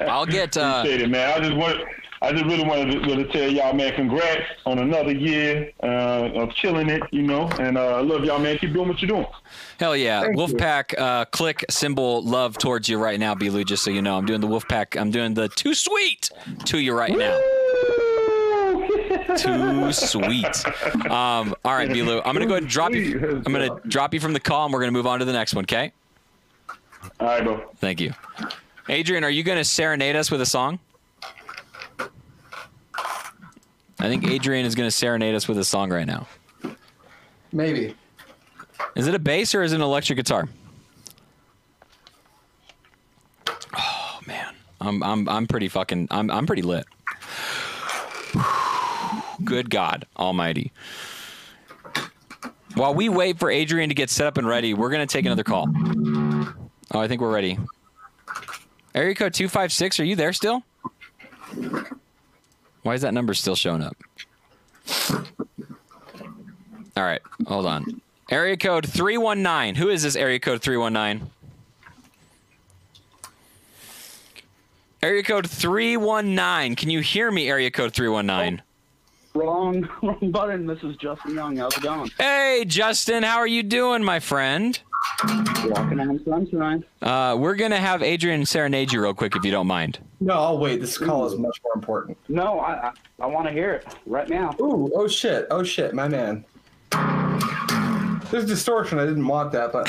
Speaker 1: I'll get. Uh...
Speaker 17: Appreciate it, man. I just want, I just really wanted to, wanted to tell y'all, man, congrats on another year uh, of killing it, you know. And uh, I love y'all, man. Keep doing what you're doing.
Speaker 1: Hell yeah.
Speaker 17: Thank you.
Speaker 1: Wolfpack, uh, click symbol love towards you right now, Belu, just so you know. I'm doing the Wolfpack. I'm doing the too sweet to you right now. Too sweet. Um, all right, Belu. I'm gonna go ahead and drop you. I'm gonna drop you from the call, and we're gonna move on to the next one. Okay.
Speaker 17: All right, bro.
Speaker 1: Thank you, Adrian. Are you gonna serenade us with a song? I think Adrian is gonna serenade us with a song right now.
Speaker 2: Maybe.
Speaker 1: Is it a bass or is it an electric guitar? Oh man, I'm I'm I'm pretty fucking I'm I'm pretty lit. Good God Almighty. While we wait for Adrian to get set up and ready, we're gonna take another call. Oh, I think we're ready. Area code two five six. Are you there still? Why is that number still showing up? All right, hold on. Area code 319. Who is this area code 319? Area code 319. Can you hear me, area code 319?
Speaker 18: Wrong, wrong button. This is Justin Young. How's it going?
Speaker 1: Hey, Justin, how are you doing, my friend?
Speaker 18: Walking on sunshine.
Speaker 1: Uh, we're going to have Adrian serenade you real quick if you don't mind.
Speaker 2: No, I'll wait. This call is much more important.
Speaker 18: No, I I, I want to hear it right now.
Speaker 2: Ooh, oh shit, oh shit, my man. There's distortion. I didn't want that, but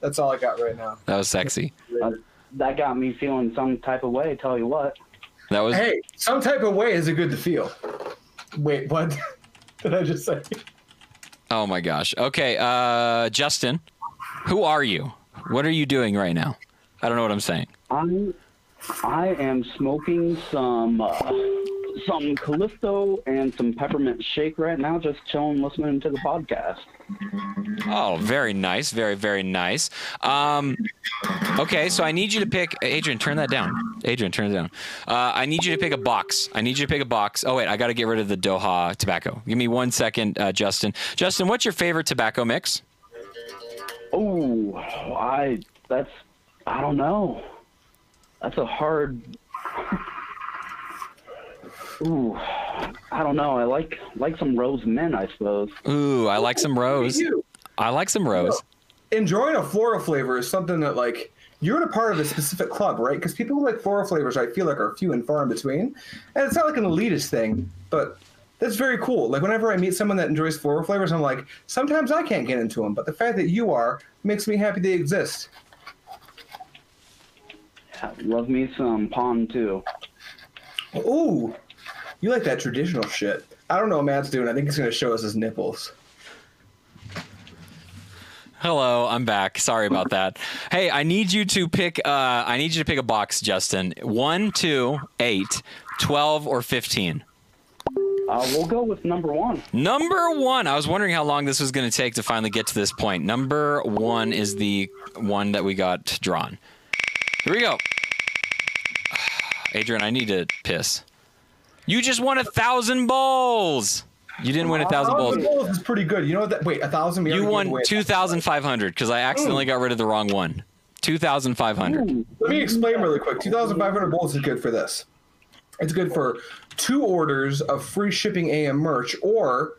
Speaker 2: that's all I got right now.
Speaker 1: That was sexy.
Speaker 18: Uh, that got me feeling some type of way. Tell you what.
Speaker 1: That was
Speaker 2: Hey, some type of way is it good to feel? Wait, what did I just say?
Speaker 1: Oh my gosh. Okay, uh, Justin, who are you? What are you doing right now? I don't know what I'm saying.
Speaker 18: I'm, I am smoking some uh, some Callisto and some peppermint shake right now, just chilling, listening to the podcast.
Speaker 1: Oh, very nice, very very nice. Um, okay, so I need you to pick Adrian. Turn that down, Adrian. Turn it down. Uh, I need you to pick a box. I need you to pick a box. Oh wait, I got to get rid of the Doha tobacco. Give me one second, uh, Justin. Justin, what's your favorite tobacco mix?
Speaker 18: Oh, I that's I don't know. That's a hard. Ooh, I don't know. I like like some rose men, I suppose.
Speaker 1: Ooh, I like some rose. I like some rose.
Speaker 2: Enjoying a floral flavor is something that like you're in a part of a specific club, right? Because people who like floral flavors, I feel like, are few and far in between. And it's not like an elitist thing, but that's very cool. Like whenever I meet someone that enjoys floral flavors, I'm like, sometimes I can't get into them, but the fact that you are makes me happy they exist.
Speaker 18: Love me some pond too.
Speaker 2: Ooh, you like that traditional shit. I don't know what Matt's doing. I think he's going to show us his nipples.
Speaker 1: Hello, I'm back. Sorry about that. Hey, I need you to pick. Uh, I need you to pick a box, Justin. One, two, eight, 12, or fifteen.
Speaker 18: Uh, we'll go with number one.
Speaker 1: Number one. I was wondering how long this was going to take to finally get to this point. Number one is the one that we got drawn. Here we go. Adrian, I need to piss. You just won a thousand bowls. You didn't win a thousand bowls.
Speaker 2: bowls is pretty good. You know what? That, wait, a thousand. we
Speaker 1: You
Speaker 2: already gave
Speaker 1: won
Speaker 2: away.
Speaker 1: two thousand five hundred because I accidentally got rid of the wrong one. Two thousand five hundred.
Speaker 2: Let me explain really quick. 2,500 bowls is good for this. It's good for two orders of free shipping AM merch or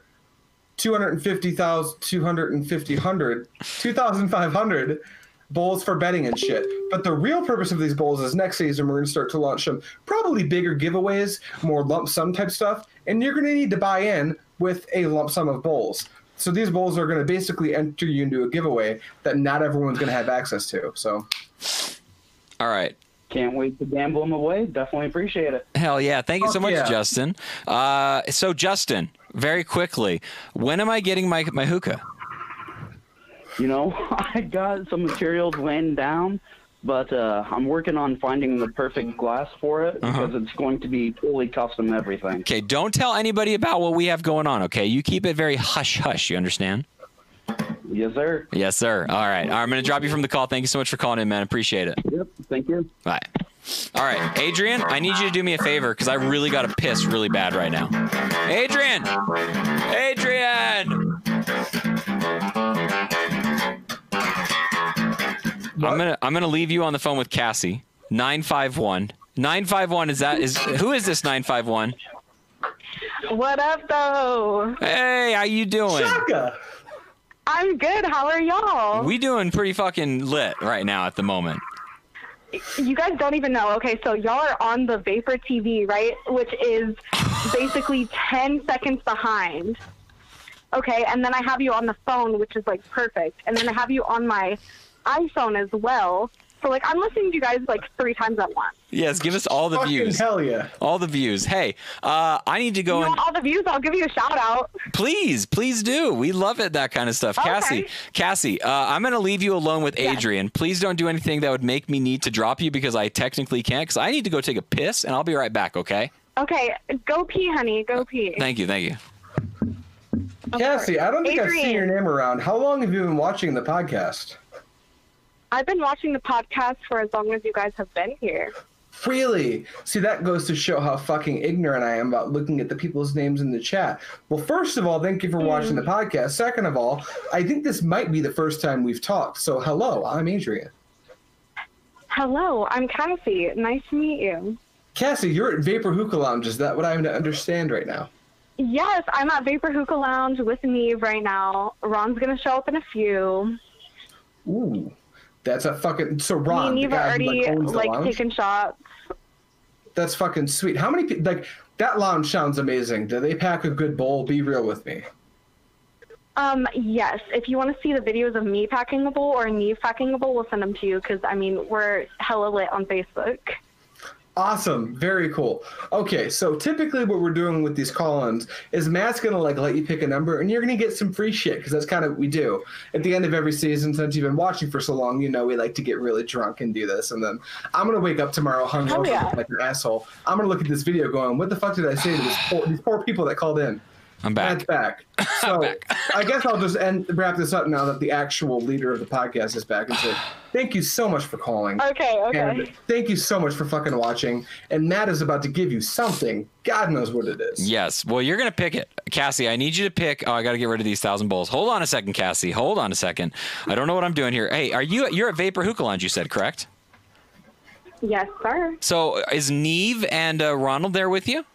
Speaker 2: 250,000, 250, 100, 2,500 bowls for betting and shit. But the real purpose of these bowls is next season we're going to start to launch some probably bigger giveaways, more lump sum type stuff, and you're going to need to buy in with a lump sum of bowls. So these bowls are going to basically enter you into a giveaway that not everyone's going to have access to. So
Speaker 1: All right.
Speaker 18: Can't wait to gamble them away. Definitely appreciate it.
Speaker 1: Hell yeah! Thank you so
Speaker 18: Fuck
Speaker 1: much,
Speaker 18: yeah.
Speaker 1: Justin. Uh, so Justin, very quickly, when am I getting my my hookah?
Speaker 18: You know, I got some materials laying down, but uh, I'm working on finding the perfect glass for it because it's going to be fully custom everything.
Speaker 1: Okay, don't tell anybody about what we have going on. Okay, you keep it very hush hush. You understand?
Speaker 10: Yes, sir.
Speaker 1: Yes, sir. All right. All right. I'm going to drop you from the call. Thank you so much for calling in, man. Appreciate it.
Speaker 10: Yep. Thank you.
Speaker 1: All right. All right. Adrian, I need you to do me a favor because I really got to piss really bad right now. Adrian! Adrian! I'm going to I'm going to leave you on the phone with Cassie. 951. 951 is that is who is this 951?
Speaker 15: What up, though?
Speaker 1: Hey, how you doing?
Speaker 15: I'm good. How are y'all?
Speaker 1: We doing pretty fucking lit right now at the moment.
Speaker 15: You guys don't even know. Okay, so y'all are on the Vapor TV, right? Which is basically 10 seconds behind. Okay, and then I have you on the phone, which is like perfect. And then I have you on my iPhone as well. So, like, I'm listening to you guys like three times at once.
Speaker 1: Yes, give us all the views.
Speaker 2: Hell yeah.
Speaker 1: All the views. Hey, uh, I need to go
Speaker 15: you
Speaker 1: and
Speaker 15: want all the views? I'll give you a shout out.
Speaker 1: please, please do. We love it that kind of stuff. Cassie, Cassie, uh, I'm gonna leave you alone with Adrian. Please don't do anything that would make me need to drop you because I technically can't. Because I need to go take a piss, and I'll be right back. Okay.
Speaker 15: Okay, go pee, honey. Go pee.
Speaker 1: Thank you. Thank you.
Speaker 2: Cassie, I don't think I've seen your
Speaker 15: Adrian.
Speaker 2: name around. How long have you been watching the podcast?
Speaker 15: I've been watching the podcast for as long as you guys have been here.
Speaker 2: Really? See, that goes to show how fucking ignorant I am about looking at the people's names in the chat. Well, first of all, thank you for watching the podcast. Second of all, I think this might be the first time we've talked. So, hello, I'm Adrian.
Speaker 15: Hello, I'm Cassie. Nice to meet you.
Speaker 2: Cassie, you're at Vapor Hookah Lounge. Is that what I'm to understand right now?
Speaker 15: Yes, I'm at Vapor Hookah Lounge with Neve right now. Ron's gonna show up in a few.
Speaker 2: Ooh, that's a fucking. So, Ron, the
Speaker 15: Me and Neve
Speaker 2: guy
Speaker 15: are
Speaker 2: who,
Speaker 15: already
Speaker 2: like, owns the
Speaker 15: like,
Speaker 2: lounge?
Speaker 15: taking shots.
Speaker 2: That's fucking sweet. How many people, like, that lounge sounds amazing. Do they pack a good bowl? Be real with me.
Speaker 15: Um, yes. If you want to see the videos of me packing the bowl or Neve packing the bowl, we'll send them to you because I mean we're hella lit on Facebook.
Speaker 2: Awesome. Very cool. Okay, so typically what we're doing with these columns is Matt's gonna like let you pick a number and you're gonna get some free shit because that's kind of what we do. At the end of every season, since you've been watching for so long, you know we like to get really drunk and do this and then I'm gonna wake up tomorrow
Speaker 15: Hell
Speaker 2: hungover
Speaker 15: yeah.
Speaker 2: looking like an asshole. I'm gonna look at this video going, What the fuck did I say to these poor, these poor people that called in?
Speaker 1: I'm
Speaker 2: back. back. So I guess I'll just end wrap this up now that the actual leader of the podcast is back and say, Thank you so much for calling.
Speaker 15: Okay, okay.
Speaker 2: And thank you so much for fucking watching. And Matt is about to give you something. God knows what it is.
Speaker 1: Yes. Well, you're gonna pick it, Cassie. I need you to pick. Oh, I gotta get rid of these thousand bowls. Hold on a second, Cassie. Hold on a second. I don't know what I'm doing here. Hey, are you? You're at Vapor Hookah Lounge. You said correct.
Speaker 15: Yes, sir.
Speaker 1: So is Neve and uh, Ronald there with you?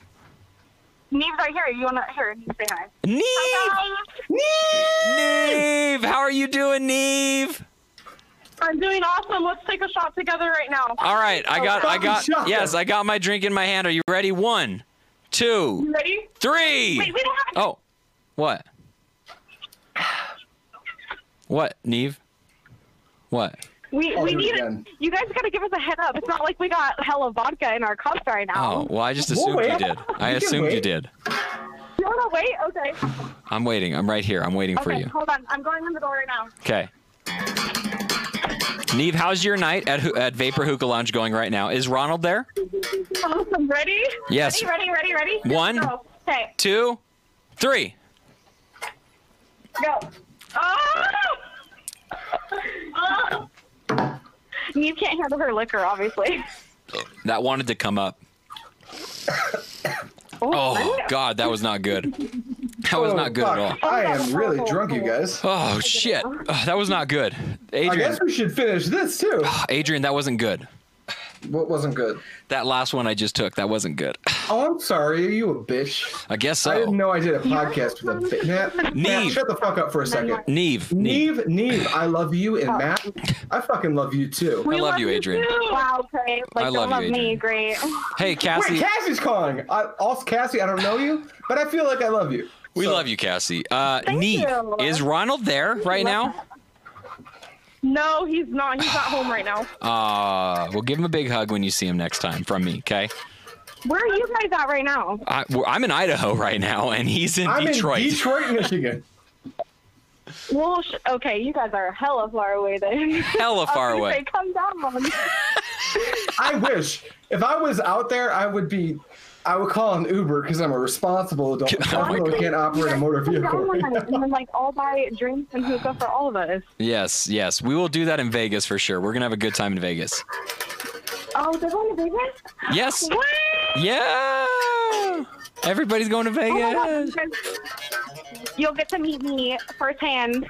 Speaker 15: Neve's right here. You wanna here? Say hi.
Speaker 1: Neve.
Speaker 15: Neve.
Speaker 1: Neve, how are you doing, Neve?
Speaker 15: I'm doing awesome. Let's take a shot together right now.
Speaker 1: All right, I got, I got, yes, I got my drink in my hand. Are you ready? One,
Speaker 15: You
Speaker 1: two,
Speaker 15: ready?
Speaker 1: three.
Speaker 15: Wait, we don't have.
Speaker 1: Oh, what? What, Neve? What?
Speaker 15: We,
Speaker 1: I'll
Speaker 15: we
Speaker 1: do it
Speaker 15: need
Speaker 1: again.
Speaker 15: it. You guys gotta give us a head up. It's not like we got hella vodka in our cups right
Speaker 1: Oh,
Speaker 15: now.
Speaker 1: well, I just
Speaker 15: We'll
Speaker 1: assumed you
Speaker 15: wait.
Speaker 1: did. I
Speaker 15: You can
Speaker 1: assumed you
Speaker 15: wait.
Speaker 1: did.
Speaker 15: You wanna wait? Okay.
Speaker 1: I'm waiting. I'm right here. I'm waiting for
Speaker 15: okay,
Speaker 1: you.
Speaker 15: hold on. I'm going in the door right now.
Speaker 1: Okay. Neve, how's your night at Hoo- at Vapor Hookah Lounge going right now? Is Ronald there?
Speaker 15: Awesome. Ready?
Speaker 1: Yes.
Speaker 15: Ready, ready, ready, ready?
Speaker 1: One.
Speaker 15: Go. Okay,
Speaker 1: Two, three.
Speaker 15: go. Oh! oh! You can't handle her liquor, obviously.
Speaker 1: That wanted to come up. Oh God, that was not good. That was
Speaker 2: Oh,
Speaker 1: not good at all.
Speaker 2: fuck. I am really drunk, you guys.
Speaker 1: Oh shit, Ugh, that was not good.
Speaker 2: I
Speaker 1: Adrian,
Speaker 2: guess we should finish this too.
Speaker 1: Adrian, that wasn't good.
Speaker 2: What wasn't good?
Speaker 1: That last one I just took, that wasn't good.
Speaker 2: Oh, I'm sorry. Are you a bitch?
Speaker 1: I guess
Speaker 2: I
Speaker 1: so.
Speaker 2: didn't know I did a podcast with a bitch. Matt, Matt,
Speaker 1: Neve.
Speaker 2: shut the fuck up for a second.
Speaker 1: Neve.
Speaker 2: Neve, Neve, I love you. And Matt, I fucking love you too.
Speaker 1: I love you, Adrian.
Speaker 15: Wow, great. Like,
Speaker 2: I
Speaker 15: don't
Speaker 2: love you,
Speaker 15: love me, great.
Speaker 1: Hey, Cassie.
Speaker 2: Wait, Cassie's calling. I, also, Cassie, I don't know you, but I feel like I love you.
Speaker 1: We love you, Cassie. Uh, Neve,
Speaker 15: you.
Speaker 1: is Ronald there right now?
Speaker 15: No, he's not. He's not home right now.
Speaker 1: Uh, well, give him a big hug when you see him next time from me, okay?
Speaker 15: Where are you guys at right now?
Speaker 1: I, well, I'm in Idaho right now, and he's in
Speaker 2: I'm
Speaker 1: Detroit.
Speaker 2: in Detroit, Michigan.
Speaker 15: Well, sh- okay, you guys are hella far away then.
Speaker 1: Hella far
Speaker 15: I was gonna
Speaker 1: away.
Speaker 15: Say, come down.
Speaker 2: I wish if I was out there, I would be I would call an Uber because I'm a responsible adult. I can't operate a motor
Speaker 15: Sit down
Speaker 2: vehicle.
Speaker 15: one night and then like all buy drinks and hookah for all of us.
Speaker 1: Yes, yes. We will do that in Vegas for sure. We're going to have a good time in Vegas.
Speaker 15: Oh, they're going to Vegas?
Speaker 1: Yes. Yeah. Everybody's going to
Speaker 15: Oh my God,
Speaker 1: Vegas.
Speaker 15: you guys- You'll get to meet me firsthand.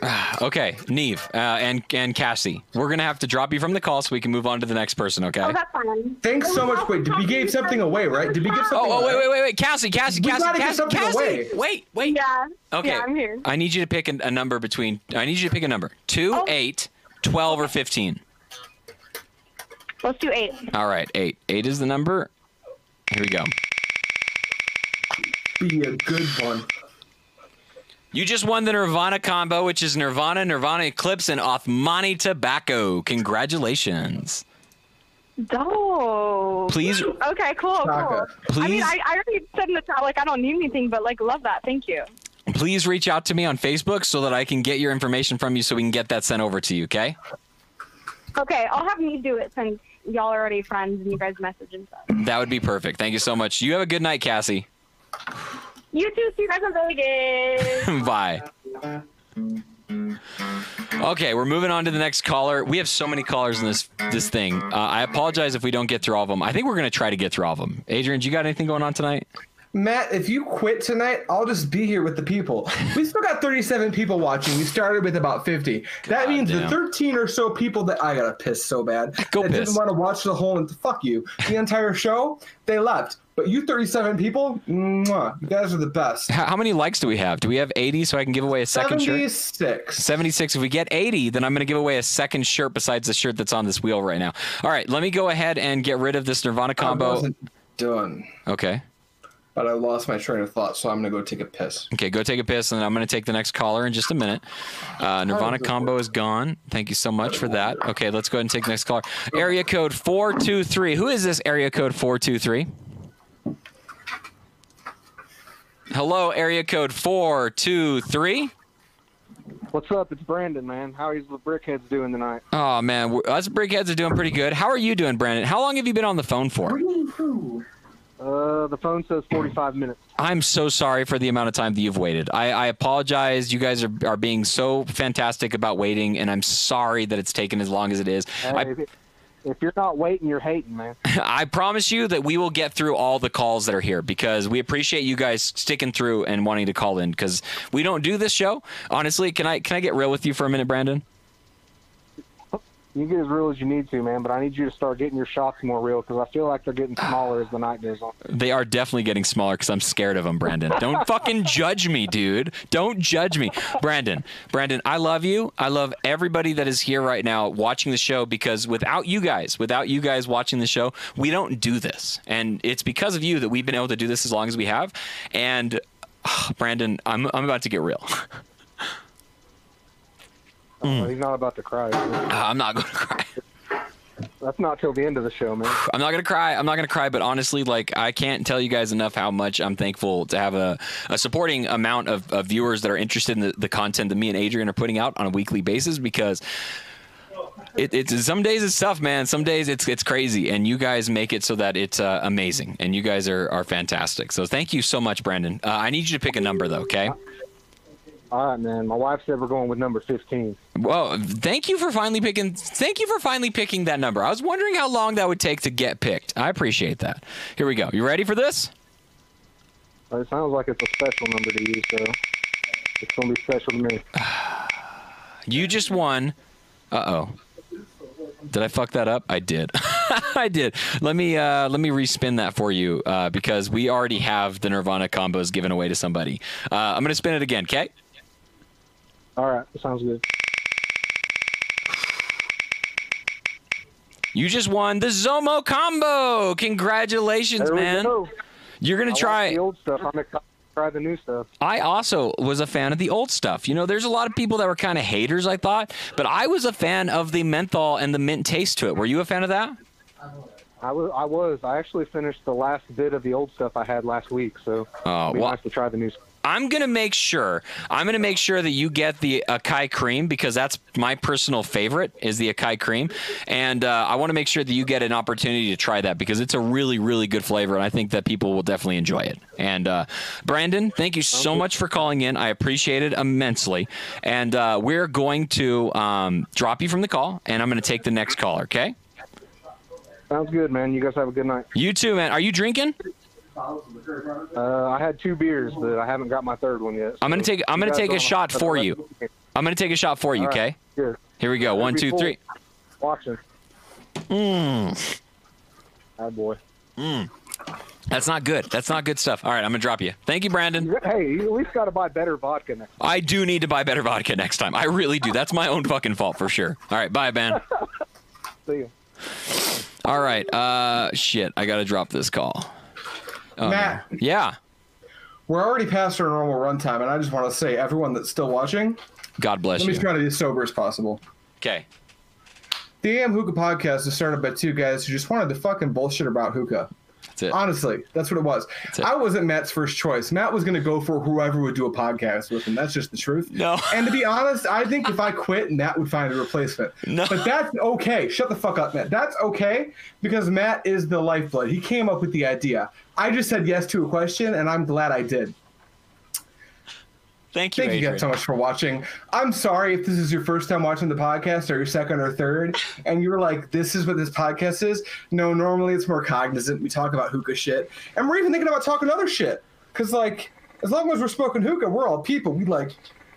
Speaker 1: Okay, Neve uh, and and Cassie, we're gonna have to drop you from the call so we can move on to the next person. Okay.
Speaker 15: Oh, that's fine.
Speaker 2: Thanks so much. Wait, did we gave something away, right? Did we give something?
Speaker 1: Oh, oh,
Speaker 2: away?
Speaker 1: wait, wait, wait, wait, Cassie, Cassie,
Speaker 2: We
Speaker 1: Cassie,
Speaker 2: gotta give
Speaker 1: Cassie,
Speaker 2: something
Speaker 1: Cassie.
Speaker 2: away.
Speaker 1: Wait, wait.
Speaker 15: Yeah.
Speaker 1: Okay.
Speaker 15: Yeah, I'm here.
Speaker 1: I need you to pick an, a number between. I need you to pick a number: two,
Speaker 15: Oh.
Speaker 1: eight, twelve, or fifteen.
Speaker 15: Let's do eight.
Speaker 1: All right, eight. Eight is the number. Here we go.
Speaker 2: Be a good one.
Speaker 1: You just won the Nirvana combo, which is Nirvana, Nirvana Eclipse, and Othmani Tobacco. Congratulations.
Speaker 15: Dope.
Speaker 1: Please-
Speaker 15: Okay, cool, cool. I mean,
Speaker 1: Please-
Speaker 15: I, I already said in the chat, like, I don't need anything, but, like, love that. Thank you.
Speaker 1: Please reach out to me on Facebook so that I can get your information from you so we can get that sent over to you, okay?
Speaker 15: Okay, I'll have me do it since y'all are already friends and you guys message and stuff.
Speaker 1: That would be perfect. Thank you so much. You have a good night, Cassie.
Speaker 15: You too. See you guys in Vegas.
Speaker 1: Bye. Okay, we're moving on to the next caller. We have so many callers in this this thing. Uh, I apologize if we don't get through all of them. I think we're gonna try to get through all of them. Adrian, do you got anything going on tonight?
Speaker 2: Matt, if you quit tonight, I'll just be here with the people. We still got 37 people watching. We started with about 50. that means the
Speaker 1: damn.
Speaker 2: 13 or so people that I gotta piss so bad Go that
Speaker 1: piss.
Speaker 2: didn't want to watch the whole and fuck you the entire show. They left. But you 37 people, mwah, you guys are the best.
Speaker 1: How, how many likes do we have? Do we have 80 so I can give away a second shirt?
Speaker 2: 76.
Speaker 1: 76. If we get 80, then I'm going to give away a second shirt besides the shirt that's on this wheel right now. All right, let me go ahead and get rid of this Nirvana
Speaker 2: I
Speaker 1: combo.
Speaker 2: Oh, wasn't done,
Speaker 1: Okay.
Speaker 2: but I lost my train of thought, so I'm gonna go take a piss.
Speaker 1: Okay, go take a piss, and then I'm going to take the next caller in just a minute. Uh, Nirvana
Speaker 2: this
Speaker 1: combo is gone. Thank you so much for that. Okay, let's go ahead and take the next caller. Area code 423. Who is this area code 423? Hello, area code 423.
Speaker 19: What's up? It's Brandon, man. How are the brickheads doing tonight?
Speaker 1: Oh, man. we- Us Brickheads are doing pretty good. How are you doing, Brandon? How long have you been on the phone for?
Speaker 19: Uh, the phone says 45 minutes.
Speaker 1: I'm so sorry for the amount of time that you've waited. I, I apologize. You guys are, are being so fantastic about waiting, and I'm sorry that it's taken as long as it is.
Speaker 19: Hey,
Speaker 1: I,
Speaker 19: if, if you're not waiting, you're hating, man.
Speaker 1: I promise you that we will get through all the calls that are here because we appreciate you guys sticking through and wanting to call in because we don't do this show. Honestly, can I can I get real with you for a minute, Brandon?
Speaker 19: You get as real as you need to, man. But I need you to start getting your shots more real because I feel like they're getting smaller as the night goes on.
Speaker 1: They are definitely getting smaller because I'm scared of them, Brandon. Don't fucking judge me, dude. Don't judge me. Brandon, Brandon, I love you. I love everybody that is here right now watching the show because without you guys, without you guys watching the show, we don't do this. And it's because of you that we've been able to do this as long as we have. And ah, Brandon, I'm, I'm about to get real.
Speaker 19: Uh, he's not about to cry.
Speaker 1: Hmm. Uh, I'm not going to cry.
Speaker 19: That's not till the end of the show, man.
Speaker 1: I'm not gonna cry. I'm not gonna cry. But honestly, like I can't tell you guys enough how much I'm thankful to have a, a supporting amount of, of viewers that are interested in the, the content that me and Adrian are putting out on a weekly basis because. It, it's some days it's tough, man. Some days it's it's crazy, and you guys make it so that it's uh, amazing, and you guys are, are fantastic. So thank you so much, Brandon. Uh, I need you to pick a number though, okay?
Speaker 19: All right, man. My wife's ever going with number 15.
Speaker 1: Well, thank you for finally picking. Thank you for finally picking that number. I was wondering how long that would take to get picked. I appreciate that. Here we go. You ready for this?
Speaker 19: Uh, It sounds like it's a special number to you, so it's gonna be special to me.
Speaker 1: You just won. Uh oh. Did I fuck that up? I did. I did. Let me uh, let me respin that for you uh, because we already have the Nirvana combos given away to somebody. Uh, I'm gonna spin it again, okay?
Speaker 19: All right, sounds good.
Speaker 1: You just won the Zomo combo. Congratulations,
Speaker 19: There we
Speaker 1: man.
Speaker 19: go.
Speaker 1: You're
Speaker 19: I
Speaker 1: gonna
Speaker 19: like
Speaker 1: try.
Speaker 19: the old stuff. I'm excited to try the new stuff.
Speaker 1: I also was a fan of the old stuff. You know, there's a lot of people that were kind of haters, I thought, but I was a fan of the menthol and the mint taste to it. Were you a fan of that?
Speaker 19: I was. I was. I actually finished the last bit of the old stuff I had last week, so
Speaker 1: Oh,
Speaker 19: we
Speaker 1: well-
Speaker 19: have to try the new. s-
Speaker 1: I'm gonna make sure. I'm gonna make sure that you get the Akai cream because that's my personal favorite is the Akai cream, and uh, I want to make sure that you get an opportunity to try that because it's a really, really good flavor, and I think that people will definitely enjoy it. And uh, Brandon, thank you so much for calling in. I appreciate it immensely, and uh, we're going to um, drop you from the call, and I'm gonna take the next caller. Okay?
Speaker 19: Sounds good, man. You guys have a good night.
Speaker 1: You too, man. Are you drinking?
Speaker 19: Uh, I had two beers, but I haven't got my third one yet.
Speaker 1: I'm gonna
Speaker 19: so
Speaker 1: take. I'm
Speaker 19: you
Speaker 1: gonna
Speaker 19: guys
Speaker 1: take
Speaker 19: don't
Speaker 1: a
Speaker 19: have
Speaker 1: shot
Speaker 19: to
Speaker 1: for
Speaker 19: let
Speaker 1: you.
Speaker 19: me-
Speaker 1: I'm gonna take a shot for you.
Speaker 19: All right,
Speaker 1: Okay?
Speaker 19: good.
Speaker 1: Here we go. One,
Speaker 19: Be
Speaker 1: two,
Speaker 19: full.
Speaker 1: three.
Speaker 19: Watching.
Speaker 1: Mm.
Speaker 19: Oh boy.
Speaker 1: Mm. That's not good. That's not good stuff. All right, I'm gonna drop you. Thank you, Brandon.
Speaker 19: Hey, you at least got to buy better vodka next.
Speaker 1: I do need to buy better vodka next time. I really do. That's my own fucking fault for sure. All right, bye, man.
Speaker 19: See ya.
Speaker 1: All right. Uh, shit. I gotta drop this call. Oh,
Speaker 2: Matt.
Speaker 1: no. Yeah.
Speaker 2: We're already past our normal runtime, and I just want to say, everyone that's still watching,
Speaker 1: God bless
Speaker 2: let me
Speaker 1: you.
Speaker 2: try to be as sober as possible.
Speaker 1: Okay.
Speaker 2: The AM Hookah podcast was started by two guys who just wanted to fucking bullshit about hookah.
Speaker 1: That's it.
Speaker 2: Honestly, that's what it was. I wasn't Matt's first choice. Matt was going to go for whoever would do a podcast with him. That's just the truth.
Speaker 1: No.
Speaker 2: And to be honest, I think if I quit, Matt would find a replacement.
Speaker 1: No.
Speaker 2: But that's okay. Shut the fuck up, Matt. That's okay because Matt is the lifeblood. He came up with the idea. I just said yes to a question, and I'm glad I did.
Speaker 1: Thank
Speaker 2: you. Thank you
Speaker 1: Adrian.
Speaker 2: guys so much for watching. I'm sorry if this is your first time watching the podcast or your second or third, and you were like, "This is what this podcast is." No, normally it's more cognizant. We talk about hookah shit, and we're even thinking about talking other shit. Cause like, as long as we're smoking hookah, we're all people. We like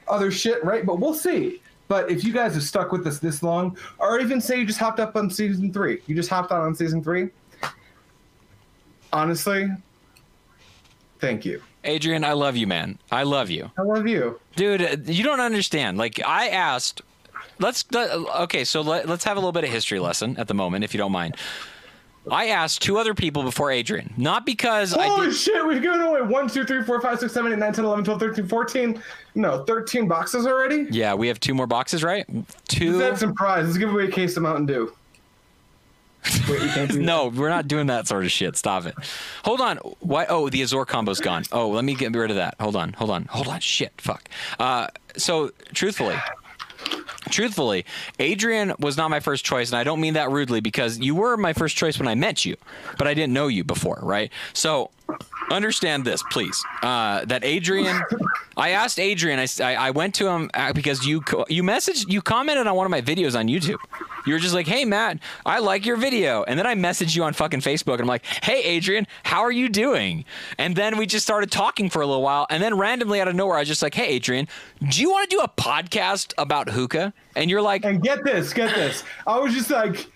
Speaker 2: other shit, right? But we'll see. But if you guys have stuck with us this long, or even say you just hopped up on season three, you just hopped on on season three. Honestly, thank you.
Speaker 1: Adrian, I love you, man. I love you.
Speaker 2: I love you.
Speaker 1: Dude, uh, you don't understand. Like I asked Let's let- okay, so let, let's have a little bit of history lesson at the moment if you don't mind. I asked two other people before Adrian, not because I
Speaker 2: Holy
Speaker 1: did-
Speaker 2: shit, we've given away 1, 2, 3, 4, 5, 6, 7, 8, 9, 10, 11, 12, 13, 14. No, 13 boxes already?
Speaker 1: Yeah, we have two more boxes, right? Two
Speaker 2: That's some prize. Let's give away a case of Mountain Dew.
Speaker 1: no, we're not doing that sort of shit. Stop it. Hold on. Why? Oh, the Azor combo's gone. Oh, let me get rid of that. Hold on. Hold on. Hold on. Shit. Fuck. Uh, so, truthfully, truthfully, Adrian was not my first choice, and I don't mean that rudely because you were my first choice when I met you, but I didn't know you before, right? So, understand this, please. Uh, that Adrian, I asked Adrian. I, s- I- I went to him uh, because you co- you messaged you commented on one of my videos on YouTube. You were just like, "Hey Matt, I like your video," and then I messaged you on fucking Facebook, and I'm like, "Hey Adrian, how are you doing?" And then we just started talking for a little while, and then randomly out of nowhere, I was just like, "Hey Adrian, do you want to do a podcast about hookah?" And you're like,
Speaker 2: "And get this, get this." I was just like,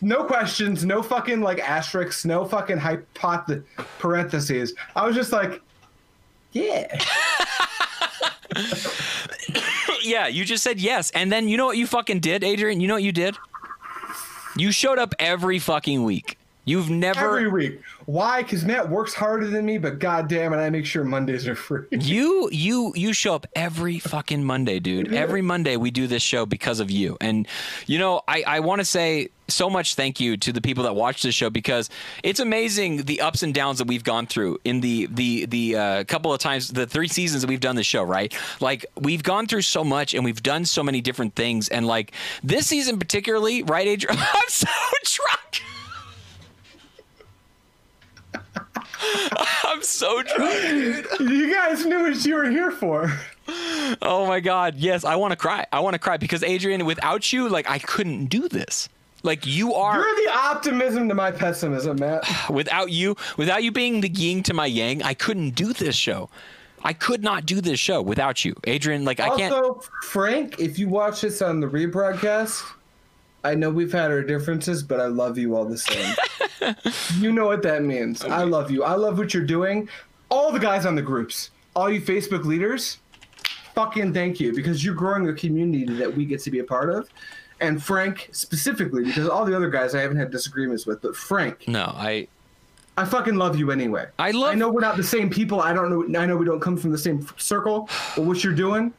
Speaker 2: no questions, no fucking like asterisks, no fucking hypothe- parentheses. I was just like, yeah.
Speaker 1: yeah, you just said yes. And then you know what you fucking did, Adrian? You know what you did? You showed up every fucking week. You've never
Speaker 2: Every week. Why? Because Matt works harder than me, but goddamn it, I make sure Mondays are free.
Speaker 1: you you you show up every fucking Monday, dude. Every Monday we do this show because of you. And you know, I I want to say so much thank you to the people that watch this show because it's amazing the ups and downs that we've gone through in the the the uh, couple of times the three seasons that we've done the show, right? Like we've gone through so much and we've done so many different things and like this season particularly, right Adrian? I'm so drunk. I'm so drunk, dude.
Speaker 2: You guys knew what you were here for.
Speaker 1: Oh my god, yes, I want to cry. I want to cry because Adrian, without you, like I couldn't do this. Like you are
Speaker 2: You're the optimism to my pessimism, Matt.
Speaker 1: without you, without you being the yin to my yang, I couldn't do this show. I could not do this show without you. Adrian, like I can't
Speaker 2: Also, Frank, if you watch this on the rebroadcast, I know we've had our differences, but I love you all the same. you know what that means. I love you. I love what you're doing. All the guys on the groups, all you Facebook leaders, fucking thank you because you're growing a community that we get to be a part of. And Frank specifically, because all the other guys I haven't had disagreements with, but Frank,
Speaker 1: No, I
Speaker 2: I fucking love you anyway.
Speaker 1: I love.
Speaker 2: I know we're not the same people. I don't know. I know we don't come from the same f- circle, but what you're doing,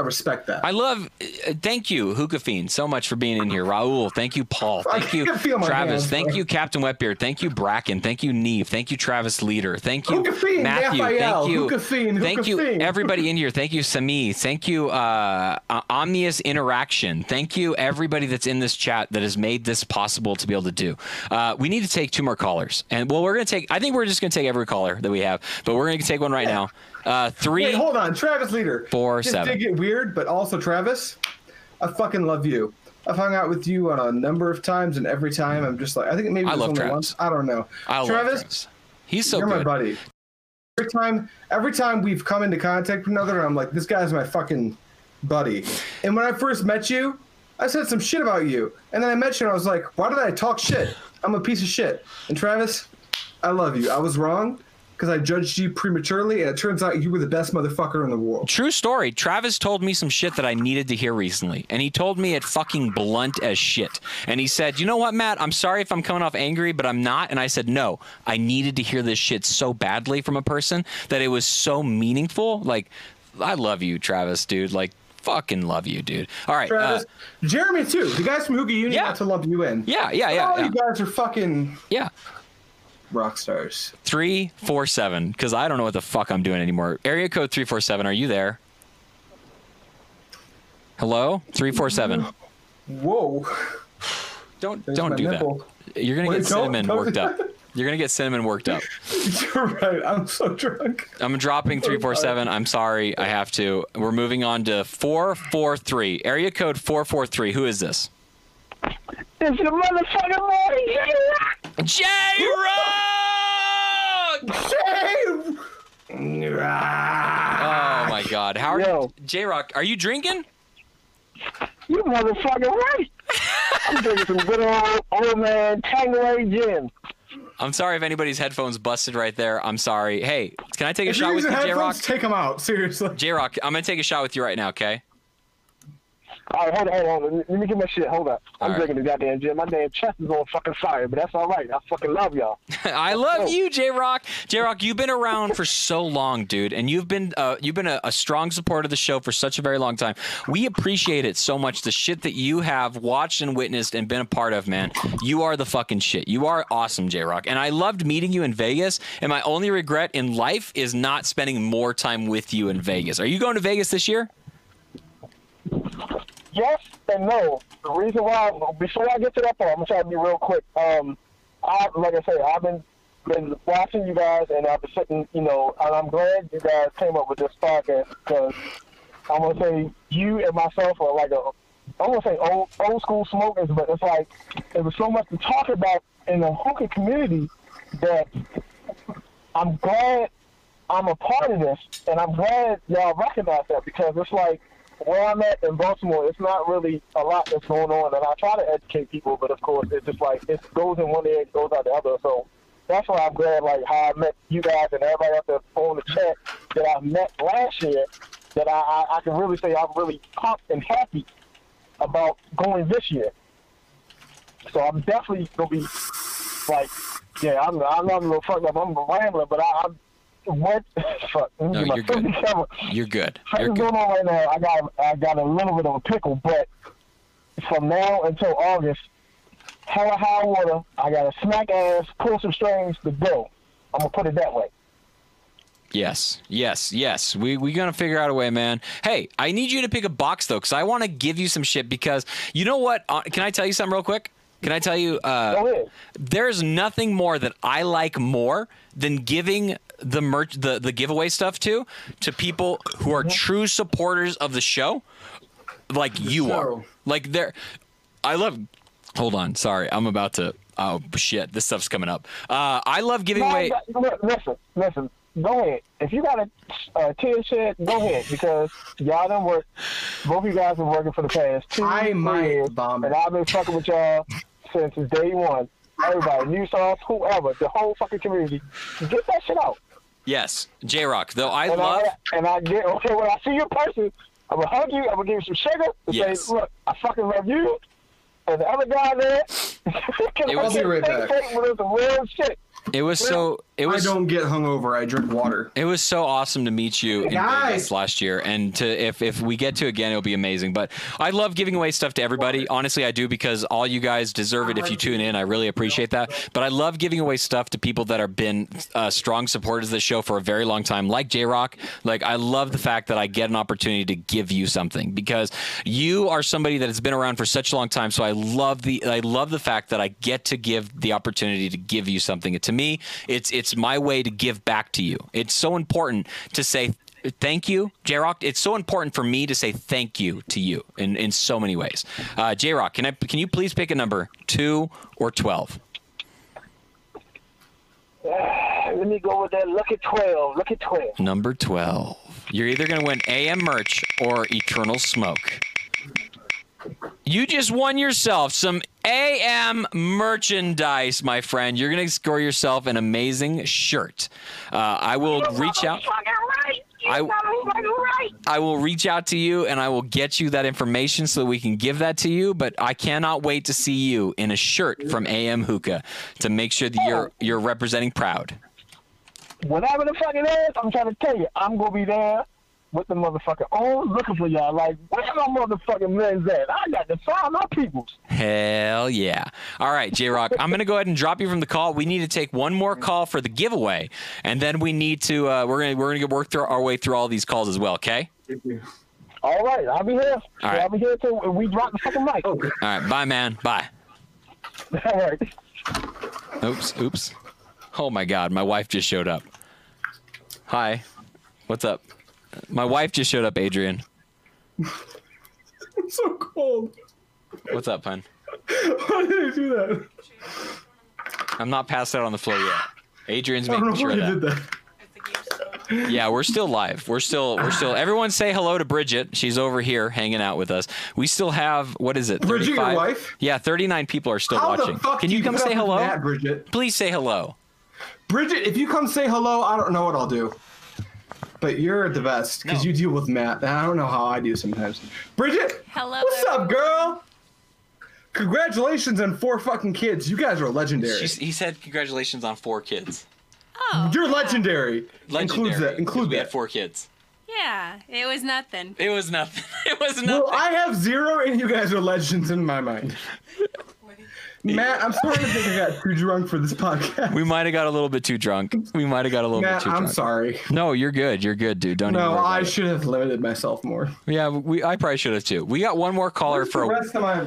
Speaker 2: I respect that.
Speaker 1: I love. Uh, thank you, Hookah Fiend, so much for being in here. Raul, thank you, Paul, thank you,
Speaker 2: can feel my
Speaker 1: Travis,
Speaker 2: hands,
Speaker 1: thank
Speaker 2: bro.
Speaker 1: you, Captain Wetbeard, thank you, Bracken, thank you, Neve, thank you, Travis Leader, thank you,
Speaker 2: Hookah Fiend,
Speaker 1: Matthew,
Speaker 2: Raphael,
Speaker 1: thank you,
Speaker 2: Hookah Fiend,
Speaker 1: thank
Speaker 2: Hookah
Speaker 1: you,
Speaker 2: Fiend.
Speaker 1: everybody in here, thank you, Sami, thank you, uh, uh, Omnius Interaction, thank you, everybody that's in this chat that has made this possible to be able to do. Uh, we need to take two more callers, and well, we're gonna take. I think we're just gonna take every caller that we have, but we're gonna take one right now. Uh, three.
Speaker 2: Wait, hold on, Travis Leader.
Speaker 1: Four,
Speaker 2: this
Speaker 1: seven.
Speaker 2: did get weird, but also Travis, I fucking love you. I've hung out with you on a number of times, and every time I'm just like, I think maybe
Speaker 1: I
Speaker 2: it was
Speaker 1: love
Speaker 2: only
Speaker 1: Travis.
Speaker 2: once. I don't know.
Speaker 1: I love
Speaker 2: Travis,
Speaker 1: He's so
Speaker 2: you're my
Speaker 1: good.
Speaker 2: buddy. Every time, every time we've come into contact with another, I'm like, this guy's my fucking buddy. And when I first met you, I said some shit about you, and then I met you, and I was like, why did I talk shit? I'm a piece of shit. And Travis, I love you. I was wrong because I judged you prematurely, and it turns out you were the best motherfucker in the world.
Speaker 1: True story. Travis told me some shit that I needed to hear recently, and he told me it fucking blunt as shit. And he said, "You know what, Matt? I'm sorry if I'm coming off angry, but I'm not." And I said, "No, I needed to hear this shit so badly from a person that it was so meaningful. Like, I love you, Travis, dude. Like, fucking love you, dude. All right, uh,
Speaker 2: Travis, Jeremy too. The guys from Hoogie Union yeah. to lump you in.
Speaker 1: Yeah, yeah, yeah,
Speaker 2: All
Speaker 1: yeah.
Speaker 2: you guys are fucking
Speaker 1: yeah.
Speaker 2: rock stars.
Speaker 1: Three four seven, because I don't know what the fuck I'm doing anymore. Area code three four seven. Are you there? Hello, three four seven.
Speaker 2: Whoa.
Speaker 1: Don't
Speaker 2: There's
Speaker 1: don't
Speaker 2: my
Speaker 1: do
Speaker 2: nipple.
Speaker 1: that. You're gonna
Speaker 2: Wait,
Speaker 1: get
Speaker 2: don't-
Speaker 1: cinnamon
Speaker 2: don't-
Speaker 1: worked up. You're gonna get cinnamon worked up.
Speaker 2: You're right. I'm so drunk.
Speaker 1: I'm
Speaker 2: Oh,
Speaker 1: dropping three four seven. I'm sorry, I have to. We're moving on to four four three. Area code four four three. Who is this?
Speaker 11: It's your motherfucking morning, J-Rock!
Speaker 1: J-Rock! Oh my God! How are you, J Rock? Are you drinking?
Speaker 11: You motherfucking right! I'm drinking some good old, old man Tangeray gin.
Speaker 1: I'm sorry if anybody's headphones busted right there. I'm sorry. Hey, can I take a
Speaker 2: If
Speaker 1: shot
Speaker 2: you're
Speaker 1: with
Speaker 2: using
Speaker 1: you, J Rock?
Speaker 2: headphones, take them out. Seriously.
Speaker 1: J Rock, I'm gonna take a shot with you right now. Okay?
Speaker 11: All right, hold on, hold on. Let me get my shit. Hold up. I'm
Speaker 1: All right.
Speaker 11: drinking the goddamn gin. My damn chest is on fucking fire, but that's all right. I fucking love y'all.
Speaker 1: I love you, J Rock. J Rock, you've been around for so long, dude, and you've been uh, you've been a, a strong supporter of the show for such a very long time. We appreciate it so much. The shit that you have watched and witnessed and been a part of, man, you are the fucking shit. You are awesome, J Rock, and I loved meeting you in Vegas. And my only regret in life is not spending more time with you in Vegas. Are you going to Vegas this year?
Speaker 11: Yes and no. The reason why, before I get to that part, I'm gonna try to be real quick. Um, I like I say, I've been been watching you guys, and I've been sitting, you know, and I'm glad you guys came up with this podcast because I'm gonna say you and myself are like a, I'm gonna say old old school smokers, but it's like there was so much to talk about in the hookah community that I'm glad I'm a part of this, and I'm glad y'all recognize that because it's like where I'm at in Baltimore, it's not really a lot that's going on, and I try to educate people, but of course, it's just like it goes in one ear, it goes out the other. So that's why I'm glad, like how I met you guys and everybody out there on the chat that I met last year, that I, I, I can really say I'm really pumped and happy about going this year. So I'm definitely gonna be like, yeah, I'm I'm not a little fucked up. I'm rambling, but I, I'm what fuck. Let me
Speaker 1: No,
Speaker 11: get my
Speaker 1: you're good.
Speaker 11: camera.
Speaker 1: You're good. You're
Speaker 11: Something's
Speaker 1: good.
Speaker 11: going on right now. I got I got a little bit of a pickle, but from now until August, hella high water. I got a smack ass, pull some strings to go. I'm gonna put it that way.
Speaker 1: Yes, yes, yes. We we gonna figure out a way, man. Hey, I need you to pick a box though, cause I want to give you some shit. Because you know what? Uh, can I tell you something real quick? Can I tell you? Uh, there's nothing more that I like more than giving the merch, the the giveaway stuff to to people who are true supporters of the show, like you are. Like they're. I love. Hold on, sorry, I'm about to. Oh shit, this stuff's coming up. Uh, I love giving
Speaker 11: No,
Speaker 1: away.
Speaker 11: but- look, listen, listen. Go ahead. If you got a, a tear shed, go ahead because y'all done work. Both of you guys been working for the past two I years, and I've been fucking with y'all since day one. Everybody, new sauce, whoever, the whole fucking community, get that shit out.
Speaker 1: Yes, J Rock. Though I
Speaker 11: and
Speaker 1: love.
Speaker 11: I, and I get okay when I see you in person, I'm gonna hug you. I'm gonna give you some sugar. And
Speaker 1: Yes.
Speaker 11: say, look, I fucking love you. And the other guy there,
Speaker 1: It was-
Speaker 11: It was real shit.
Speaker 1: It was so. It was.
Speaker 2: I don't get hungover. I drink water.
Speaker 1: It was so awesome to meet you in
Speaker 2: Guys.
Speaker 1: Vegas last year, and to if if we get to again, it'll be amazing. But I love giving away stuff to everybody. Honestly, I do because all you guys deserve it. If you tune in, I really appreciate that. But I love giving away stuff to people that have been uh, strong supporters of the show for a very long time, like J Rock. Like I love the fact that I get an opportunity to give you something because you are somebody that has been around for such a long time. So I love the I love the fact that I get to give the opportunity to give you something. To me, it's it's my way to give back to you. It's so important to say thank you, J Rock. It's so important for me to say thank you to you in, in so many ways. Uh, J Rock, can I can you please pick a number two or twelve?
Speaker 14: Let me go with that. Look at 12. Look at 12.
Speaker 1: Number 12. You're either going to win AM merch or Eternal Smoke. You just won yourself some AM merchandise, my friend. You're going to score yourself an amazing shirt. Uh, I will reach out. I, I will reach out to you and I will get you that information so that we can give that to you. But I cannot wait to see you in a shirt from AM Hookah to make sure that you're you're representing proud.
Speaker 14: Whatever the fuck it is, I'm trying to tell you, I'm gonna be there with the motherfucker on looking for y'all. Like, where my motherfucking men's at? I got to find my peoples.
Speaker 1: Hell yeah. All right, J Rock, I'm going to go ahead and drop you from the call. We need to take one more call for the giveaway, and then we need to, uh, we're going to we're gonna work through our way through all these calls as well, okay?
Speaker 14: All right, I'll be here.
Speaker 1: All right.
Speaker 14: I'll be here till we drop the fucking
Speaker 2: Oh,
Speaker 14: mic. Okay.
Speaker 1: All right, bye, man. Bye.
Speaker 14: All right.
Speaker 1: Oops, oops. Oh my God, my wife just showed up. Hi, what's up? My wife just showed up, Adrian.
Speaker 2: I'm so cold.
Speaker 1: What's up, hun?
Speaker 2: Why did I do that?
Speaker 1: I'm not passed out on the floor yet. Adrian's
Speaker 2: I don't
Speaker 1: making
Speaker 2: know
Speaker 1: sure
Speaker 2: why
Speaker 1: of
Speaker 2: you
Speaker 1: that.
Speaker 2: did that.
Speaker 1: yeah, we're still live. We're still we're still everyone say hello to Bridget. She's over here hanging out with us. We still have what is it?
Speaker 2: Bridget, your
Speaker 1: 35?
Speaker 2: wife?
Speaker 1: Yeah, 39 people are still
Speaker 2: How
Speaker 1: watching.
Speaker 2: the fuck
Speaker 1: Can
Speaker 2: do
Speaker 1: you come
Speaker 2: put
Speaker 1: say
Speaker 2: up with
Speaker 1: hello?
Speaker 2: That, Bridget.
Speaker 1: Please say hello.
Speaker 2: Bridget, if you come say hello, I don't know what I'll do. But you're the best because you deal with Matt. I don't know how I do sometimes. Bridget,
Speaker 3: Hello.
Speaker 2: what's up, girl? Congratulations on four fucking kids. You guys are legendary.
Speaker 1: She's, he said congratulations on four kids.
Speaker 2: you're legendary.
Speaker 1: Legendary,
Speaker 2: Includes that. Include
Speaker 1: We
Speaker 2: that.
Speaker 1: had four kids.
Speaker 3: Yeah, it was nothing.
Speaker 1: It was nothing. It was nothing.
Speaker 2: Well, I have zero, and you guys are legends in my mind. Matt, I'm starting to think I got too drunk for this podcast.
Speaker 1: We might have got a little bit too drunk. We might have got a little
Speaker 2: Matt,
Speaker 1: bit too
Speaker 2: I'm
Speaker 1: drunk.
Speaker 2: sorry.
Speaker 1: No, you're good. You're good, dude. Don't even
Speaker 2: No,
Speaker 1: worry about
Speaker 2: I
Speaker 1: it.
Speaker 2: should have limited myself more.
Speaker 1: Yeah, we I probably should have too. We got one more caller for
Speaker 2: The
Speaker 1: a
Speaker 2: rest of my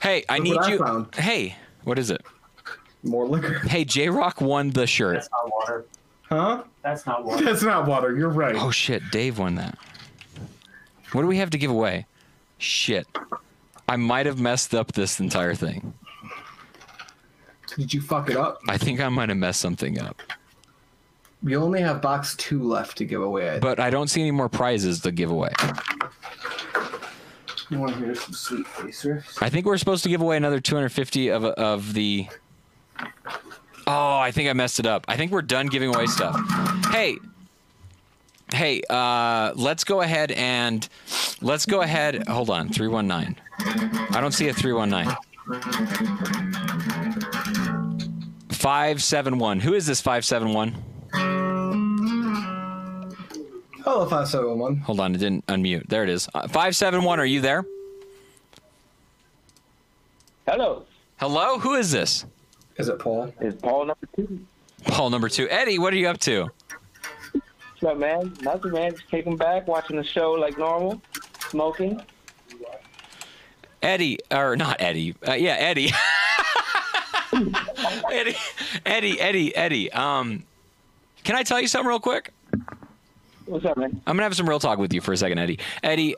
Speaker 1: Hey, I
Speaker 2: Look
Speaker 1: need
Speaker 2: what I
Speaker 1: you.
Speaker 2: found.
Speaker 1: Hey, what is it?
Speaker 2: More liquor.
Speaker 1: Hey, J Rock won the shirt.
Speaker 13: not water.
Speaker 2: Huh?
Speaker 13: That's not water.
Speaker 2: That's not water. You're right.
Speaker 1: Oh shit, Dave won that. What do we have to give away? Shit. I might have messed up this entire thing.
Speaker 2: Did you fuck it up?
Speaker 1: I think I might have messed something up.
Speaker 2: We only have box two left to give away. I
Speaker 1: But I don't see any more prizes to give away.
Speaker 2: You want to hear some sweet face riffs?
Speaker 1: I think we're supposed to give away another 250 of of the. Oh, I think I messed it up. I think we're done giving away stuff. Hey, hey, uh, let's go ahead and let's go ahead. Hold on, three one nine. I don't see a three one nine. Five seven one. Who is this five seven one?
Speaker 2: Hello, 571.
Speaker 1: Hold on, it didn't unmute. There it is. Uh, five seven one. Are you there?
Speaker 7: Hello.
Speaker 1: Hello. Who is this?
Speaker 2: Is it Paul?
Speaker 7: It's Paul number two.
Speaker 1: Paul number two. Eddie, what are you up to?
Speaker 7: What's up, man? Nothing, man. Just kicking back, watching the show like normal, smoking.
Speaker 1: Eddie, or not Eddie. Uh, yeah, Eddie. Eddie, Eddie, Eddie, Eddie. Um, can I tell you something real quick?
Speaker 7: What's up, man?
Speaker 1: I'm gonna have some real talk with you for a second, Eddie. Eddie,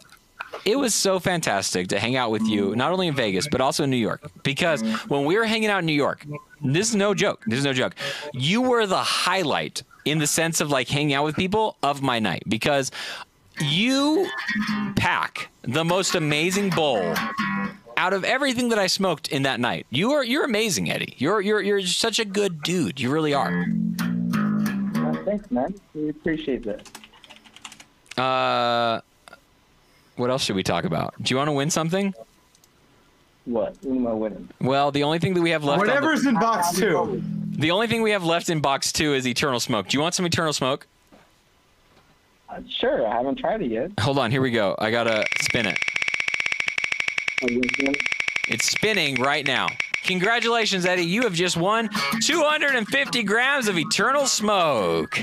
Speaker 1: it was so fantastic to hang out with you, not only in Vegas but also in New York. Because when we were hanging out in New York, this is no joke. This is no joke. You were the highlight in the sense of like hanging out with people of my night because you pack the most amazing bowl out of everything that I smoked in that night. You are you're amazing, Eddie. You're you're you're such a good dude. You really are.
Speaker 7: Uh, thanks, man. We appreciate that.
Speaker 1: Uh, what else should we talk about? Do you want to win something?
Speaker 7: What? What am I winning?
Speaker 1: Well, the only thing that we have left. on the-
Speaker 7: I- I-
Speaker 1: The, The only thing we have left in box two is Eternal Smoke. Do you want some Eternal Smoke?
Speaker 10: Uh, Sure, I haven't tried it yet.
Speaker 1: Hold on, here we go. I gotta spin it. It's spinning right now. Congratulations, Eddie. You have just won 250 grams of Eternal Smoke.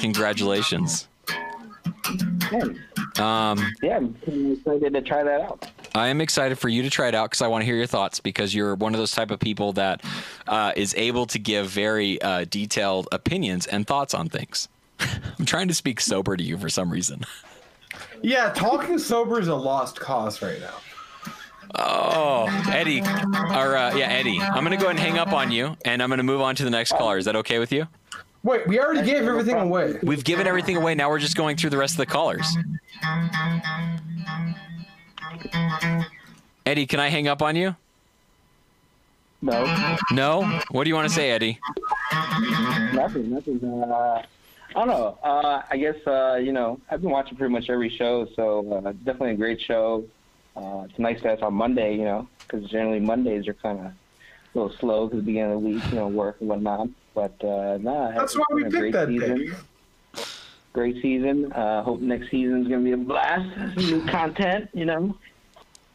Speaker 1: Congratulations. Um,
Speaker 10: Yeah, I'm pretty excited to try that out.
Speaker 1: I am excited for you to try it out because I want to hear your thoughts because you're one of those type of people that uh, is able to give very uh, detailed opinions and thoughts on things. I'm trying to speak sober to you for some reason.
Speaker 2: Yeah, talking sober is a lost cause right now.
Speaker 1: Oh, Eddie, or uh, yeah, Eddie. I'm gonna go ahead and hang up on you, and I'm gonna move on to the next caller. Is that okay with you?
Speaker 2: Wait, we already gave everything away.
Speaker 1: We've given everything away. Now we're just going through the rest of the callers. Eddie, can I hang up on you?
Speaker 10: No.
Speaker 1: No? What do you want to say, Eddie?
Speaker 10: Nothing, nothing. Uh, I don't know. Uh, I guess uh, you know I've been watching pretty much every show, so uh, it's definitely a great show. Uh, it's nice that it's on Monday, you know, because generally Mondays are kind of a little slow because beginning of the week, you know, work and whatnot. But uh, nah,
Speaker 2: That's why we
Speaker 10: it's been a
Speaker 2: picked that
Speaker 10: great
Speaker 2: day.
Speaker 10: season. Great season. Uh, hope next season's gonna be a blast. New content, you know.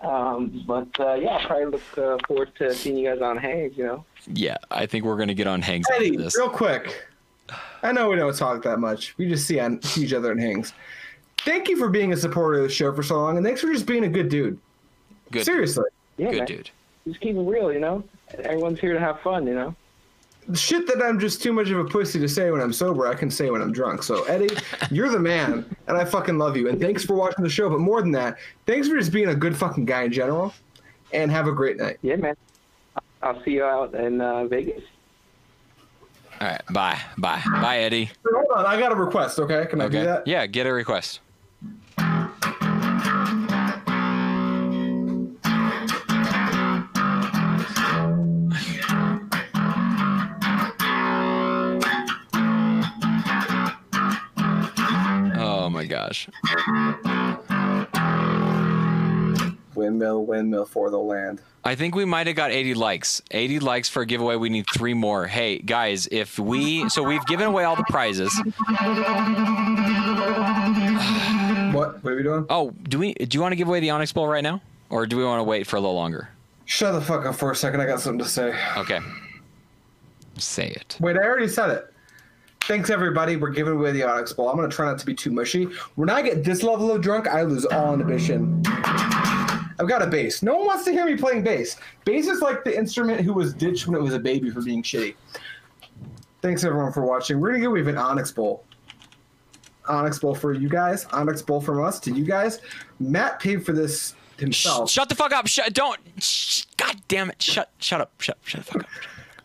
Speaker 10: Um, but uh, yeah, I probably look uh, forward to seeing you guys on Hangs, you know.
Speaker 1: Yeah, I think we're gonna get on hangs
Speaker 2: Eddie,
Speaker 1: after this.
Speaker 2: real quick. I know we don't talk that much. We just see on see each other and hangs. Thank you for being a supporter of the show for so long, and thanks for just being a good dude.
Speaker 1: Good.
Speaker 2: Seriously.
Speaker 10: Yeah, man. Just keep it real, you know. Everyone's here to have fun, you know.
Speaker 2: The shit that I'm just too much of a pussy to say when I'm sober, I can say when I'm drunk. So Eddie, you're the man, and I fucking love you. And thanks for watching the show. But more than that, thanks for just being a good fucking guy in general. And have a great night.
Speaker 10: Yeah, man. I'll see you out in uh, Vegas.
Speaker 1: All right, bye, bye, bye, Eddie.
Speaker 2: Hold on, I got a request. Okay, can I do that?
Speaker 1: Yeah, get a request. Oh my gosh.
Speaker 2: Windmill, windmill for the land.
Speaker 1: I think we might have got 80 likes. 80 likes for a giveaway. We need three more. Hey, guys, if we. So we've given away all the prizes.
Speaker 2: What? What are we doing?
Speaker 1: Oh, do we? Do you want to give away the Onyx Bowl right now? Or do we want to wait for a little longer?
Speaker 2: Shut the fuck up for a second. I got something to say.
Speaker 1: Okay. Say it.
Speaker 2: Wait, I already said it. Thanks, everybody. We're giving away the Onyx Ball. I'm going to try not to be too mushy. When I get this level of drunk, I lose all inhibition. I've got a bass. No one wants to hear me playing bass. Bass is like the instrument who was ditched when it was a baby for being shitty. Thanks, everyone, for watching. We're going to give away an Onyx Bowl. Onyx Bowl for you guys. Onyx Bowl from us to you guys. Matt paid for this himself.
Speaker 1: Shut the fuck up. Shut. Don't. Sh- God damn it. Shut. Shut up. Shut. Shut the fuck up.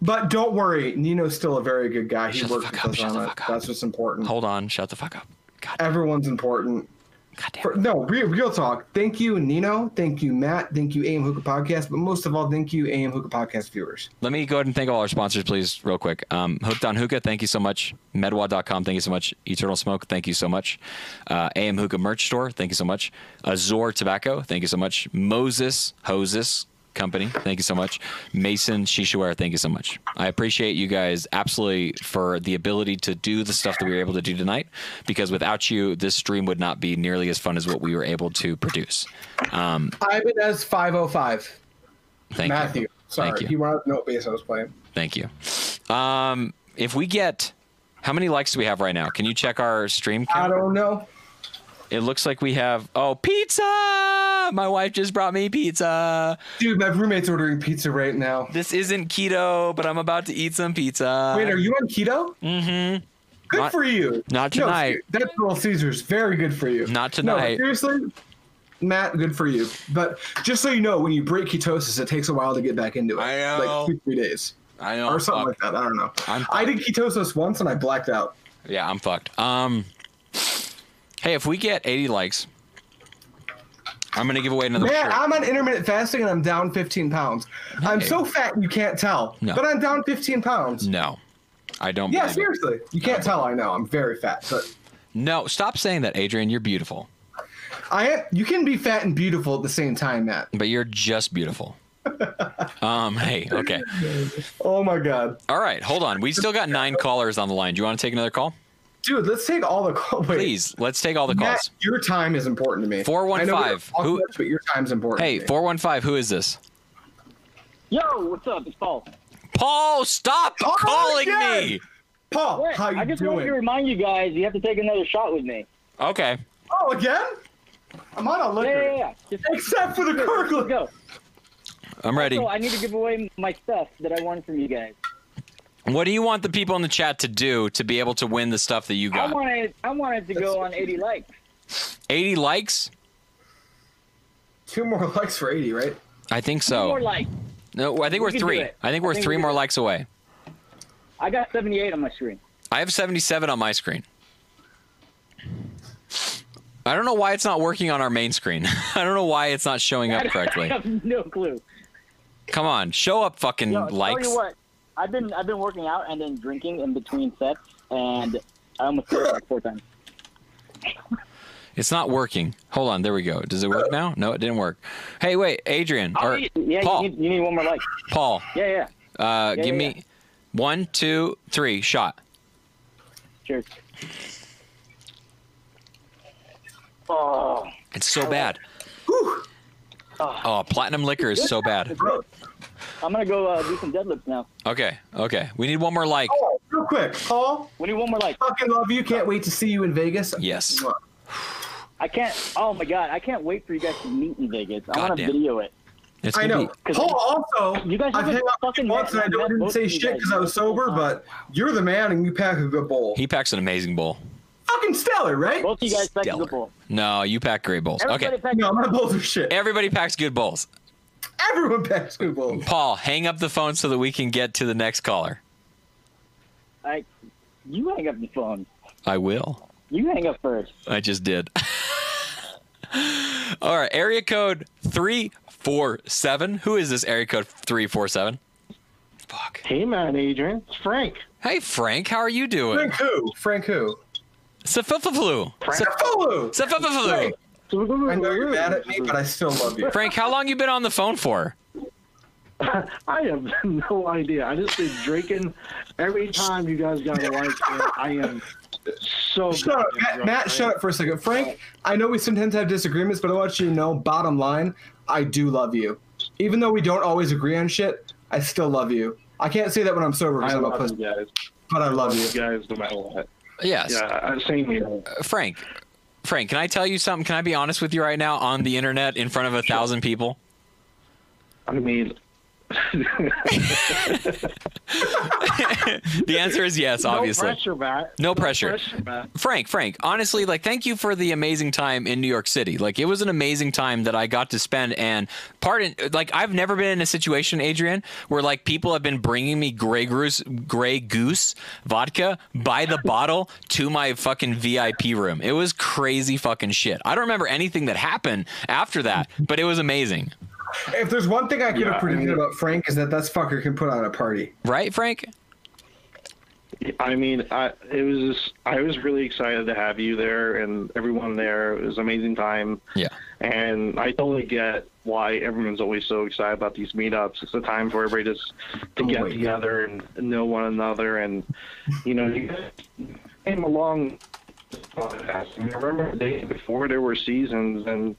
Speaker 2: But don't worry, Nino's still a very good guy. He
Speaker 1: Shut the
Speaker 2: worked with us on it. That's what's important.
Speaker 1: Hold on. Shut the fuck up.
Speaker 2: Everyone's important. For- no, real, real talk. Thank you, Nino. Thank you, Matt. Thank you, AM Hookah Podcast. But most of all, thank you, AM Hookah Podcast viewers.
Speaker 1: Let me go ahead and thank all our sponsors, please, real quick. Um, Hooked on Hookah, thank you so much. Medwa.com, thank you so much. Eternal Smoke, thank you so much. Uh, AM Hookah Merch Store, thank you so much. Azor Tobacco, thank you so much. Moses Hoses Company, thank you so much. Mason Shishuware, thank you so much. I appreciate you guys absolutely for the ability to do the stuff that we were able to do tonight, because without you, this stream would not be nearly as fun as what we were able to produce. Um,
Speaker 2: Ibanez 505.
Speaker 1: thank
Speaker 2: Matthew.
Speaker 1: you.
Speaker 2: Sorry.
Speaker 1: Thank you.
Speaker 2: He wanted to know what bass I was playing.
Speaker 1: Thank you. Um, if we get, how many likes do we have right now? Can you check our stream
Speaker 2: I
Speaker 1: count?
Speaker 2: don't know.
Speaker 1: It looks like we have. Oh, pizza! My wife just brought me pizza.
Speaker 2: Dude, my roommate's ordering pizza right now.
Speaker 1: This isn't keto, but I'm about to eat some pizza.
Speaker 2: Wait, are you on keto?
Speaker 1: Uh, Mm-hmm.
Speaker 2: Good
Speaker 1: Not-
Speaker 2: for you.
Speaker 1: not
Speaker 2: No,
Speaker 1: tonight.
Speaker 2: that's Little Caesars. Very good for you.
Speaker 1: Not
Speaker 2: No,
Speaker 1: tonight.
Speaker 2: seriously, Matt, good for you. But just so you know, when you break ketosis, it takes a while to get back into it. I
Speaker 1: know.
Speaker 2: Like two, three days.
Speaker 1: I know.
Speaker 2: Or something like that. I don't know.
Speaker 1: I'm
Speaker 2: I did ketosis once and I blacked out.
Speaker 1: Yeah, I'm fucked. Um, hey, if we get 80 likes, I'm gonna give away another
Speaker 2: Man,
Speaker 1: shirt.
Speaker 2: I'm on intermittent fasting and I'm down 15 pounds. I'm so fat you can't tell,
Speaker 1: No.
Speaker 2: but I'm down 15 pounds.
Speaker 1: no, I don't.
Speaker 2: yeah,
Speaker 1: believe it.
Speaker 2: seriously, you can't tell. I know I'm very fat, but
Speaker 1: No, stop saying that, Adrian. You're beautiful,
Speaker 2: I am, you can be fat and beautiful at the same time, Matt.
Speaker 1: but you're just beautiful. Um, hey, okay.
Speaker 2: Oh my god.
Speaker 1: All right, hold on. We still got nine callers on the line. Do you want to take another call?
Speaker 2: Dude, let's take all the calls.
Speaker 1: Please, let's take all the
Speaker 2: Matt,
Speaker 1: calls.
Speaker 2: your time is important to me. I know we don't
Speaker 1: 415.
Speaker 2: talk
Speaker 1: Who,
Speaker 2: much, but your time's important.
Speaker 1: hey, 415, who is this?
Speaker 10: Yo, what's up? It's Paul. Oh,
Speaker 1: Paul, stop calling me.
Speaker 2: Paul, how you
Speaker 10: I just wanted
Speaker 2: doing?
Speaker 10: to remind you guys, you have to take another shot with me.
Speaker 1: Okay.
Speaker 2: Oh, again? I'm on a liquor.
Speaker 10: Yeah, yeah, yeah.
Speaker 2: Except for the Kirkland.
Speaker 10: Go.
Speaker 1: I'm ready.
Speaker 10: So I need to give away my stuff that I won from you guys.
Speaker 1: What do you want the people in the chat to do to be able to win the stuff that you
Speaker 10: I
Speaker 1: got?
Speaker 10: wanted, I wanted to go on 80 likes.
Speaker 1: 80 likes?
Speaker 2: Two more likes for 80, right?
Speaker 1: I think so.
Speaker 10: More likes.
Speaker 1: No, I think
Speaker 10: We
Speaker 1: we are
Speaker 10: can do
Speaker 1: three.
Speaker 10: it.
Speaker 1: I think
Speaker 10: I
Speaker 1: we're
Speaker 10: think
Speaker 1: three
Speaker 10: we
Speaker 1: more
Speaker 10: can-
Speaker 1: likes away.
Speaker 10: I got 78 on my screen.
Speaker 1: I have 77 on my screen. I don't know why it's not working on our main screen. I don't know why it's not showing up correctly.
Speaker 10: I have no clue.
Speaker 1: Come on, show up, fucking
Speaker 10: Yo,
Speaker 1: likes.
Speaker 10: Tell you what, I've been I've been working out and then drinking in between sets, and I almost did it like four times.
Speaker 1: It's not working. Hold on, there we go. Does it work now? No, it didn't work. Hey, wait, Adrian or
Speaker 10: yeah,
Speaker 1: Paul.
Speaker 10: You, need, you need one more like.
Speaker 1: Paul,
Speaker 10: Yeah, yeah.
Speaker 1: uh,
Speaker 10: Yeah,
Speaker 1: give
Speaker 10: yeah,
Speaker 1: me one, two, three, shot.
Speaker 10: Cheers. Oh,
Speaker 1: It's so bad. Oh, platinum liquor is so bad.
Speaker 10: I'm gonna go uh, do some deadlifts now.
Speaker 1: Okay, okay. We need one more like.
Speaker 2: Oh, real quick, Paul.
Speaker 10: We need one more like.
Speaker 2: Fucking love you. Can't wait to see you in Vegas.
Speaker 1: Yes.
Speaker 10: I can't. Oh my god, I can't wait for you guys to meet in Vegas. I want to
Speaker 1: Goddamn.
Speaker 10: video it.
Speaker 1: It's
Speaker 2: I
Speaker 1: gonna
Speaker 2: know. Paul, also,
Speaker 10: You guys
Speaker 2: I've
Speaker 10: haven't
Speaker 2: hung out with
Speaker 10: fucking
Speaker 2: you once
Speaker 10: met-
Speaker 2: and I don't,
Speaker 10: met
Speaker 2: didn't
Speaker 10: both
Speaker 2: say
Speaker 10: of you
Speaker 2: shit
Speaker 10: guys.
Speaker 2: because I was sober, but you're the man and you pack a good bowl.
Speaker 1: He packs an amazing bowl.
Speaker 2: Fucking stellar, right?
Speaker 10: Both of you guys back to the
Speaker 1: Stellar.
Speaker 10: bowl.
Speaker 1: No, you pack great bowls. okay.
Speaker 2: No, my bowls are shit.
Speaker 1: Everybody packs good bowls.
Speaker 2: Everyone packs good bowls.
Speaker 1: Paul, hang up the phone so that we can get to the next caller.
Speaker 10: I, you hang up the phone.
Speaker 1: I will.
Speaker 10: You hang up first.
Speaker 1: I just did. All right, area code 347. Who is this area code 347? Fuck.
Speaker 6: Hey, man, Adrian. It's Frank.
Speaker 1: Hey, Frank, how are you doing?
Speaker 2: Frank who? Frank who?
Speaker 1: Safufaflu.
Speaker 2: Safulu.
Speaker 1: Safufaflu.
Speaker 2: I know you're mad at me, but I still love you.
Speaker 1: Frank, how long you been on the phone for?
Speaker 6: I have no idea. I just been drinking every time you guys got a like. and I am so
Speaker 2: Shut up, Matt, Matt shut up for a second. Frank, I know we sometimes have disagreements, but I want you to know, bottom line, I do love you. Even though we don't always agree on shit, I still love you. I can't say that when I'm sober because
Speaker 6: I
Speaker 2: I'm a
Speaker 6: love
Speaker 2: pussy.
Speaker 6: you guys.
Speaker 2: But I love you.
Speaker 6: guys no matter what.
Speaker 1: Yes.
Speaker 6: Yeah, I- same here.
Speaker 1: Uh, Frank, Frank, can I tell you something? Can I be honest with you right now on the internet in front of a thousand people?
Speaker 6: I mean,
Speaker 1: The answer is yes, obviously.
Speaker 6: No pressure, Matt.
Speaker 1: No pressure.
Speaker 6: Matt.
Speaker 1: Frank, Frank, honestly, like, thank you for the amazing time in New York City. Like, it was an amazing time that I got to spend. And pardon, like, I've never been in a situation, Adrian, where like people have been bringing me Grey Goose, Grey Goose vodka by the bottle to my fucking VIP room. It was crazy fucking shit. I don't remember anything that happened after that, but it was amazing,
Speaker 2: If there's one thing I could
Speaker 1: Yeah, I
Speaker 2: have predicted
Speaker 1: mean-
Speaker 2: about Frank is that that fucker can put on a party.
Speaker 1: right, Frank?
Speaker 6: I mean, I it was just I was really excited to have you there and everyone there. It was an amazing time.
Speaker 1: Yeah.
Speaker 6: And I totally get why everyone's always so excited about these meetups. It's a time for everybody just to get together and know one another, and you know, you guys came along. I remember the day before there were seasons, and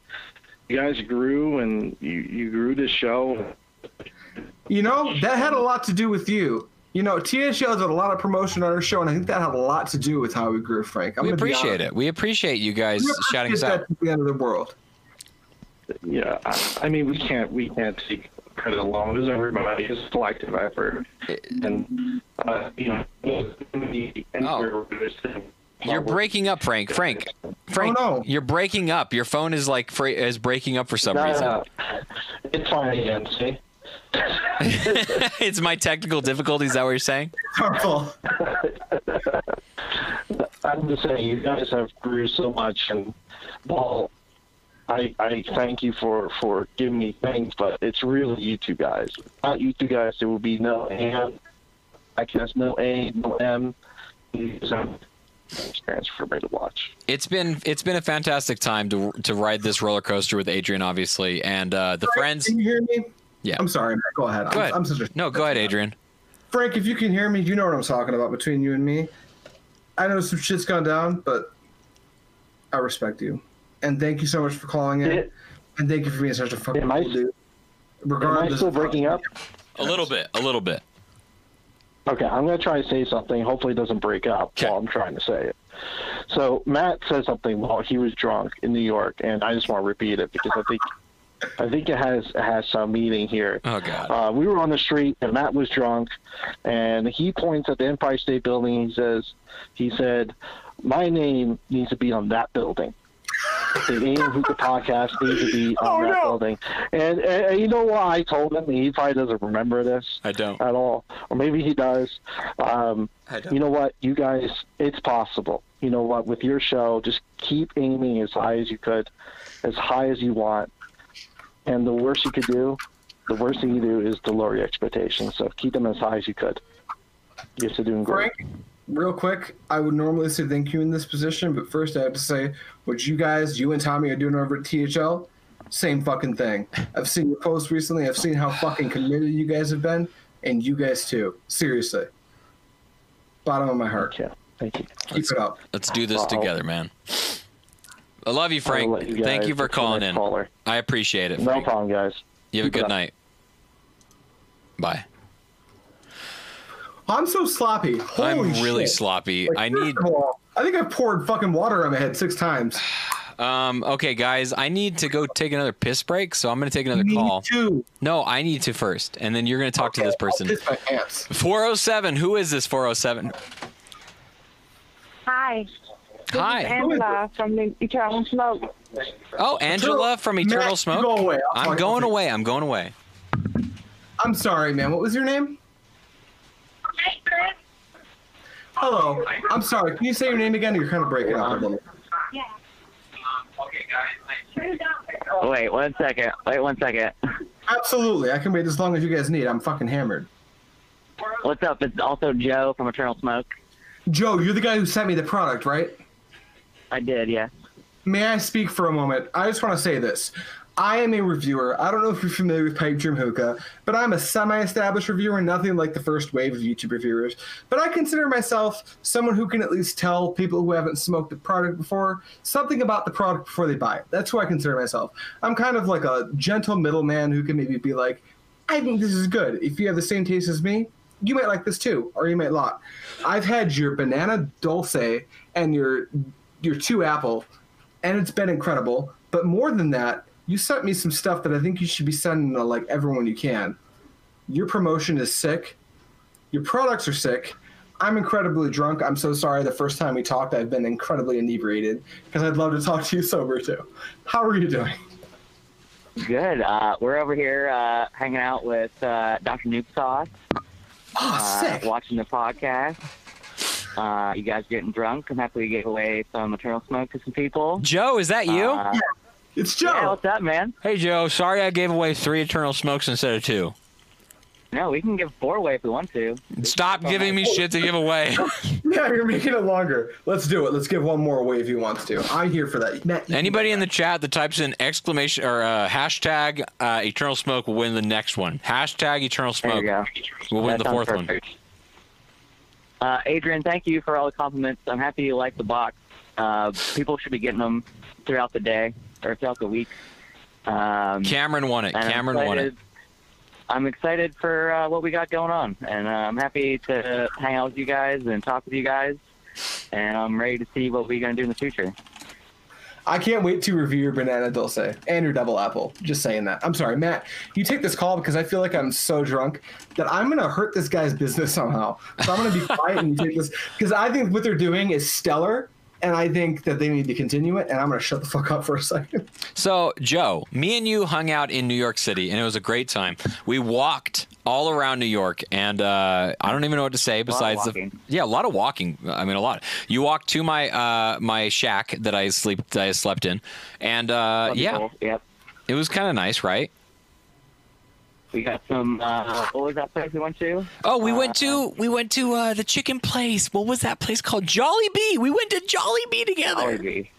Speaker 6: you guys grew and you you grew the show.
Speaker 2: You know, that had a lot to do with you. You know, THL did a lot of promotion on our show, and I think that had a lot to do with how we grew, Frank. I'm
Speaker 1: we
Speaker 2: gonna be
Speaker 1: appreciate
Speaker 2: honest.
Speaker 1: it. We appreciate you guys
Speaker 2: We appreciate
Speaker 1: shouting us
Speaker 2: that
Speaker 1: out.
Speaker 2: to the end of the world.
Speaker 6: Yeah, I, I mean, we can't we can't take credit alone. It was everybody. It's a collective effort, and uh, you know, the
Speaker 1: You're breaking up, Frank. Frank, Frank,
Speaker 2: Oh,
Speaker 1: you're breaking up. Your phone is like fra- is breaking up for some
Speaker 6: No, no,
Speaker 1: reason.
Speaker 6: no. uh, It's fine again. See,
Speaker 1: it's my technical difficulties. Is that what you're saying?
Speaker 2: Purple.
Speaker 6: I'm just saying, you guys have grew so much, and well, I I thank you for for giving me things, but it's really you two guys. Without you two guys, there would be no and I guess no A, no M. You guys have experience for me to watch.
Speaker 1: It's been it's been a fantastic time to to ride this roller coaster with Adrian, obviously, and uh, the friends.
Speaker 2: Can you hear me?
Speaker 1: Yeah.
Speaker 2: I'm sorry, Matt. Go ahead.
Speaker 1: Go
Speaker 2: I'm,
Speaker 1: ahead.
Speaker 2: I'm such a
Speaker 1: no, go ahead, Adrian.
Speaker 2: Frank, if you can hear me, you know what I'm talking about between you and me. I know some shit's gone down, but I respect you. And thank you so much for calling in. and thank you for being such a fucking cool dude. Regardless
Speaker 6: still
Speaker 2: of-
Speaker 6: breaking up?
Speaker 1: A little bit. A little bit.
Speaker 6: Okay, I'm going to try to say something. Hopefully, it doesn't break up while I'm trying to say it. So Matt said something while he was drunk in New York, and I just want to repeat it because I think I think it has it has some meaning here.
Speaker 1: Oh God!
Speaker 6: Uh, we were on the street, and Matt was drunk, and he points at the Empire State Building. And he says, "He said, my name needs to be on that building." The AM Hookah podcast needs to be on that building. And, and, and you know what I told him? He probably doesn't remember this.
Speaker 1: I don't.
Speaker 6: At all. Or maybe he does. Um,
Speaker 1: I don't.
Speaker 6: You know what? You guys, it's possible. You know what? With your show, just keep aiming as high as you could, as high as you want. And the worst you could do, the worst thing you do is to lower your expectations. So keep them as high as you could. You're still doing great.
Speaker 2: Real quick, I would normally say thank you in this position, but first I have to say what you guys, you and Tommy, are doing over at THL. Same fucking thing. I've seen your posts recently. I've seen how fucking committed you guys have been, and you guys too. Seriously, bottom of my heart.
Speaker 6: Thank you. Thank you.
Speaker 2: Keep it up.
Speaker 1: Let's do this
Speaker 2: Uh-oh.
Speaker 1: together, man. I love you, Frank.
Speaker 6: let you
Speaker 1: Thank
Speaker 6: guys
Speaker 1: you for
Speaker 6: get to
Speaker 1: calling
Speaker 6: the
Speaker 1: in.
Speaker 6: caller.
Speaker 1: I appreciate it.
Speaker 6: No
Speaker 1: Frank.
Speaker 6: problem, guys.
Speaker 1: You have a
Speaker 6: Keep it
Speaker 1: good
Speaker 6: up.
Speaker 1: night. Bye.
Speaker 2: I'm so sloppy. Holy
Speaker 1: I'm really
Speaker 2: shit.
Speaker 1: sloppy.
Speaker 2: Like,
Speaker 1: I
Speaker 2: first
Speaker 1: need.
Speaker 2: of all, I think I poured fucking water on my head six times.
Speaker 1: Um, okay, guys, I need to go take another piss break, so I'm going to take another call. No, I need to first, and then you're going to talk to this person.
Speaker 2: piss my pants.
Speaker 1: 407. Who is this 407?
Speaker 15: Hi. This
Speaker 1: Hi.
Speaker 15: Is Angela from the Eternal Smoke.
Speaker 1: Oh, Angela from Eternal
Speaker 2: Matt,
Speaker 1: Smoke.
Speaker 2: you go away. I'll
Speaker 1: I'm
Speaker 2: talk-
Speaker 1: going away. I'm going away.
Speaker 2: I'm sorry, man. What was your name? Hello. I'm sorry. Can you say your name again? You're kind of breaking up a little.
Speaker 20: Oh,
Speaker 10: Oh,
Speaker 20: Wait one second. Wait one second.
Speaker 2: Absolutely. I can wait as long as you guys need. I'm fucking hammered.
Speaker 20: What's up? It's also Joe from Eternal Smoke.
Speaker 2: Joe, you're the guy who sent me the product, right?
Speaker 20: I did, yeah.
Speaker 2: May I speak for a moment? I just want to say this. I am a reviewer. I don't know if you're familiar with Pipe Dream Hookah, but I'm a semi established reviewer, nothing like the first wave of YouTube reviewers. But I consider myself someone who can at least tell people who haven't smoked the product before something about the product before they buy it. That's who I consider myself. I'm kind of like a gentle middleman who can maybe be like, I think this is good. If you have the same taste as me, you might like this too, or you might not. I've had your banana dulce and your your two apple, and it's been incredible. But more than that, you sent me some stuff that I think you should be sending to like everyone you can. Your promotion is sick. Your products are sick. I'm incredibly drunk. I'm so sorry. The first time we talked, I've been incredibly inebriated because I'd love to talk to you sober too. How are you doing?
Speaker 20: Good. Uh, we're over here uh, hanging out with uh, Dr. Noob Sauce.
Speaker 2: Oh,
Speaker 20: sick. Watching the podcast. Uh, you guys getting drunk? I'm happy we gave away some Eternal Smoke to some people.
Speaker 1: Joe, is that you?
Speaker 20: Uh,
Speaker 2: it's Joe.
Speaker 20: Yeah, what's up, man?
Speaker 1: Hey, Joe. Sorry I gave away three Eternal Smokes instead of two.
Speaker 20: No, we can give four away if we want to.
Speaker 1: Stop giving me shit to give away.
Speaker 2: Yeah, you're making it longer. Let's do it. Let's give one more away if you want to. I'm here for that. Matt,
Speaker 1: Anybody in the chat that types in exclamation or uh, hashtag uh, Eternal Smoke will win the next one. Hashtag Eternal Smoke will win
Speaker 20: That
Speaker 1: the
Speaker 20: sounds
Speaker 1: fourth
Speaker 20: perfect. Uh, Adrian, thank you for all the compliments. I'm happy you like the box. Uh, people should be getting them throughout the day or throughout the week. Um,
Speaker 1: Cameron won it. Cameron won it.
Speaker 20: I'm excited for uh, what we got going on, and uh, I'm happy to hang out with you guys and talk with you guys. And I'm ready to see what we're gonna do in the future.
Speaker 2: I can't wait to review your banana dulce and your double apple. Just saying that. I'm sorry, Matt. You take this call because I feel like I'm so drunk that I'm gonna hurt this guy's business somehow. So I'm gonna be quiet and you take this because I think what they're doing is stellar, and I think that they need to continue it. And I'm gonna shut the fuck up for a second.
Speaker 1: So, Joe, me and you hung out in New York City, and it was a great time. We walked all around New York, and uh, I don't even know what to say besides the
Speaker 20: walking.
Speaker 1: yeah, a lot of walking. I mean, a lot. You walked to my uh, my shack that I sleep that I slept in, and uh, yeah,
Speaker 20: yep.
Speaker 1: it was kind of nice, right?
Speaker 20: We got some. Uh, what was that place we went to?
Speaker 1: Oh, we went to we went to uh, the chicken place. What was that place called? Jolly Bee. We went to Jolly Bee together.
Speaker 20: Jolly Bee.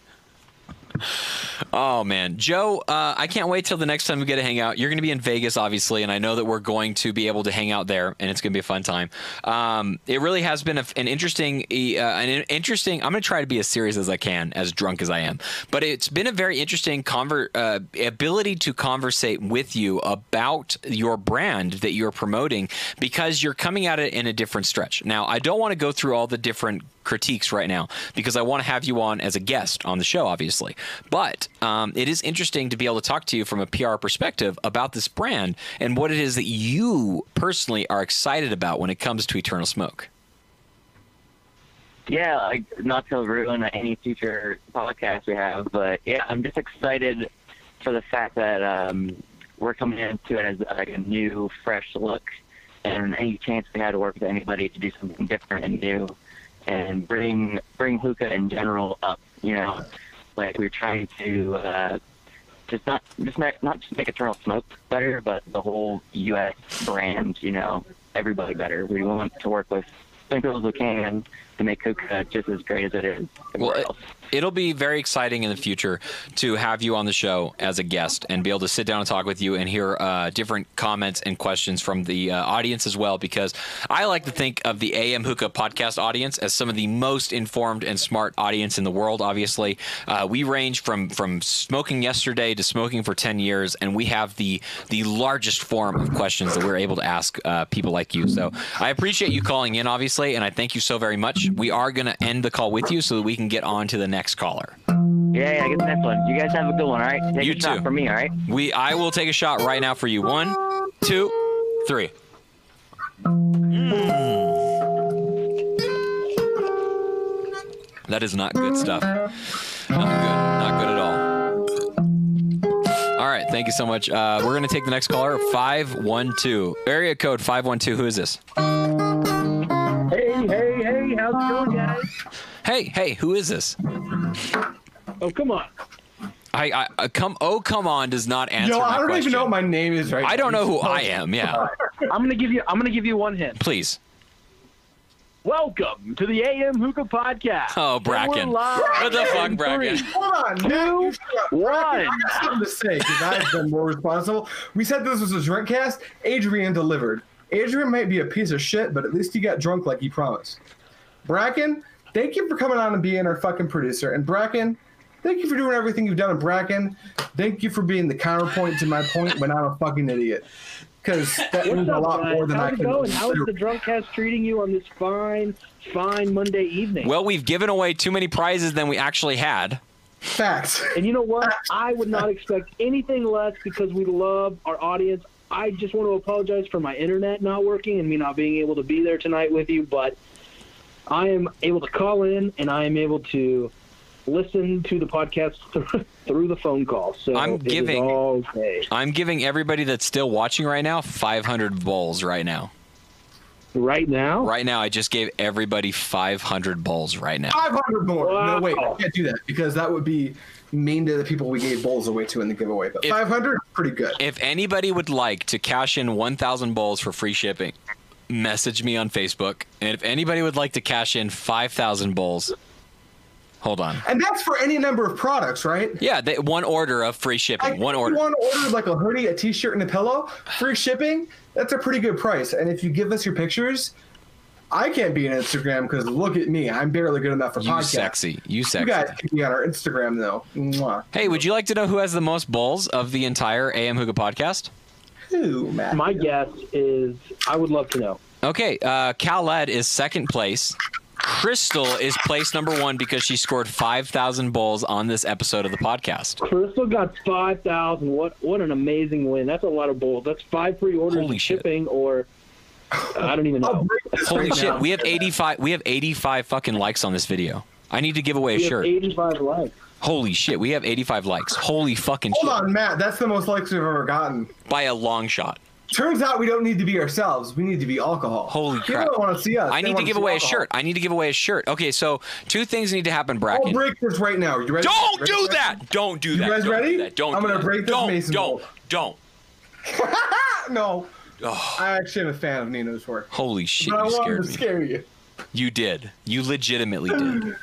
Speaker 1: Oh man, Joe, uh, I can't wait till the next time we get to hang out. You're going to be in Vegas, obviously, and I know that we're going to be able to hang out there, and it's going to be a fun time. Um, it really has been a, an interesting, uh, an interesting. I'm going to try to be as serious as I can, as drunk as I am, but it's been a very interesting conver- uh, ability to conversate with you about your brand that you're promoting because you're coming at it in a different stretch. Now, I don't want to go through all the different critiques right now because I want to have you on as a guest on the show, obviously. But um, it is interesting to be able to talk to you from a PR perspective about this brand and what it is that you personally are excited about when it comes to Eternal Smoke.
Speaker 20: yeah, like, not to ruin any future podcast we have, but yeah, I'm just excited for the fact that um, we're coming into it as like a new, fresh look, and any chance we had to work with anybody to do something different and new, and bring bring hookah in general up. You know, like we're trying to uh, just not just make, not just make Eternal Smoke better, but the whole U.S. brand. You know, everybody better. We want to work with people as we can to make hookah just as great as it is.
Speaker 1: Well, it, it'll be very exciting in the future to have you on the show as a guest and be able to sit down and talk with you and hear uh, different comments and questions from the uh, audience as well. Because I like to think of the AM Hookah podcast audience as some of the most informed and smart audience in the world. Obviously, uh, we range from from smoking yesterday to smoking for ten years, and we have the the largest form of questions that we're able to ask uh, people like you. So I appreciate you calling in, obviously, and I thank you so very much. We are going to end the call with you so that we can get on to the next caller.
Speaker 20: Yeah, yeah, I get the next one. You guys have a good one, all right? Take
Speaker 1: you
Speaker 20: a
Speaker 1: too.
Speaker 20: shot for me, all right?
Speaker 1: We I will take a shot right now for you. One, two, three. That is not good stuff. Not good. Not good at all. All right. Thank you so much. Uh, we're gonna take the next caller. Five one two area code five one two. Who is this?
Speaker 8: Hey, hey, hey, how's it going, guys?
Speaker 1: Hey, hey, who is this?
Speaker 8: Oh, come on.
Speaker 1: I, I, I come. Oh, come on. Does not answer.
Speaker 2: Yo,
Speaker 1: my
Speaker 2: I don't
Speaker 1: question.
Speaker 2: even know what my name is right
Speaker 1: I don't
Speaker 2: now.
Speaker 1: know who I
Speaker 11: Oh,
Speaker 1: am. Yeah.
Speaker 8: I'm gonna give you. I'm gonna give you one hint.
Speaker 1: Please.
Speaker 8: Welcome to the AM Hookah Podcast.
Speaker 1: Oh,
Speaker 8: We're
Speaker 1: Bracken.
Speaker 8: live
Speaker 1: What the fuck,
Speaker 8: in
Speaker 1: Bracken?
Speaker 8: three,
Speaker 2: Hold on,
Speaker 8: two,
Speaker 2: I
Speaker 8: one.
Speaker 2: got something to say because I've been more responsible. We said this was a drink cast. Adrian delivered. Adrian might be a piece of shit, but at least he got drunk like he promised. Bracken, thank you for coming on and being our fucking producer. And Bracken, thank you for doing everything you've done. And Bracken, thank you for being the counterpoint to my point when I'm a fucking idiot. Because that means
Speaker 8: What's
Speaker 2: a
Speaker 8: up,
Speaker 2: lot
Speaker 8: guys?
Speaker 2: more than
Speaker 8: How's
Speaker 2: I
Speaker 8: it
Speaker 2: can.
Speaker 8: going? How is the drunk cast treating you on this fine, fine Monday evening?
Speaker 1: Well, we've given away too many prizes than we actually had.
Speaker 2: Facts.
Speaker 8: And you know what? I would not expect anything less because we love our audience. I just want to apologize for my internet not working and me not being able to be there tonight with you, but I am able to call in and I am able to listen to the podcast through, through the phone call. So
Speaker 1: I'm
Speaker 8: it is
Speaker 1: giving-
Speaker 8: all day.
Speaker 1: I'm giving everybody that's still watching right now 500 bowls right now.
Speaker 8: Right now?
Speaker 1: Right now, I just gave everybody 500 bowls right now.
Speaker 2: 500 more. No, wait, I can't do that because that would be mean to the people we gave bowls away to in the giveaway. But 500, is pretty good.
Speaker 1: If anybody would like to cash in 1,000 bowls for free shipping, message me on Facebook. And if anybody would like to cash in 5,000 bowls, hold on.
Speaker 2: And that's for any number of products, right?
Speaker 1: Yeah, they, one order of free
Speaker 2: Like,
Speaker 1: shipping. One
Speaker 2: if
Speaker 1: order.
Speaker 2: You want to order like a hoodie, a T-shirt, and a pillow? Free shipping? That's a pretty good price. And if you give us your pictures, I can't be on Instagram because look at me, I'm barely good enough for
Speaker 1: You
Speaker 2: podcasts.
Speaker 1: sexy. You
Speaker 2: You
Speaker 1: sexy.
Speaker 2: guys can be on our Instagram though. Mwah.
Speaker 1: Hey, would you like to know who has the most bowls of the entire AM Hookah podcast?
Speaker 2: Who, Matt?
Speaker 8: My guess is I would love to know.
Speaker 1: Okay, uh, Khaled is second place. Crystal is place number one because she scored 5,000 bowls on this episode of the podcast.
Speaker 8: Crystal got five thousand. What what an amazing win! That's a lot of bowls. That's five free orders and shipping, or I don't even know.
Speaker 1: Holy shit, we have 85 we have 85 fucking likes on this video. I need to give away a
Speaker 8: We have
Speaker 1: shirt.
Speaker 8: 85 likes.
Speaker 1: Holy shit, we have 85 likes. Holy fucking shit.
Speaker 2: Hold on, Matt. That's the most likes we've ever gotten.
Speaker 1: By a long shot.
Speaker 2: Turns out we don't need to be ourselves. We need to be alcohol. Holy
Speaker 1: crap.
Speaker 2: People don't want to see us.
Speaker 1: I need
Speaker 2: They
Speaker 1: to
Speaker 2: wanna
Speaker 1: give
Speaker 2: see
Speaker 1: away a
Speaker 2: alcohol.
Speaker 1: shirt. I need to give away a shirt. Okay, so two things need to happen, Bracken.
Speaker 2: I'll break this right now. You ready?
Speaker 1: Don't
Speaker 2: Ready?
Speaker 1: do that. Don't do
Speaker 2: You
Speaker 1: that.
Speaker 2: guys
Speaker 1: Don't
Speaker 2: ready?
Speaker 1: Do that. Don't.
Speaker 2: I'm
Speaker 1: do
Speaker 2: gonna
Speaker 1: that.
Speaker 2: break this
Speaker 1: don't,
Speaker 2: Mason
Speaker 1: Don't.
Speaker 2: bowl.
Speaker 1: Don't.
Speaker 2: no. I actually am a fan of Nino's work.
Speaker 1: Holy shit!
Speaker 2: but I
Speaker 1: You
Speaker 2: wanted
Speaker 1: scared
Speaker 2: to
Speaker 1: me.
Speaker 2: scare you.
Speaker 1: You did. You legitimately did.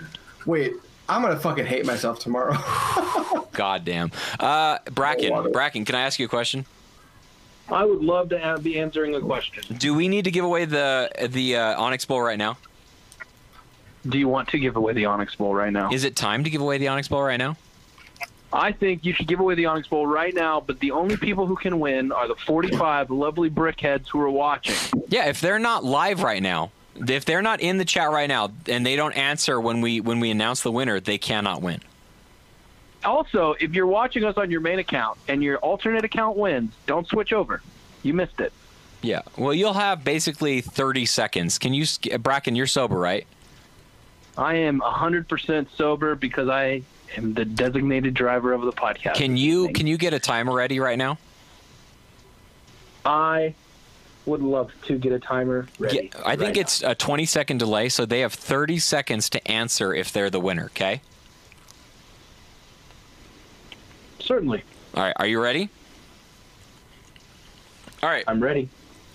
Speaker 2: Wait, I'm gonna fucking hate myself tomorrow.
Speaker 1: God damn. Uh, Bracken, Bracken, can I ask you a question?
Speaker 8: I would love to have, be answering a question.
Speaker 1: Do we need to give away the the uh, Onyx Bowl right now?
Speaker 6: Do you want to give away the Onyx Bowl right now?
Speaker 1: Is it time to give away the Onyx Bowl right now?
Speaker 6: I think you should give away the Onyx Bowl right now, but the only people who can win are the 45 lovely brickheads who are watching.
Speaker 1: Yeah, if they're not live right now, if they're not in the chat right now and they don't answer when we when we announce the winner, they cannot win.
Speaker 6: Also, if you're watching us on your main account and your alternate account wins, don't switch over. You missed it.
Speaker 1: Yeah. Well, you'll have basically 30 seconds. Can you sk- Bracken, you're sober, right?
Speaker 6: I am 100% sober because I am the designated driver of the podcast.
Speaker 1: Can you can you get a timer ready right now?
Speaker 8: I would love to get a timer ready.
Speaker 1: Yeah, I think it's a 20 second delay, so they have 30 seconds to answer if they're the winner, okay?
Speaker 6: Certainly.
Speaker 1: All right, are you ready? All right.
Speaker 6: I'm ready.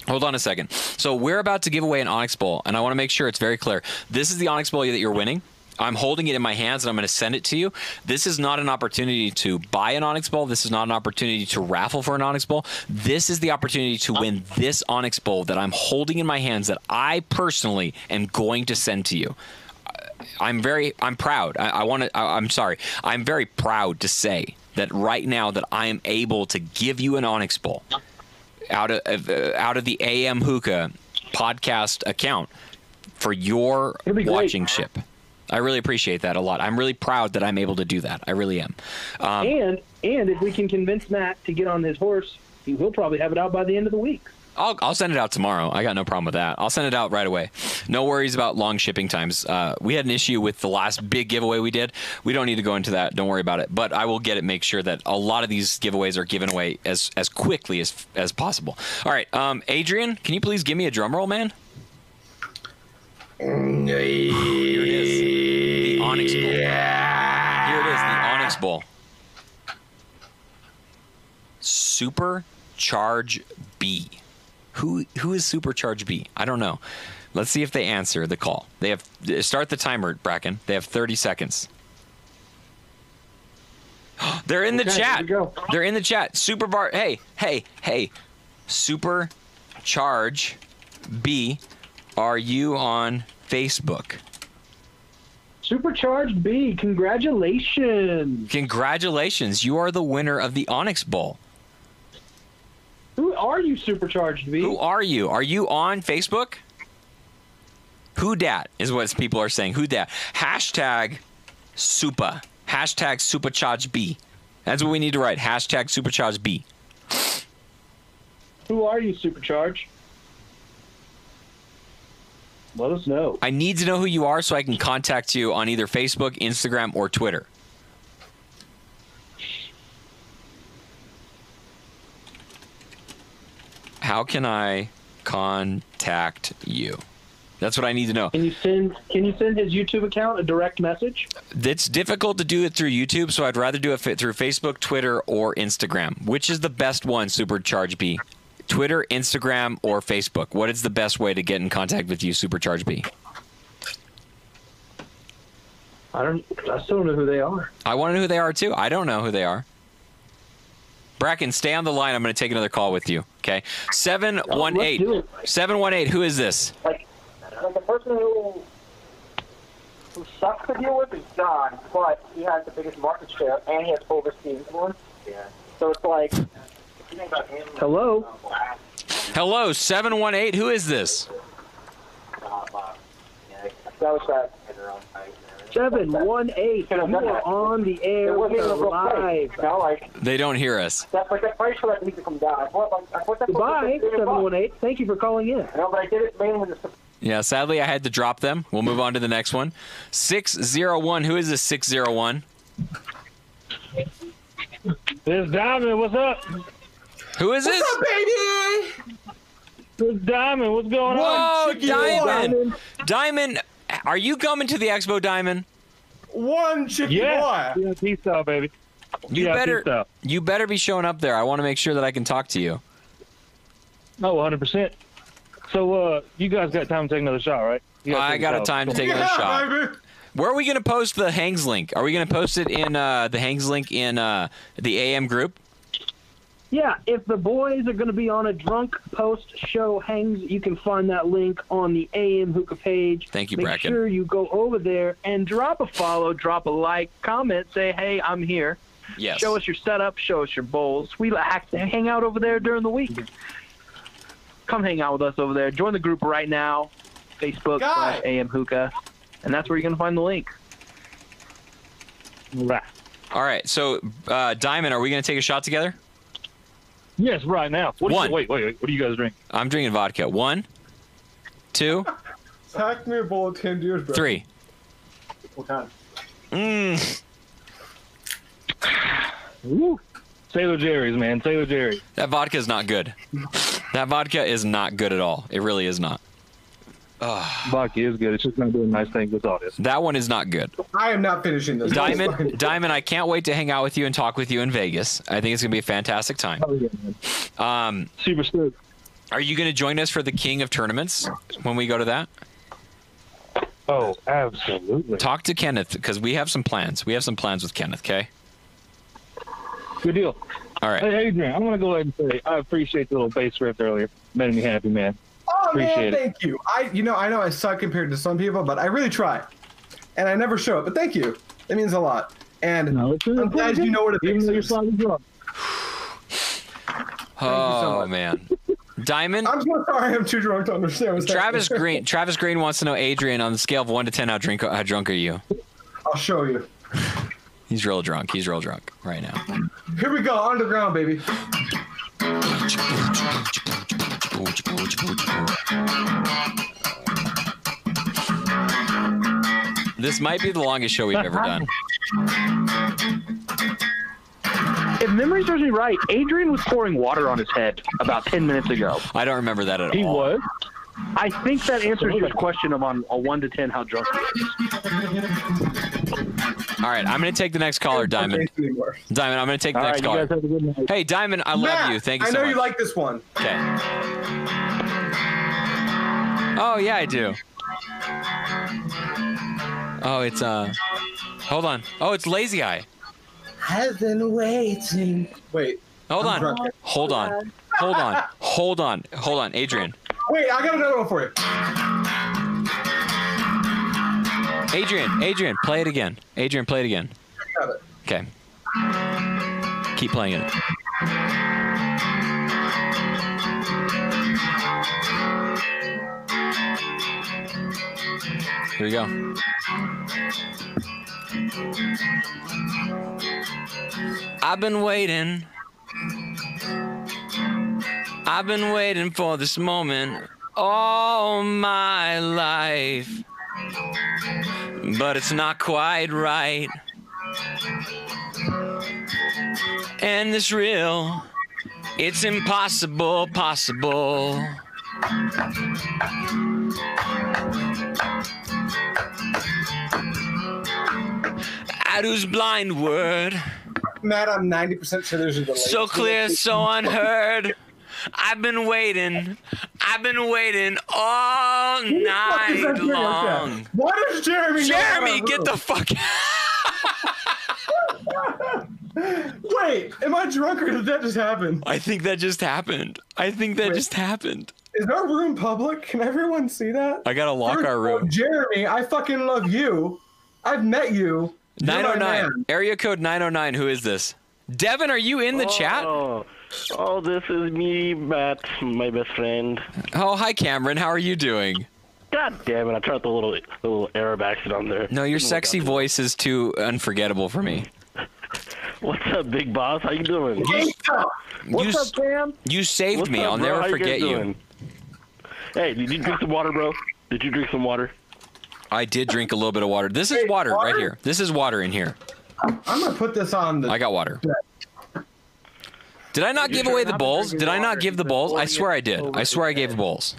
Speaker 1: Hold on a second. So we're about to give away an Onyx Bowl, and I want to make sure it's very clear. This is the Onyx Bowl that you're winning. I'm holding it in my hands and I'm going to send it to you. This is not an opportunity to buy an Onyx Bowl. This is not an opportunity to raffle for an Onyx Bowl. This is the opportunity to win this Onyx Bowl that I'm holding in my hands that I personally am going to send to you. I'm very, I'm proud. I, I want to, I- I'm sorry. I'm very proud to say that right now that I am able to give you an Onyx Bowl out of uh, out of the AM Hookah podcast account for your watching ship. I really appreciate that a lot. I'm really proud that I'm able to do that. I really am. Um,
Speaker 8: and and if we can convince Matt to get on his horse, he will probably have it out by the end of the week.
Speaker 1: I'll, I'll send it out tomorrow. I got no problem with that. I'll send it out right away. No worries about long shipping times. Uh, we had an issue with the last big giveaway we did. We don't need to go into that. Don't worry about it. But I will get it. Make sure that a lot of these giveaways are given away as as quickly as as possible. All right, um, Adrian, can you please give me a drum roll, man? Here it is. The Onyx Bowl. Here it is. The Onyx Bowl. Supercharge B. Who who is Supercharge B? I don't know. Let's see if they answer the call. They have start the timer, Bracken. They have 30 seconds. They're in the
Speaker 6: Okay,
Speaker 1: chat. They're in the chat. Super bar. Hey, hey, hey. Super charge B. Are you on Facebook?
Speaker 8: Supercharged B, congratulations.
Speaker 1: Congratulations. You are the winner of the Onyx Bowl.
Speaker 8: Who are you, Supercharged B?
Speaker 1: Who are you? Are you on Facebook? Who dat is what people are saying. Who dat? Hashtag Supa. Hashtag supercharge B. That's what we need to write. Hashtag supercharge B.
Speaker 8: Who are you, Supercharge? Let us know.
Speaker 1: I need to know who you are so I can contact you on either Facebook, Instagram, or Twitter. How can I contact you? That's what I need to know.
Speaker 8: Can you send Can you send his YouTube account a direct message?
Speaker 1: It's difficult to do it through YouTube, so I'd rather do it fit through Facebook, Twitter, or Instagram. Which is the best one, Supercharge B? Twitter, Instagram, or Facebook? What is the best way to get in contact with you, Supercharge B?
Speaker 8: I don't. I still don't know who they are.
Speaker 1: I want to know who they are too. I don't know who they are. Bracken, stay on the line. I'm going to take another call with you. Okay. 718. 718, who is this?
Speaker 11: Like the person who who sucks to deal with is John, but he has the biggest market share and he has overseas influence. Yeah. So it's like.
Speaker 8: Hello.
Speaker 1: Hello, 718, who is this?
Speaker 11: That was that.
Speaker 8: Seven one eight. You are on the air.
Speaker 11: It wasn't
Speaker 8: We're
Speaker 11: even a real
Speaker 8: live.
Speaker 11: place. You know, like
Speaker 1: They don't hear us.
Speaker 11: that, but that price for that needs to come down. I bought, like, I bought that. for
Speaker 8: Goodbye,
Speaker 11: 15 bucks.
Speaker 8: seven one eight. Thank you for calling in.
Speaker 11: No, but I did it mainly to
Speaker 1: Yeah, sadly, I had to drop them. We'll move on to the next one. 601, who is this 601?
Speaker 9: This is Diamond, what's up?
Speaker 1: Who is this?
Speaker 9: What's up, baby? This is Diamond, what's going on?
Speaker 1: Whoa, Diamond. Diamond, are you coming to the expo, Diamond?
Speaker 9: One chicken yeah. boy. pizza, baby.
Speaker 1: You
Speaker 9: VIP
Speaker 1: better
Speaker 9: style.
Speaker 1: you better be showing up there. I want to make sure that I can talk to you.
Speaker 9: No, 100%. So, uh, you guys got time to take another shot, right? You guys
Speaker 1: I
Speaker 9: take a
Speaker 1: got a
Speaker 9: shot.
Speaker 1: time to take another shot. Where are we going to post the Hangs link? Are we going to post it in uh, the Hangs link in uh, the AM group?
Speaker 8: Yeah, if the boys are going to be on a drunk post show hangs, you can find that link on the AM Hookah page.
Speaker 1: Thank you,
Speaker 8: Make
Speaker 1: Bracken.
Speaker 8: sure you go over there and drop a follow, drop a like, comment, say, hey, I'm here.
Speaker 1: Yes.
Speaker 8: Show us your setup, show us your bowls. We like to hang out over there during the week. Come hang out with us over there. Join the group right now, Facebook slash AM Hookah, and that's where you're going to find the link. Right.
Speaker 1: All right. So, uh, Diamond, are we going to take a shot together?
Speaker 9: Yes, right now. What do you-
Speaker 1: One.
Speaker 9: wait, wait, wait. What do you guys drink?
Speaker 1: I'm drinking vodka. One, two,
Speaker 2: Pack me a bowl of tandoors, bro.
Speaker 1: three.
Speaker 2: What kind?
Speaker 1: Mm.
Speaker 9: Woo. Sailor Jerry's, man. Sailor Jerry.
Speaker 1: That vodka is not good. That vodka is not good at all. It really is not.
Speaker 9: Vodka is good. It's just going to do a nice thing with audience.
Speaker 1: That one is not good.
Speaker 2: I am not finishing this.
Speaker 1: Diamond, Diamond, I can't wait to hang out with you and talk with you in Vegas. I think it's gonna be a fantastic time. Um,
Speaker 9: Super stoked.
Speaker 1: Are you gonna join us for the King of Tournaments when we go to that?
Speaker 9: Oh, absolutely.
Speaker 1: Talk to Kenneth because we have some plans. We have some plans with Kenneth. Okay.
Speaker 9: Good deal.
Speaker 1: All right.
Speaker 9: Hey, Adrian, I'm going to go ahead and say I appreciate the little bass riff earlier. Made me happy, man.
Speaker 2: Oh
Speaker 9: appreciate
Speaker 2: man,
Speaker 9: it.
Speaker 2: thank you. I, you know, I know I suck compared to some people, but I really try, and I never show it. But thank you. That means a lot. And I'm glad you know what it is. You're
Speaker 1: Oh man. Diamond.
Speaker 2: I'm so sorry. I'm too drunk to understand. What's
Speaker 1: Travis
Speaker 2: happening.
Speaker 1: Green. Travis Green wants to know Adrian on the scale of one to ten. How drink? How drunk are you?
Speaker 2: I'll show you.
Speaker 1: He's real drunk. He's real drunk right now.
Speaker 2: Here we go, underground, baby.
Speaker 1: This might be the longest show we've ever done.
Speaker 9: If memory serves me right, Adrian was pouring water on his head about 10 minutes ago.
Speaker 1: I don't remember that at
Speaker 9: He
Speaker 1: all.
Speaker 9: was? I think that answers your question of on a 1 to 10 how drunk he is.
Speaker 1: All right, I'm gonna take the next caller, Diamond. Diamond, I'm gonna take the
Speaker 9: All right, you
Speaker 1: next caller.
Speaker 9: guys have a good night.
Speaker 1: Hey, Diamond, I love
Speaker 2: Matt,
Speaker 1: you. Thank you
Speaker 2: I
Speaker 1: so
Speaker 2: know
Speaker 1: much.
Speaker 2: you like this one.
Speaker 1: okay. Oh yeah, I do. Oh, it's uh. Hold on. Oh, it's Lazy Eye.
Speaker 2: I've been waiting. Wait.
Speaker 1: Hold
Speaker 2: I'm
Speaker 1: on.
Speaker 2: drunk.
Speaker 1: Hold on. Hold on. Hold on. Hold on, Adrian.
Speaker 2: Wait, I got another one for you.
Speaker 1: Adrian. Adrian, play it again. Adrian, play it again.
Speaker 2: Got it.
Speaker 1: Okay. Keep playing it. Here we go. I've been waiting. I've been waiting for this moment all my life. But it's not quite right. And this real, it's impossible, possible. Adu's blind word.
Speaker 2: Matt, I'm 90% sure there's a delay.
Speaker 1: So clear, so unheard. I've been waiting. I've been waiting all
Speaker 2: Who the fuck is that
Speaker 1: night
Speaker 2: doing up there?
Speaker 1: long.
Speaker 2: Why does Jeremy? know about
Speaker 1: Jeremy, get
Speaker 2: Ruth?
Speaker 1: the fuck
Speaker 2: Wait, am I drunk or did that just happen?
Speaker 1: I think that just happened. I think that just happened.
Speaker 2: Is our room public? Can everyone see that?
Speaker 1: I gotta lock
Speaker 2: First
Speaker 1: our
Speaker 2: of all,
Speaker 1: room.
Speaker 2: Jeremy, I fucking love you. I've met you. You're my
Speaker 1: 909.
Speaker 2: man.
Speaker 1: Area code 909. Who is this? Devin, are you in the chat?
Speaker 12: Oh, oh, this is me, Matt, my best friend.
Speaker 1: Oh, hi, Cameron. How are you doing?
Speaker 12: God damn it! Oh I tried the little the little Arab accent on there.
Speaker 1: No, your sexy voice is too unforgettable for me.
Speaker 12: What's up, big boss? How you doing?
Speaker 1: You s-
Speaker 12: Cam?
Speaker 1: You saved
Speaker 12: What's
Speaker 1: me.
Speaker 12: up,
Speaker 1: I'll
Speaker 12: bro?
Speaker 1: never
Speaker 12: How you guys
Speaker 1: forget you.
Speaker 12: doing? Hey, did you drink some water, bro? Did you drink some water?
Speaker 1: I did drink a little bit of water. This is water, right here. This is water in here.
Speaker 2: I'm gonna put this on the.
Speaker 1: I got water. Did I not give away the bowls? Did I not give the bowls? I swear I did. I swear I gave the bowls.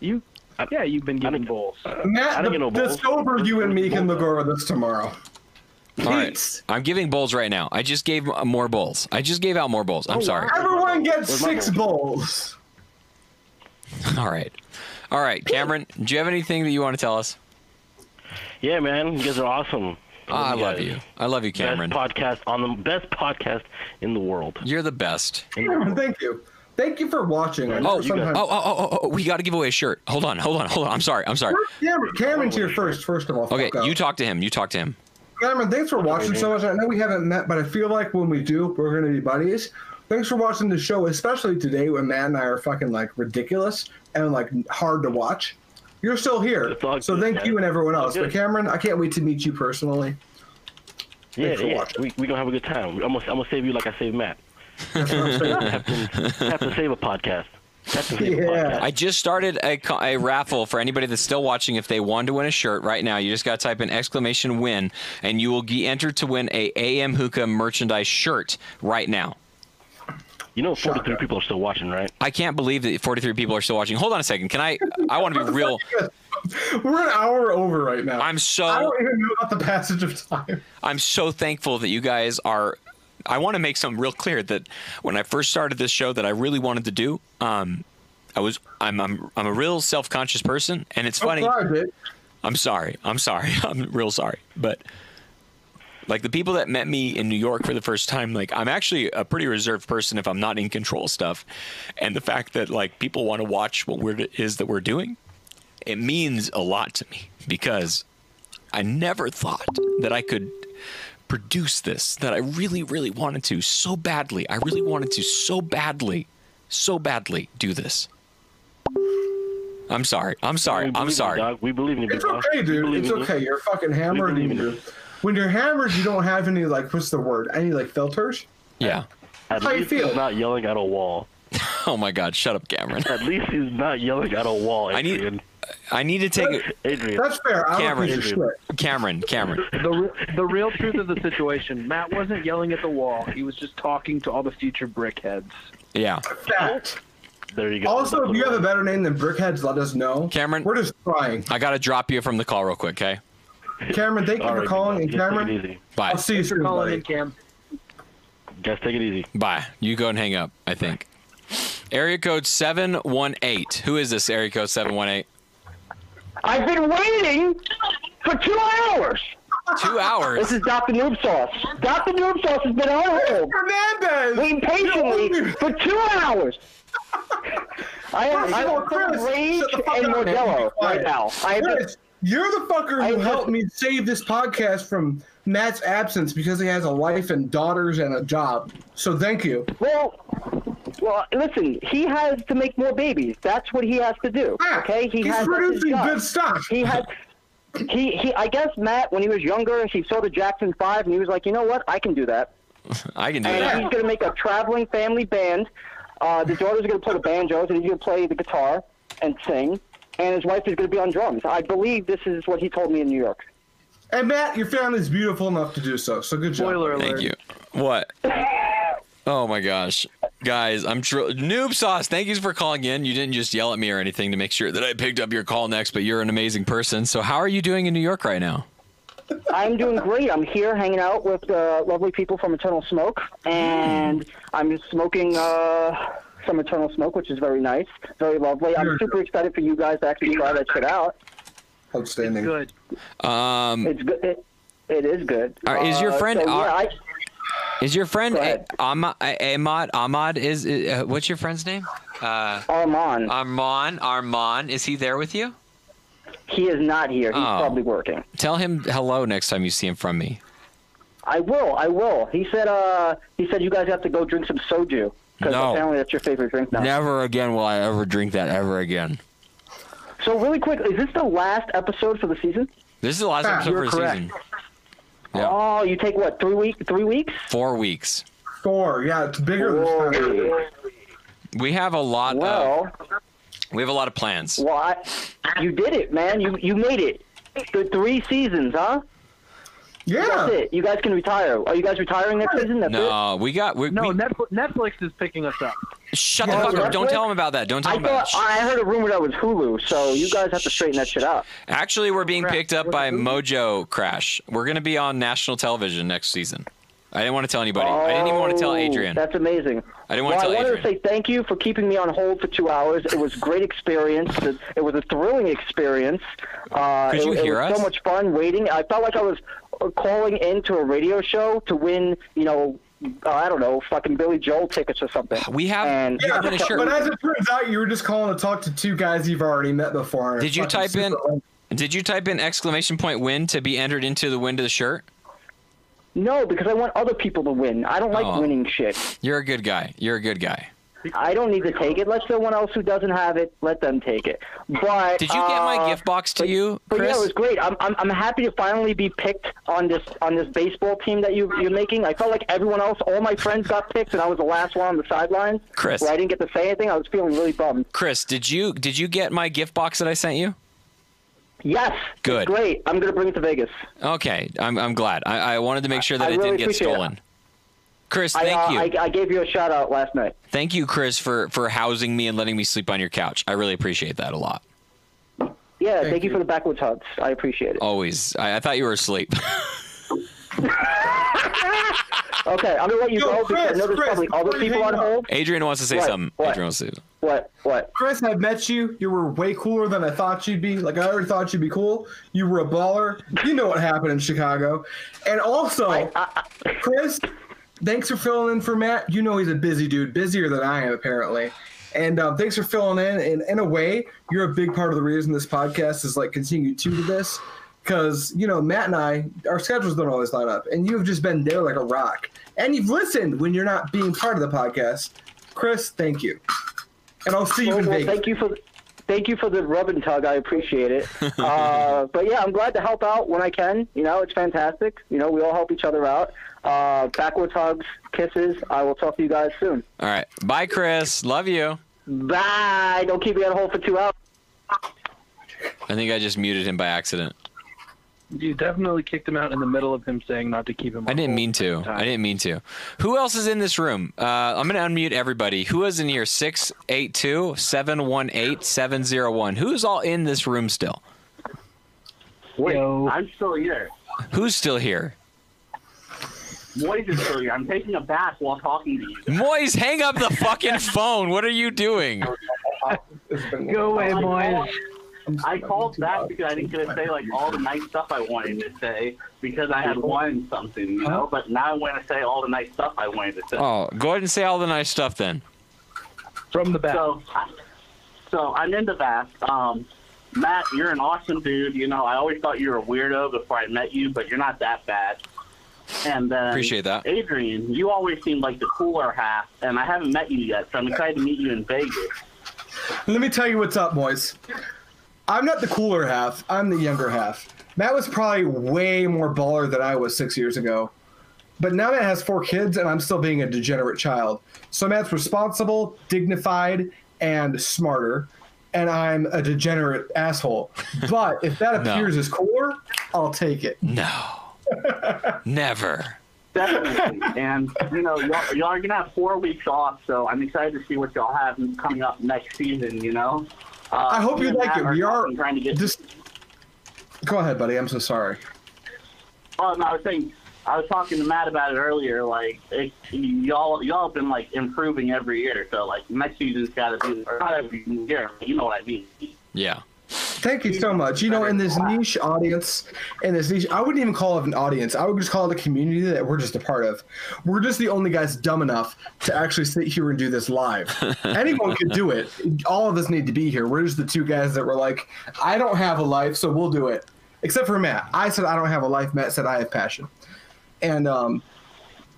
Speaker 12: You?
Speaker 8: Yeah, you've been getting bowls.
Speaker 2: Uh, Matt, the,
Speaker 1: get no
Speaker 2: the
Speaker 1: balls.
Speaker 2: sober you and me can look over this tomorrow.
Speaker 1: All right. I'm giving bowls right now. I just gave uh, more bowls. I just gave out more bowls.
Speaker 2: Oh,
Speaker 1: I'm sorry.
Speaker 2: Everyone gets
Speaker 1: Where's my
Speaker 2: six bowls.
Speaker 1: All right. All right, Cameron, do you have anything that you want to tell us?
Speaker 12: Yeah, man, you guys are awesome.
Speaker 1: Ah, I love you. I love you, Cameron.
Speaker 12: Best podcast on the best podcast in the world.
Speaker 1: You're the best.
Speaker 2: Thank you. Thank you for watching. I
Speaker 1: Oh,
Speaker 2: know
Speaker 1: oh, oh,
Speaker 2: sometimes-
Speaker 1: oh, oh, oh, we got to give away a shirt. Hold on, hold on, hold on. I'm sorry. I'm sorry.
Speaker 2: Cameron, Cameron's here first, first of all.
Speaker 1: Okay,
Speaker 2: Fuck up.
Speaker 1: you talk to him. You talk to him.
Speaker 2: Cameron, thanks for watching so much. I know we haven't met, but I feel like when we do, we're going to be buddies. Thanks for watching the show, especially today when Matt and I are fucking like ridiculous and like hard to watch. You're still here. So thank you and everyone else. But Cameron, I can't wait to meet you personally.
Speaker 12: Yeah,
Speaker 2: Thanks for
Speaker 12: yeah. We we gonna have a good time. I'm gonna, I'm gonna save you like I saved Matt. Captain, Captain Save a podcast. Captain Save a podcast.
Speaker 1: I just started a, co- a raffle for anybody that's still watching. If they want to win a shirt right now, you just got to type in exclamation win, and you will be entered to win a AM Hookah merchandise shirt right now.
Speaker 12: You know, 43 people are still watching, right?
Speaker 1: I can't believe that 43 people are still watching. Hold on a second. Can I? I want to be real.
Speaker 2: We're an hour over right now.
Speaker 1: I'm so.
Speaker 2: I don't even know about the passage of time.
Speaker 1: I'm so thankful that you guys are. I want to make something real clear that when I first started this show, that I really wanted to do. Um, I was I'm I'm I'm a real self conscious person, and it's funny. I'm sorry. I'm sorry. I'm real sorry. But like the people that met me in New York for the first time, like I'm actually a pretty reserved person if I'm not in control of stuff, and the fact that like people want to watch what we're is that we're doing, it means a lot to me because I never thought that I could produce this that I really really wanted to so badly. I really wanted to so badly, so badly do this. I'm sorry. I'm sorry. I'm sorry.
Speaker 12: We believe in
Speaker 2: It's okay, dude. It's okay. You're fucking hammered. and you're- When you're hammered, you don't have any like what's the word? Any like filters?
Speaker 1: Yeah.
Speaker 12: At
Speaker 2: How you
Speaker 12: least
Speaker 2: feel?
Speaker 12: he's not yelling at a wall.
Speaker 1: Oh my God! Shut up, Cameron.
Speaker 12: At least he's not yelling at a wall.
Speaker 1: I need. I need to take it.
Speaker 12: Adrian.
Speaker 2: That's fair. I don't
Speaker 1: Cameron.
Speaker 2: piece of shit.
Speaker 1: Cameron. Cameron.
Speaker 5: The, re- the real truth of the situation, Matt wasn't yelling at the wall. He was just talking to all the future brickheads.
Speaker 1: Yeah.
Speaker 2: Fact.
Speaker 12: There you
Speaker 2: Also, if you have a better name than Brickheads, let us know.
Speaker 1: Cameron.
Speaker 2: We're just trying.
Speaker 1: I gotta drop you from the call real quick, okay?
Speaker 2: Cameron, thank you for
Speaker 1: Alright,
Speaker 2: calling.
Speaker 1: you
Speaker 2: And
Speaker 1: take it
Speaker 2: Cameron,
Speaker 1: easy. Bye.
Speaker 2: I'll see you soon, buddy.
Speaker 5: Cam.
Speaker 12: Guys, take it easy.
Speaker 1: Bye. You go and hang up. I think. Area code seven one eight. Who is this? Area code seven one eight.
Speaker 19: I've been waiting for two hours.
Speaker 1: Two hours.
Speaker 19: This is Dr. Noob Sauce. Dr. Noob Sauce has been on hold.
Speaker 2: Fernandez.
Speaker 19: Waiting patiently for two hours. I am, I am full of rage and Modelo right now. I have been-
Speaker 2: Chris, you're the fucker who helped me save this podcast from Matt's absence because he has a wife and daughters and a job. So thank you.
Speaker 19: Well, well, listen. He has to make more babies. That's what he has to do. Okay, he
Speaker 2: Ah, he's
Speaker 19: has that's his
Speaker 2: producing
Speaker 19: job.
Speaker 2: good stuff.
Speaker 19: He has. He, he, I guess Matt, when he was younger, he saw the Jackson Five, and he was like, you know what, I can do that.
Speaker 1: I can do
Speaker 19: and
Speaker 1: that.
Speaker 19: he's going to make a traveling family band. Uh, the daughters are going to play the banjos, and he's going to play the guitar and sing. And his wife is going to be on drums. I believe this is what he told me in New York.
Speaker 2: And Matt, your family's beautiful enough to do so. So good job. Spoiler
Speaker 1: Thank you. What? Oh my gosh, guys! I'm tr- noob sauce. Thank you for calling in. You didn't just yell at me or anything to make sure that I picked up your call next. But you're an amazing person. So how are you doing in New York right now?
Speaker 19: I'm doing great. I'm here hanging out with the lovely people from Eternal Smoke, and I'm just smoking uh, some Eternal Smoke, which is very nice, very lovely. I'm super excited for you guys to actually try that shit out.
Speaker 2: Outstanding.
Speaker 19: Good.
Speaker 1: Um,
Speaker 19: It's good. It, it is good.
Speaker 1: Are- is your
Speaker 19: Uh,
Speaker 1: friend-
Speaker 19: so, yeah,
Speaker 1: are-
Speaker 19: I,
Speaker 1: is your friend A- Ahma- A- Ahmad? Ahmad is uh, what's your friend's name? Uh,
Speaker 19: Armand.
Speaker 1: Armand. Armand. Is he there with you?
Speaker 19: he is not here. He's
Speaker 1: Oh.
Speaker 19: probably working.
Speaker 1: Tell him hello next time you see him from me.
Speaker 19: I will. I will. He said. Uh, he said you guys have to go drink some soju because
Speaker 1: No.
Speaker 19: apparently that's your favorite drink now.
Speaker 1: Never again will I ever drink that ever again.
Speaker 19: So really quick, is this the last episode for the season?
Speaker 1: This is the last
Speaker 19: Ah,
Speaker 1: episode
Speaker 19: you're
Speaker 1: for the
Speaker 19: correct.
Speaker 1: season. Yeah.
Speaker 19: Oh, you take what three week? Three weeks?
Speaker 1: Four weeks.
Speaker 2: Four. Yeah, it's bigger this time.
Speaker 1: We have a lot
Speaker 19: well,
Speaker 1: of we have a lot of plans.
Speaker 19: Well, I, you did it, man. You you made it. The three seasons, huh?
Speaker 2: Yeah.
Speaker 19: That's it. You guys can retire. Are you guys retiring next season? That's it.
Speaker 1: No, we got we,
Speaker 5: No,
Speaker 1: we
Speaker 5: Netflix, Netflix is picking us up.
Speaker 1: shut
Speaker 19: Oh,
Speaker 1: the fuck up.
Speaker 19: that's
Speaker 1: Don't
Speaker 19: it?
Speaker 1: tell him about that. Don't tell
Speaker 19: I
Speaker 1: him about
Speaker 19: thought
Speaker 1: it.
Speaker 19: I heard a rumor that was Hulu, so you guys have to straighten that shit out.
Speaker 1: Actually, we're being picked up by Mojo Crash. We're going to be on national television next season. I didn't want to tell anybody. I didn't even want to tell
Speaker 19: Oh,
Speaker 1: Adrian.
Speaker 19: That's amazing.
Speaker 1: I didn't wanna
Speaker 19: well,
Speaker 1: tell
Speaker 19: I wanted
Speaker 1: Adrian.
Speaker 19: to say thank you for keeping me on hold for two hours. It was a great experience. It, it was a thrilling experience. Uh,
Speaker 1: Could
Speaker 19: it-
Speaker 1: you
Speaker 19: it,
Speaker 1: hear
Speaker 19: was
Speaker 1: us?
Speaker 19: So much fun waiting. I felt like I was uh, calling into a radio show to win, you know, uh, I don't know, fucking Billy Joel tickets or something.
Speaker 1: We have.
Speaker 19: And
Speaker 2: Yeah, but as it turns out, you were just calling to talk to two guys you've already met before.
Speaker 1: Did you
Speaker 2: Fucking
Speaker 1: type
Speaker 2: super
Speaker 1: in? Did you type in exclamation point win to be entered into the win to the shirt?
Speaker 19: no, because I want other people to win. I don't like
Speaker 1: Oh.
Speaker 19: winning shit.
Speaker 1: You're a good guy. You're a good guy.
Speaker 19: I don't need to take it. Let someone else who doesn't have it let them take it. But
Speaker 1: Did you get my
Speaker 19: uh,
Speaker 1: gift box to you,
Speaker 19: But
Speaker 1: Chris?
Speaker 19: yeah, it was great. I'm, I'm I'm happy to finally be picked on this on this baseball team that you you're making. I felt like everyone else, all my friends got picked, and I was the last one on the sidelines.
Speaker 1: Chris.
Speaker 19: where I didn't get to say anything. I was feeling really bummed.
Speaker 1: Chris, did you did you get my gift box that I sent you?
Speaker 19: Yes,
Speaker 1: Good.
Speaker 19: great. I'm gonna bring it to Vegas.
Speaker 1: Okay, I'm I'm glad. I, I wanted to make sure that
Speaker 19: I
Speaker 1: it
Speaker 19: really
Speaker 1: didn't get
Speaker 19: appreciate it.
Speaker 1: stolen. Chris,
Speaker 19: I,
Speaker 1: thank
Speaker 19: uh,
Speaker 1: you.
Speaker 19: I, I gave you a shout out last night.
Speaker 1: Thank you, Chris, for for housing me and letting me sleep on your couch. I really appreciate that a lot.
Speaker 19: Yeah, thank, you for the backwoods hugs. I appreciate it.
Speaker 1: Always. I, I thought you were asleep.
Speaker 19: Okay, I'm gonna let you
Speaker 2: Yo,
Speaker 19: go because I
Speaker 2: Chris,
Speaker 19: know there's
Speaker 2: Chris,
Speaker 19: probably other
Speaker 2: before you
Speaker 19: people
Speaker 2: hang
Speaker 19: on
Speaker 2: up.
Speaker 19: hold.
Speaker 1: Adrian wants to say
Speaker 19: What?
Speaker 1: something.
Speaker 19: What?
Speaker 1: Adrian wants to.
Speaker 19: What? What?
Speaker 2: Chris, I met you. You were way cooler than I thought you'd be. Like I already thought you'd be cool. You were a baller. You know what happened in Chicago. And also, Chris, thanks for filling in for Matt. You know he's a busy dude, busier than I am apparently. And um, thanks for filling in. And in a way, you're a big part of the reason this podcast is like continued to this, because you know Matt and I, our schedules don't always line up, and you have just been there like a rock. And you've listened when you're not being part of the podcast. Chris, thank you. And I'll see you
Speaker 19: Well,
Speaker 2: in
Speaker 19: well,
Speaker 2: Vegas.
Speaker 19: Thank you for thank you for the rub and tug. I appreciate it. uh, but yeah, I'm glad to help out when I can. You know, it's fantastic. You know, we all help each other out. Uh, backwards hugs, kisses. I will talk to you guys soon.
Speaker 1: All right. Bye, Chris. Love you.
Speaker 19: Bye. Don't keep me on hold for two hours.
Speaker 1: I think I just muted him by accident.
Speaker 8: You definitely kicked him out in the middle of him saying not to keep him.
Speaker 1: I didn't mean to. I didn't mean to. Who else is in this room? Uh, I'm going to unmute everybody. Who is in here? 682 718 701. Who's all in this room still?
Speaker 10: Wait, I'm still here.
Speaker 1: Who's still here?
Speaker 10: Moise is still here. I'm taking a bath while talking to you.
Speaker 1: Moise, hang up the fucking phone. What are you doing?
Speaker 10: Go away, Moise. I called back because I didn't get to say like all the nice stuff I wanted to say because I had won something, you know. But now I want to say all the nice stuff I wanted to say.
Speaker 1: Oh, go ahead and say all the nice stuff then.
Speaker 8: From the back.
Speaker 10: So, I, so I'm into that. Um, Matt, you're an awesome dude. You know, I always thought you were a weirdo before I met you, but you're not that bad. And then
Speaker 1: Appreciate that.
Speaker 10: Adrian, you always seemed like the cooler half, and I haven't met you yet, so I'm excited to meet you in Vegas.
Speaker 2: Let me tell you what's up, boys. I'm not the cooler half. I'm the younger half. Matt was probably way more baller than I was six years ago. But now Matt has four kids, and I'm still being a degenerate child. So Matt's responsible, dignified, and smarter, and I'm a degenerate asshole. But if that
Speaker 1: No.
Speaker 2: appears as cooler, I'll take it.
Speaker 1: No. Never.
Speaker 10: Definitely. and, you know, y'all, y'all are going to have four weeks off, so I'm excited to see what y'all have coming up next season, you know? Uh,
Speaker 2: I hope
Speaker 10: me
Speaker 2: you
Speaker 10: and
Speaker 2: like
Speaker 10: Matt
Speaker 2: it. We are
Speaker 10: trying to get.
Speaker 2: just. Go ahead, buddy. I'm so sorry.
Speaker 10: Oh, no, I was saying, I was talking to Matt about it earlier. Like, it, y'all, y'all have been like improving every year. So, like, next season's got to be or not every year. but You know what I mean?
Speaker 1: Yeah.
Speaker 2: Thank you so much. You know, in this niche audience, in this niche, I wouldn't even call it an audience. I would just call it a community that we're just a part of. We're just the only guys dumb enough to actually sit here and do this live. Anyone could do it. All of us need to be here. We're just the two guys that were like, I don't have a life, so we'll do it. Except for Matt. I said I don't have a life. Matt said I have passion. And um,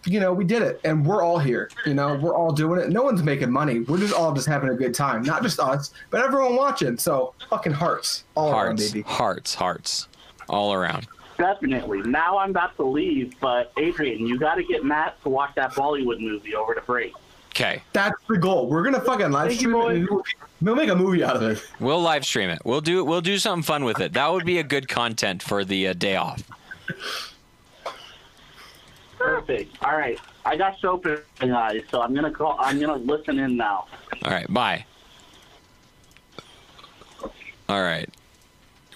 Speaker 2: you know, we did it, and we're all here. You know, we're all doing it. No one's making money. We're just all just having a good time. Not just us, but everyone watching. So fucking hearts, all around,
Speaker 1: Hearts.
Speaker 2: baby.
Speaker 1: Hearts. Hearts. All around.
Speaker 10: Definitely. Now I'm about to leave, but Adrian, you got to get Matt to watch that Bollywood movie over the break.
Speaker 1: Okay.
Speaker 2: That's the goal. We're gonna fucking live stream it. and We'll, we'll make a movie out of it.
Speaker 1: We'll live stream it. We'll do we'll do something fun with it. That would be a good content for the uh, day off.
Speaker 10: Perfect. All right. I got soap in my eyes, so I'm gonna call. I'm gonna listen in now.
Speaker 1: All right, bye. All right.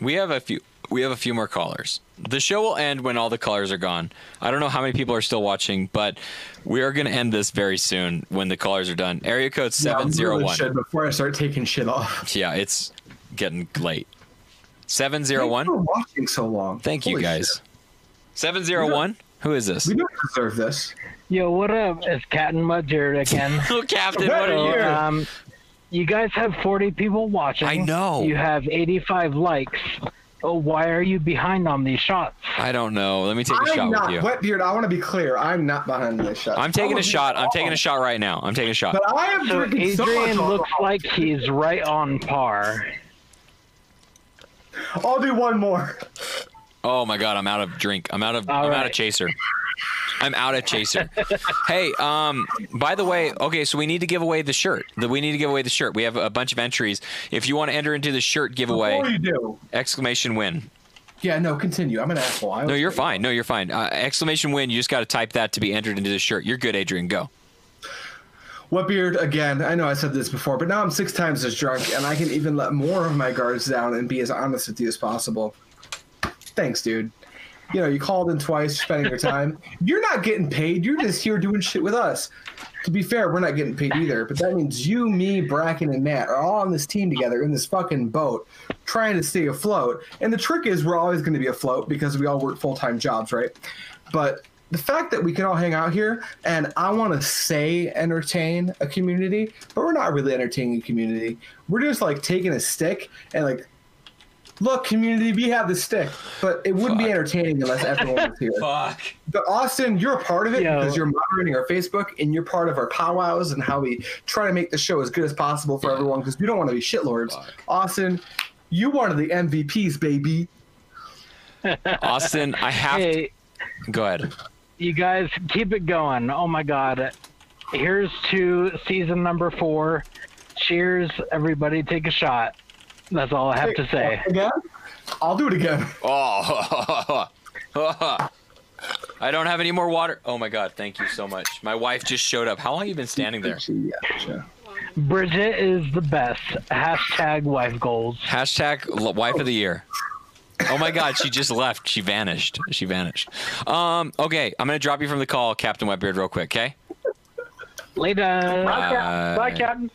Speaker 1: We have a few we have a few more callers. The show will end when all the callers are gone. I don't know how many people are still watching, but we are going to end this very soon when the callers are done. Area code
Speaker 2: Yeah, I'm
Speaker 1: seven
Speaker 2: doing
Speaker 1: zero
Speaker 2: this
Speaker 1: one.
Speaker 2: shit Before I start taking shit off.
Speaker 1: Yeah, it's getting late. Seven zero
Speaker 2: Thanks
Speaker 1: one.
Speaker 2: for walking so long.
Speaker 1: Thank you
Speaker 2: Holy
Speaker 1: guys. Seven zero one. Who is this? We
Speaker 2: don't deserve this.
Speaker 21: Yo, what up? It's Captain Mudger again.
Speaker 1: Oh, Captain, what are you?
Speaker 21: Um, you guys have 40 people watching.
Speaker 1: I know.
Speaker 21: You have 85 likes. Oh, why are you behind on these shots?
Speaker 1: I don't know. Let me take a shot
Speaker 2: I'm not
Speaker 1: with you.
Speaker 2: Wetbeard. I want to be clear. I'm not behind this shot.
Speaker 1: I'm taking a shot. I'm taking a shot right now. I'm taking a shot.
Speaker 2: Oh, But I am
Speaker 21: So
Speaker 2: drinking so much
Speaker 21: Adrian
Speaker 2: alcohol.
Speaker 21: looks like he's right on par.
Speaker 2: I'll do one more.
Speaker 1: Oh my god, I'm out of drink. I'm out of I'm out of chaser. I'm out of chaser. hey, um by the way, okay, so we need to give away the shirt. The- We need to give away the shirt. We have a bunch of entries. If you want to enter into the shirt giveaway,
Speaker 2: Before you do.
Speaker 1: exclamation win.
Speaker 2: Yeah, no, continue. I'm an asshole. I
Speaker 1: No, you're fine. No, you're fine. Uh, exclamation win, you just got to type that to be entered into the shirt. You're good, Adrian. Go.
Speaker 2: Wetbeard, again, I know I said this before, but now I'm six times as drunk, and I can even let more of my guards down and be as honest with you as possible. Thanks, dude. You know, you called in twice, spending your time. You're not getting paid. You're just here doing shit with us. To be fair, we're not getting paid either, but that means you, me, Bracken, and Matt are all on this team together in this fucking boat trying to stay afloat. And the trick is, we're always going to be afloat because we all work full time jobs, right? But the fact that we can all hang out here and I want to say entertain a community, but we're not really entertaining a community. We're just like taking a stick and like, look, community, we have the stick, but it wouldn't be entertaining unless everyone was here.
Speaker 1: Fuck.
Speaker 2: But Austin, you're a part of it because you're moderating our Facebook and you're part of our powwows and how we try to make the show as good as possible for everyone because we don't want to be shitlords. Austin, you one of the MVPs, baby.
Speaker 1: Austin, I have
Speaker 21: Hey,
Speaker 1: to Go ahead.
Speaker 21: you guys keep it going. Oh my god. Here's to season number 4. Cheers everybody, take a shot. That's all I have to say.
Speaker 2: Again? I'll do it again.
Speaker 1: Oh. I don't have any more water. Oh my god, thank you so much. My wife just showed up. How long have you been standing there?
Speaker 21: Bridget is the best. Hashtag wife goals.
Speaker 1: Hashtag l- wife of the year. Oh my god, she just left. She vanished. She vanished. Um, okay, I'm gonna drop you from the call, Captain Wetbeard, real quick, okay?
Speaker 21: Later.
Speaker 1: Bye, Cap- bye, Captain.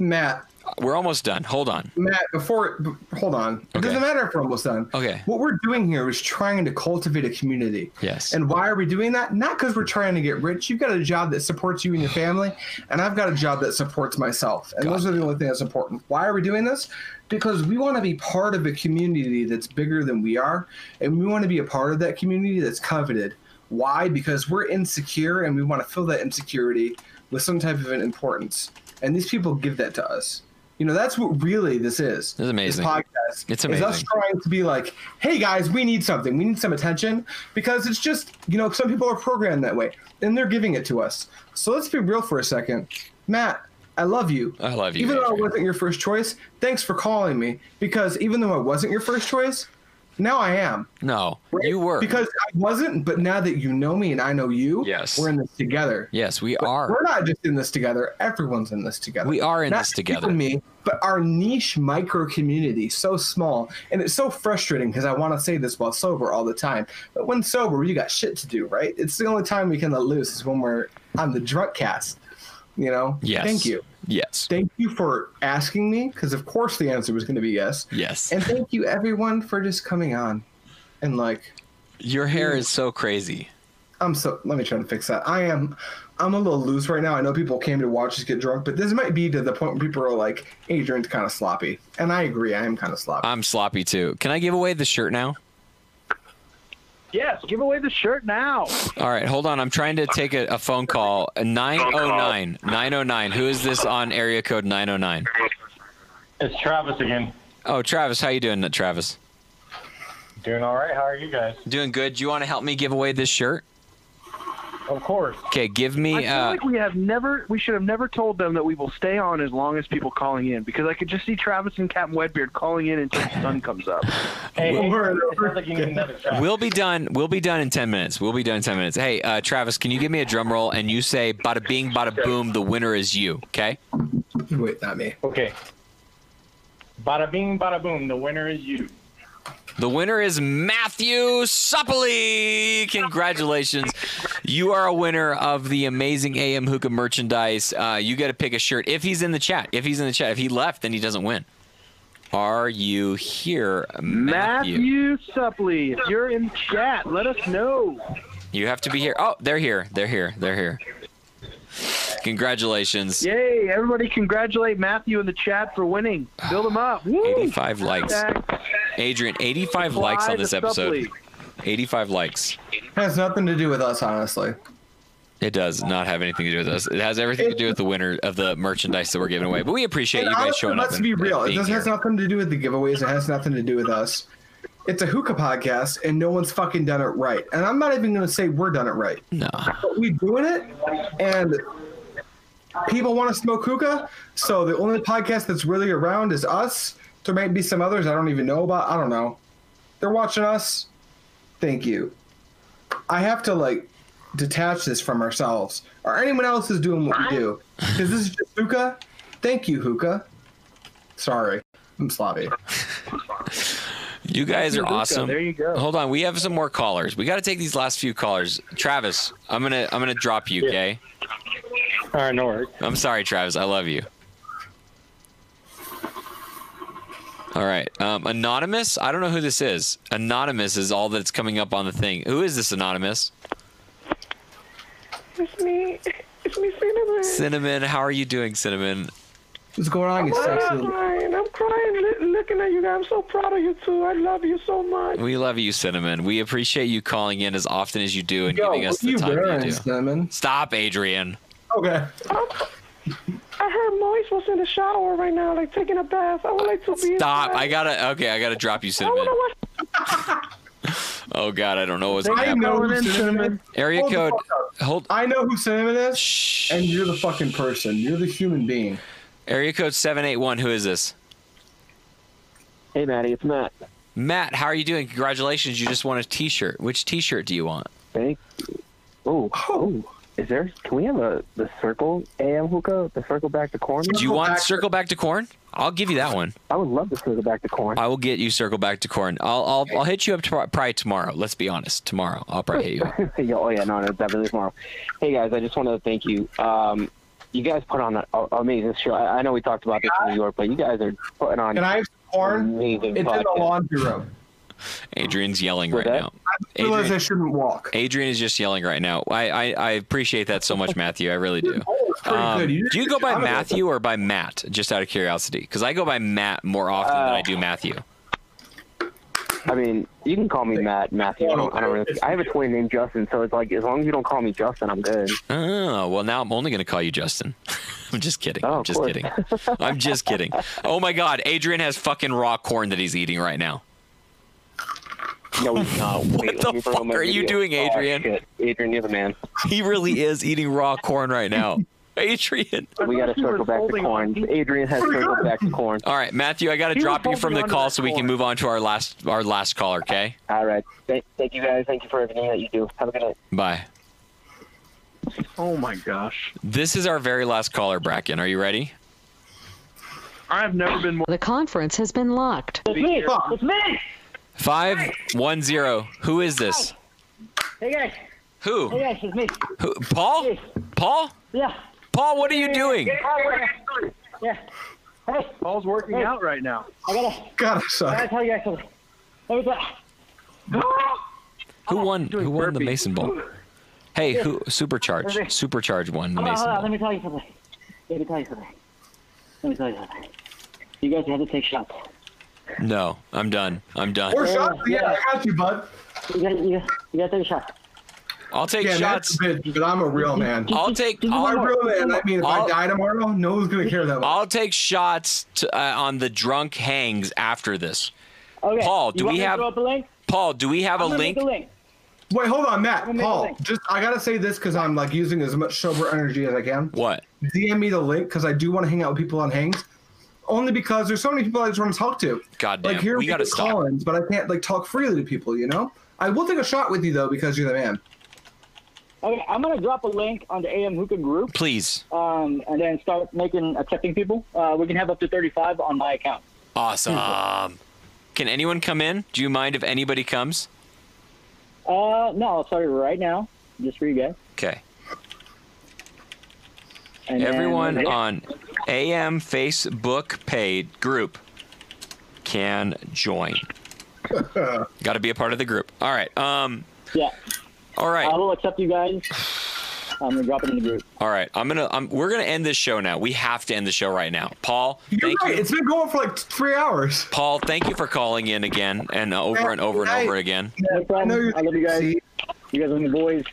Speaker 2: Matt,
Speaker 1: We're almost done. Hold on.
Speaker 2: Matt, before b- hold on, it doesn't matter if we're almost done.
Speaker 1: Okay.
Speaker 2: What we're doing here is trying to cultivate a community.
Speaker 1: Yes.
Speaker 2: And why are we doing that? Not because we're trying to get rich. You've got a job that supports you and your family, and I've got a job that supports myself. And those are the only things that's important. Why are we doing this? Because we want to be part of a community that's bigger than we are, and we want to be a part of that community that's coveted. Why? Because we're insecure, and we want to fill that insecurity with some type of an importance. And these people give that to us. You know, that's what really this is. It's
Speaker 1: amazing.
Speaker 2: This podcast
Speaker 1: It's
Speaker 2: is us
Speaker 1: amazing.
Speaker 2: trying to be like, hey guys, we need something. We need some attention because it's just, you know, some people are programmed that way and they're giving it to us. So let's be real for a second. Matt, I love you.
Speaker 1: I love you.
Speaker 2: Even though I wasn't your first choice, thanks for calling me because even though I wasn't your first choice, now I am.
Speaker 1: No, you were.
Speaker 2: Because I wasn't, but now that you know me and I know you,
Speaker 1: Yes.
Speaker 2: we're in this together.
Speaker 1: Yes, we
Speaker 2: But
Speaker 1: are.
Speaker 2: We're not just in this together. Everyone's in this together.
Speaker 1: We are in
Speaker 2: Not
Speaker 1: this
Speaker 2: you
Speaker 1: together.
Speaker 2: and me, but our niche micro community, so small, and it's so frustrating because I want to say this while sober all the time. But when sober, you got shit to do, right? It's the only time we can let loose is when we're on the drunk cast. You know.
Speaker 1: Yes.
Speaker 2: Thank you.
Speaker 1: Yes.
Speaker 2: Thank you for asking me because of course the answer was going to be yes.
Speaker 1: Yes.
Speaker 2: And thank you everyone for just coming on, and like
Speaker 1: Your hair is so crazy.
Speaker 2: I'm so let me try to fix that. I am I'm a little loose right now. I know people came to watch us get drunk, but this might be to the point where people are like, Adrian's kind of sloppy. And I agree, I am kind of sloppy.
Speaker 1: I'm sloppy too. Can I give away the shirt now?
Speaker 5: Yes, give away the shirt now.
Speaker 1: All right, hold on. I'm trying to take a, a phone call. 909. 909. Who is this on area code 909?
Speaker 16: It's Travis again.
Speaker 1: Oh, Travis, how you doing, Travis?
Speaker 16: Doing all right. How are you guys?
Speaker 1: Doing good. Do you want to help me give away this shirt?
Speaker 16: Of course.
Speaker 1: Okay, give
Speaker 5: I
Speaker 1: me.
Speaker 5: feel
Speaker 1: Uh,
Speaker 5: like we have never, we should have never told them that we will stay on as long as people calling in because I could just see Travis and Captain Wedbeard calling in until the sun comes up.
Speaker 16: Hey, hey, it sounds like you need another shot.
Speaker 1: uh, we'll be done. We'll be done in 10 minutes. We'll be done in 10 minutes. Hey, uh, Travis, can you give me a drum roll and you say, bada bing, bada boom, the winner is you, okay?
Speaker 2: Wait, not me.
Speaker 16: Okay. Bada bing, bada boom. The winner is you.
Speaker 1: The winner is Matthew Suppley. Congratulations. You are a winner of the amazing AM Hookah merchandise. Uh, you got to pick a shirt if he's in the chat. If he's in the chat, if he left, then he doesn't win. Are you here, Matthew?
Speaker 8: Matthew Suppley, if you're in chat, let us know.
Speaker 1: You have to be here. Oh, they're here. They're here. They're here. Congratulations.
Speaker 8: Yay! Everybody, congratulate Matthew in the chat for winning. Build him up. Woo!
Speaker 1: 85 likes. Adrian, 85 likes on this episode. 85 likes.
Speaker 2: Has nothing to do with us, honestly.
Speaker 1: It does not have anything to do with us. It has everything to do with the winner of the merchandise that we're giving away. But we appreciate you guys
Speaker 2: Honestly,
Speaker 1: showing up.
Speaker 2: let's
Speaker 1: and-
Speaker 2: be real.
Speaker 1: and
Speaker 2: It
Speaker 1: being
Speaker 2: doesn't has
Speaker 1: here.
Speaker 2: nothing to do with the giveaways. It has nothing to do with us. It's a hookah podcast, and no one's fucking done it right. And I'm not even going to say we're done it right.
Speaker 1: No.
Speaker 2: But we doing it, and people want to smoke hookah. So the only podcast that's really around is us. There might be some others I don't even know about. I don't know. They're watching us. Thank you. I have to like detach this from ourselves or anyone else is doing what we do because this is just hookah. Thank you, hookah. Sorry, I'm sloppy.
Speaker 1: You guys are
Speaker 2: Hookah,
Speaker 1: awesome.
Speaker 2: there you go.
Speaker 1: Hold on, we have some more callers. We got to take these last few callers. Travis, I'm gonna I'm gonna drop you. Okay.
Speaker 22: All right, no worries.
Speaker 1: I'm sorry, Travis. I love you. All right. Um, anonymous. I don't know who this is. Anonymous is all that's coming up on the thing. Who is this anonymous?
Speaker 23: It's me. It's me, Cinnamon.
Speaker 1: Cinnamon. How are you doing, Cinnamon?
Speaker 2: What's going on, you sexy?
Speaker 23: I'm crying. I'm crying li- looking at you guys. I'm so proud of you two. I love you so much.
Speaker 1: We love you, Cinnamon. We appreciate you calling in as often as you do and giving us
Speaker 2: what
Speaker 1: the
Speaker 2: you
Speaker 1: time that
Speaker 2: wearing,
Speaker 1: you do.
Speaker 2: Cinnamon?
Speaker 1: Stop, Adrian.
Speaker 2: Okay.
Speaker 23: I heard Moise was in the shower right now, like taking a bath. I would like to be.
Speaker 1: Stop. I gotta. Okay, I gotta drop you, Cinnamon. oh God, I don't know what's gonna
Speaker 2: I
Speaker 1: happen.
Speaker 2: know who cinnamon. is.
Speaker 1: Area
Speaker 2: Hold the
Speaker 1: code.
Speaker 2: fuck up.
Speaker 1: Hold.
Speaker 2: I know who cinnamon is, and you're the fucking person. You're the human being.
Speaker 1: Area code seven eight one. Who is this?
Speaker 11: Hey, Maddie, it's Matt.
Speaker 1: Matt, how are you doing? Congratulations, you just won a T-shirt. Which T-shirt do you want?
Speaker 11: Thank. Oh, oh, is there? Can we have a the circle AM hookah? The circle back to corn.
Speaker 1: Do you want circle back to corn? I'll give you that one.
Speaker 11: I would love to circle back to corn.
Speaker 1: I will get you circle back to corn. I'll I'll, I'll hit you up to, probably tomorrow. Let's be honest, tomorrow I'll probably hit you up.
Speaker 11: yeah, oh yeah, no, no, definitely tomorrow. Hey guys, I just wanted to thank you. Um, you guys put on an a- amazing show. I, I know we talked about this in New York, but you guys are putting on.
Speaker 2: Can I have some corn?
Speaker 11: Amazing
Speaker 2: It's in the
Speaker 11: podcast.
Speaker 2: laundry room.
Speaker 1: Adrian's yelling right now.
Speaker 2: I realize I shouldn't walk.
Speaker 1: Adrian is just yelling right now. I, I, I appreciate that so much, Matthew. I really do.
Speaker 2: Oh,
Speaker 1: Um,
Speaker 2: pretty good. You did
Speaker 1: do you
Speaker 2: a
Speaker 1: go
Speaker 2: good
Speaker 1: by
Speaker 2: job of it.
Speaker 1: Matthew or by Matt? Just out of curiosity, because I go by Matt more often than I do
Speaker 2: Uh,
Speaker 1: Matthew.
Speaker 11: I mean, you can call me Matt, Matthew. I don't, I don't really. I have a twin named Justin, so it's like as long as you don't call me Justin, I'm good.
Speaker 1: Oh well, now I'm only going to call you Justin. I'm just kidding. I'm just
Speaker 11: Oh, course.
Speaker 1: kidding. I'm just kidding. Oh my God, Adrian has fucking raw corn that he's eating right now.
Speaker 11: No, he's not. Wait,
Speaker 1: what the fuck are you doing, Adrian?
Speaker 11: Oh, Adrian, you're the man.
Speaker 1: He really is eating raw corn right now. Adrian.
Speaker 11: We got to circle back to corn. Adrian has circled back to corn.
Speaker 1: All right, Matthew, I got to
Speaker 11: He was
Speaker 1: drop you from the
Speaker 11: holding
Speaker 1: call
Speaker 11: onto
Speaker 1: so we can move on to our last our last caller. Okay.
Speaker 11: All right. Thank, thank you guys. Thank you for everything that you do. Have a good night.
Speaker 1: Bye.
Speaker 8: Oh my gosh.
Speaker 1: This is our very last caller, Bracken. Are you ready?
Speaker 8: I've never been more.
Speaker 24: The conference has been locked.
Speaker 8: It's me.
Speaker 24: It's me.
Speaker 1: Five one zero. Who is this?
Speaker 10: Hey guys.
Speaker 1: Who?
Speaker 10: Hey guys, it's me.
Speaker 1: Who? Paul? Paul?
Speaker 10: Yeah.
Speaker 1: Paul, what are you doing?
Speaker 10: Yeah. Hey.
Speaker 8: Paul's working out right now.
Speaker 10: I gotta.
Speaker 2: God,
Speaker 10: I gotta tell you guys something. Let me tell-
Speaker 1: Who
Speaker 10: Oh,
Speaker 1: won? Who won the Mason Bowl? Hey, who? Supercharge.
Speaker 10: Burpee.
Speaker 1: Supercharge won the
Speaker 10: Hold on,
Speaker 1: Mason.
Speaker 10: hold on. Let me tell you something. Let me tell you something. Let me tell you something. You guys have to take shots.
Speaker 1: No, I'm done. I'm done.
Speaker 10: Or shots, yeah,
Speaker 2: I got you, bud.
Speaker 10: You gotta, you, you gotta take a shot.
Speaker 1: I'll take
Speaker 2: Yeah,
Speaker 1: shots.
Speaker 2: that's a bitch, but I'm a real man.
Speaker 1: I'll take.
Speaker 2: I'm
Speaker 1: I'll,
Speaker 2: a real man. I mean, if i
Speaker 1: I'll-
Speaker 2: die tomorrow, no one's gonna care that much.
Speaker 1: I'll take shots to, uh, on the drunk hangs after this.
Speaker 10: Okay.
Speaker 1: Paul,
Speaker 10: you
Speaker 1: do
Speaker 10: want
Speaker 1: we
Speaker 10: me to
Speaker 1: have
Speaker 10: throw up a link?
Speaker 1: Paul? Do we have
Speaker 10: I'm
Speaker 1: a
Speaker 10: gonna make
Speaker 1: link?
Speaker 10: a link.
Speaker 2: Wait, hold on, Matt.
Speaker 10: I'm gonna make a
Speaker 2: Paul,
Speaker 10: link.
Speaker 2: just I gotta say this because I'm like using as much sober energy as I can.
Speaker 1: What?
Speaker 2: DM me the link because I do want to hang out with people on hangs. Only because there's so many people I just want to talk to.
Speaker 1: God
Speaker 2: Like
Speaker 1: damn,
Speaker 2: here are
Speaker 1: we gotta
Speaker 2: people
Speaker 1: stop.
Speaker 2: Collins, but I can't like talk freely to people. You know. I will take a shot with you though because you're the man.
Speaker 10: Okay, I'm gonna drop a link on the AM Hookah group.
Speaker 1: Please.
Speaker 10: Um, and then start making accepting people. Uh, we can have up to 35 on my account.
Speaker 1: Awesome. Can anyone come in? Do you mind if anybody comes?
Speaker 7: Uh, no, I'll start it right now, just for you guys.
Speaker 1: Okay.
Speaker 7: And then-
Speaker 1: Everyone on AM Facebook paid group can join. Got to be a part of the group. All right. Um.
Speaker 7: Yeah.
Speaker 1: All right. I
Speaker 7: will accept you guys. I'm gonna drop it in the group.
Speaker 1: All right. I'm gonna. I'm, we're gonna end this show now. We have to end the show right now. Paul, thank you.
Speaker 2: It's been going for like three hours.
Speaker 1: Paul, thank you for calling in again and uh, over and over and over again.
Speaker 7: No problem. I love you guys. You guys are my boys.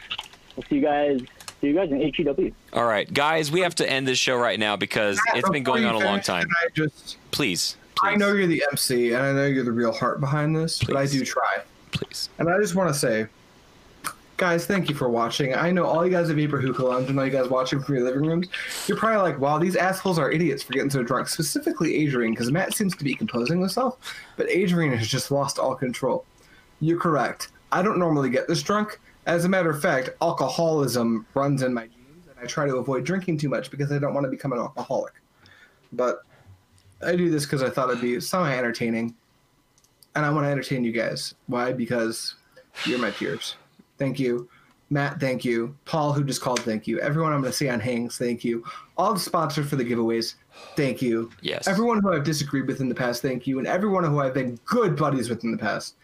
Speaker 7: We'll see you guys. See you guys in E HEW.
Speaker 1: All right, guys, we have to end this show right now because
Speaker 2: Matt,
Speaker 1: it's been
Speaker 2: before
Speaker 1: going
Speaker 2: you
Speaker 1: on a long
Speaker 2: finish,
Speaker 1: time.
Speaker 2: can I just-
Speaker 1: Please.
Speaker 2: I know you're the MC and I know you're the real heart behind this, but I do try.
Speaker 1: Please.
Speaker 2: And I just want to say, guys, thank you for watching. I know all you guys at Vapor Hookah Lounge and all you guys watching from your living rooms, you're probably like, wow, these assholes are idiots for getting so drunk, specifically Adrian, because Matt seems to be composing himself, but Adrian has just lost all control. You're correct. I don't normally get this drunk. As a matter of fact, alcoholism runs in my genes, and I try to avoid drinking too much because I don't want to become an alcoholic. But I do this because I thought it'd be somehow entertaining, and I want to entertain you guys. Why? Because you're my peers. Thank you, Matt. Thank you, Paul, who just called. Thank you, everyone. I'm going to see on Hangs. Thank you, all the sponsors for the giveaways. Thank you.
Speaker 1: Yes.
Speaker 2: Everyone who I've disagreed with in the past. Thank you, and everyone who I've been good buddies with in the past.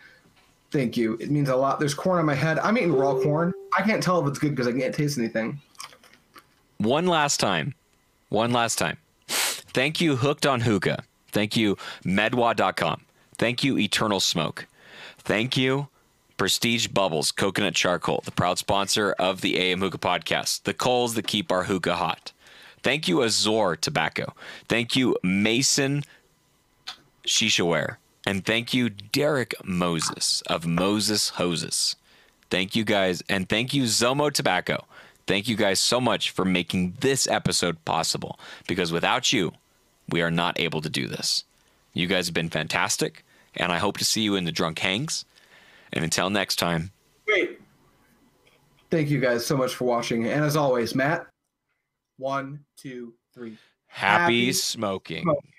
Speaker 2: Thank you. It means a lot. There's corn on my head. I'm eating raw corn. I can't tell if it's good because I can't taste anything.
Speaker 1: One last time. One last time. Thank you, Hooked on Hookah. Thank you, Medwa.com. Thank you, Eternal Smoke. Thank you, Prestige Bubbles, Coconut Charcoal, the proud sponsor of the AM Hookah Podcast, the coals that keep our hookah hot. Thank you, Azor Tobacco. Thank you, Mason Shishaware. And thank you, Derek Moses of Moses Hoses. Thank you guys. And thank you, Zomo Tobacco. Thank you guys so much for making this episode possible because without you, we are not able to do this. You guys have been fantastic, and I hope to see you in the drunk hangs. And until next time,
Speaker 2: Thank you guys so much for watching. And as always, Matt, one, two, three.
Speaker 1: happy,
Speaker 2: Happy
Speaker 1: smoking.
Speaker 2: smoking.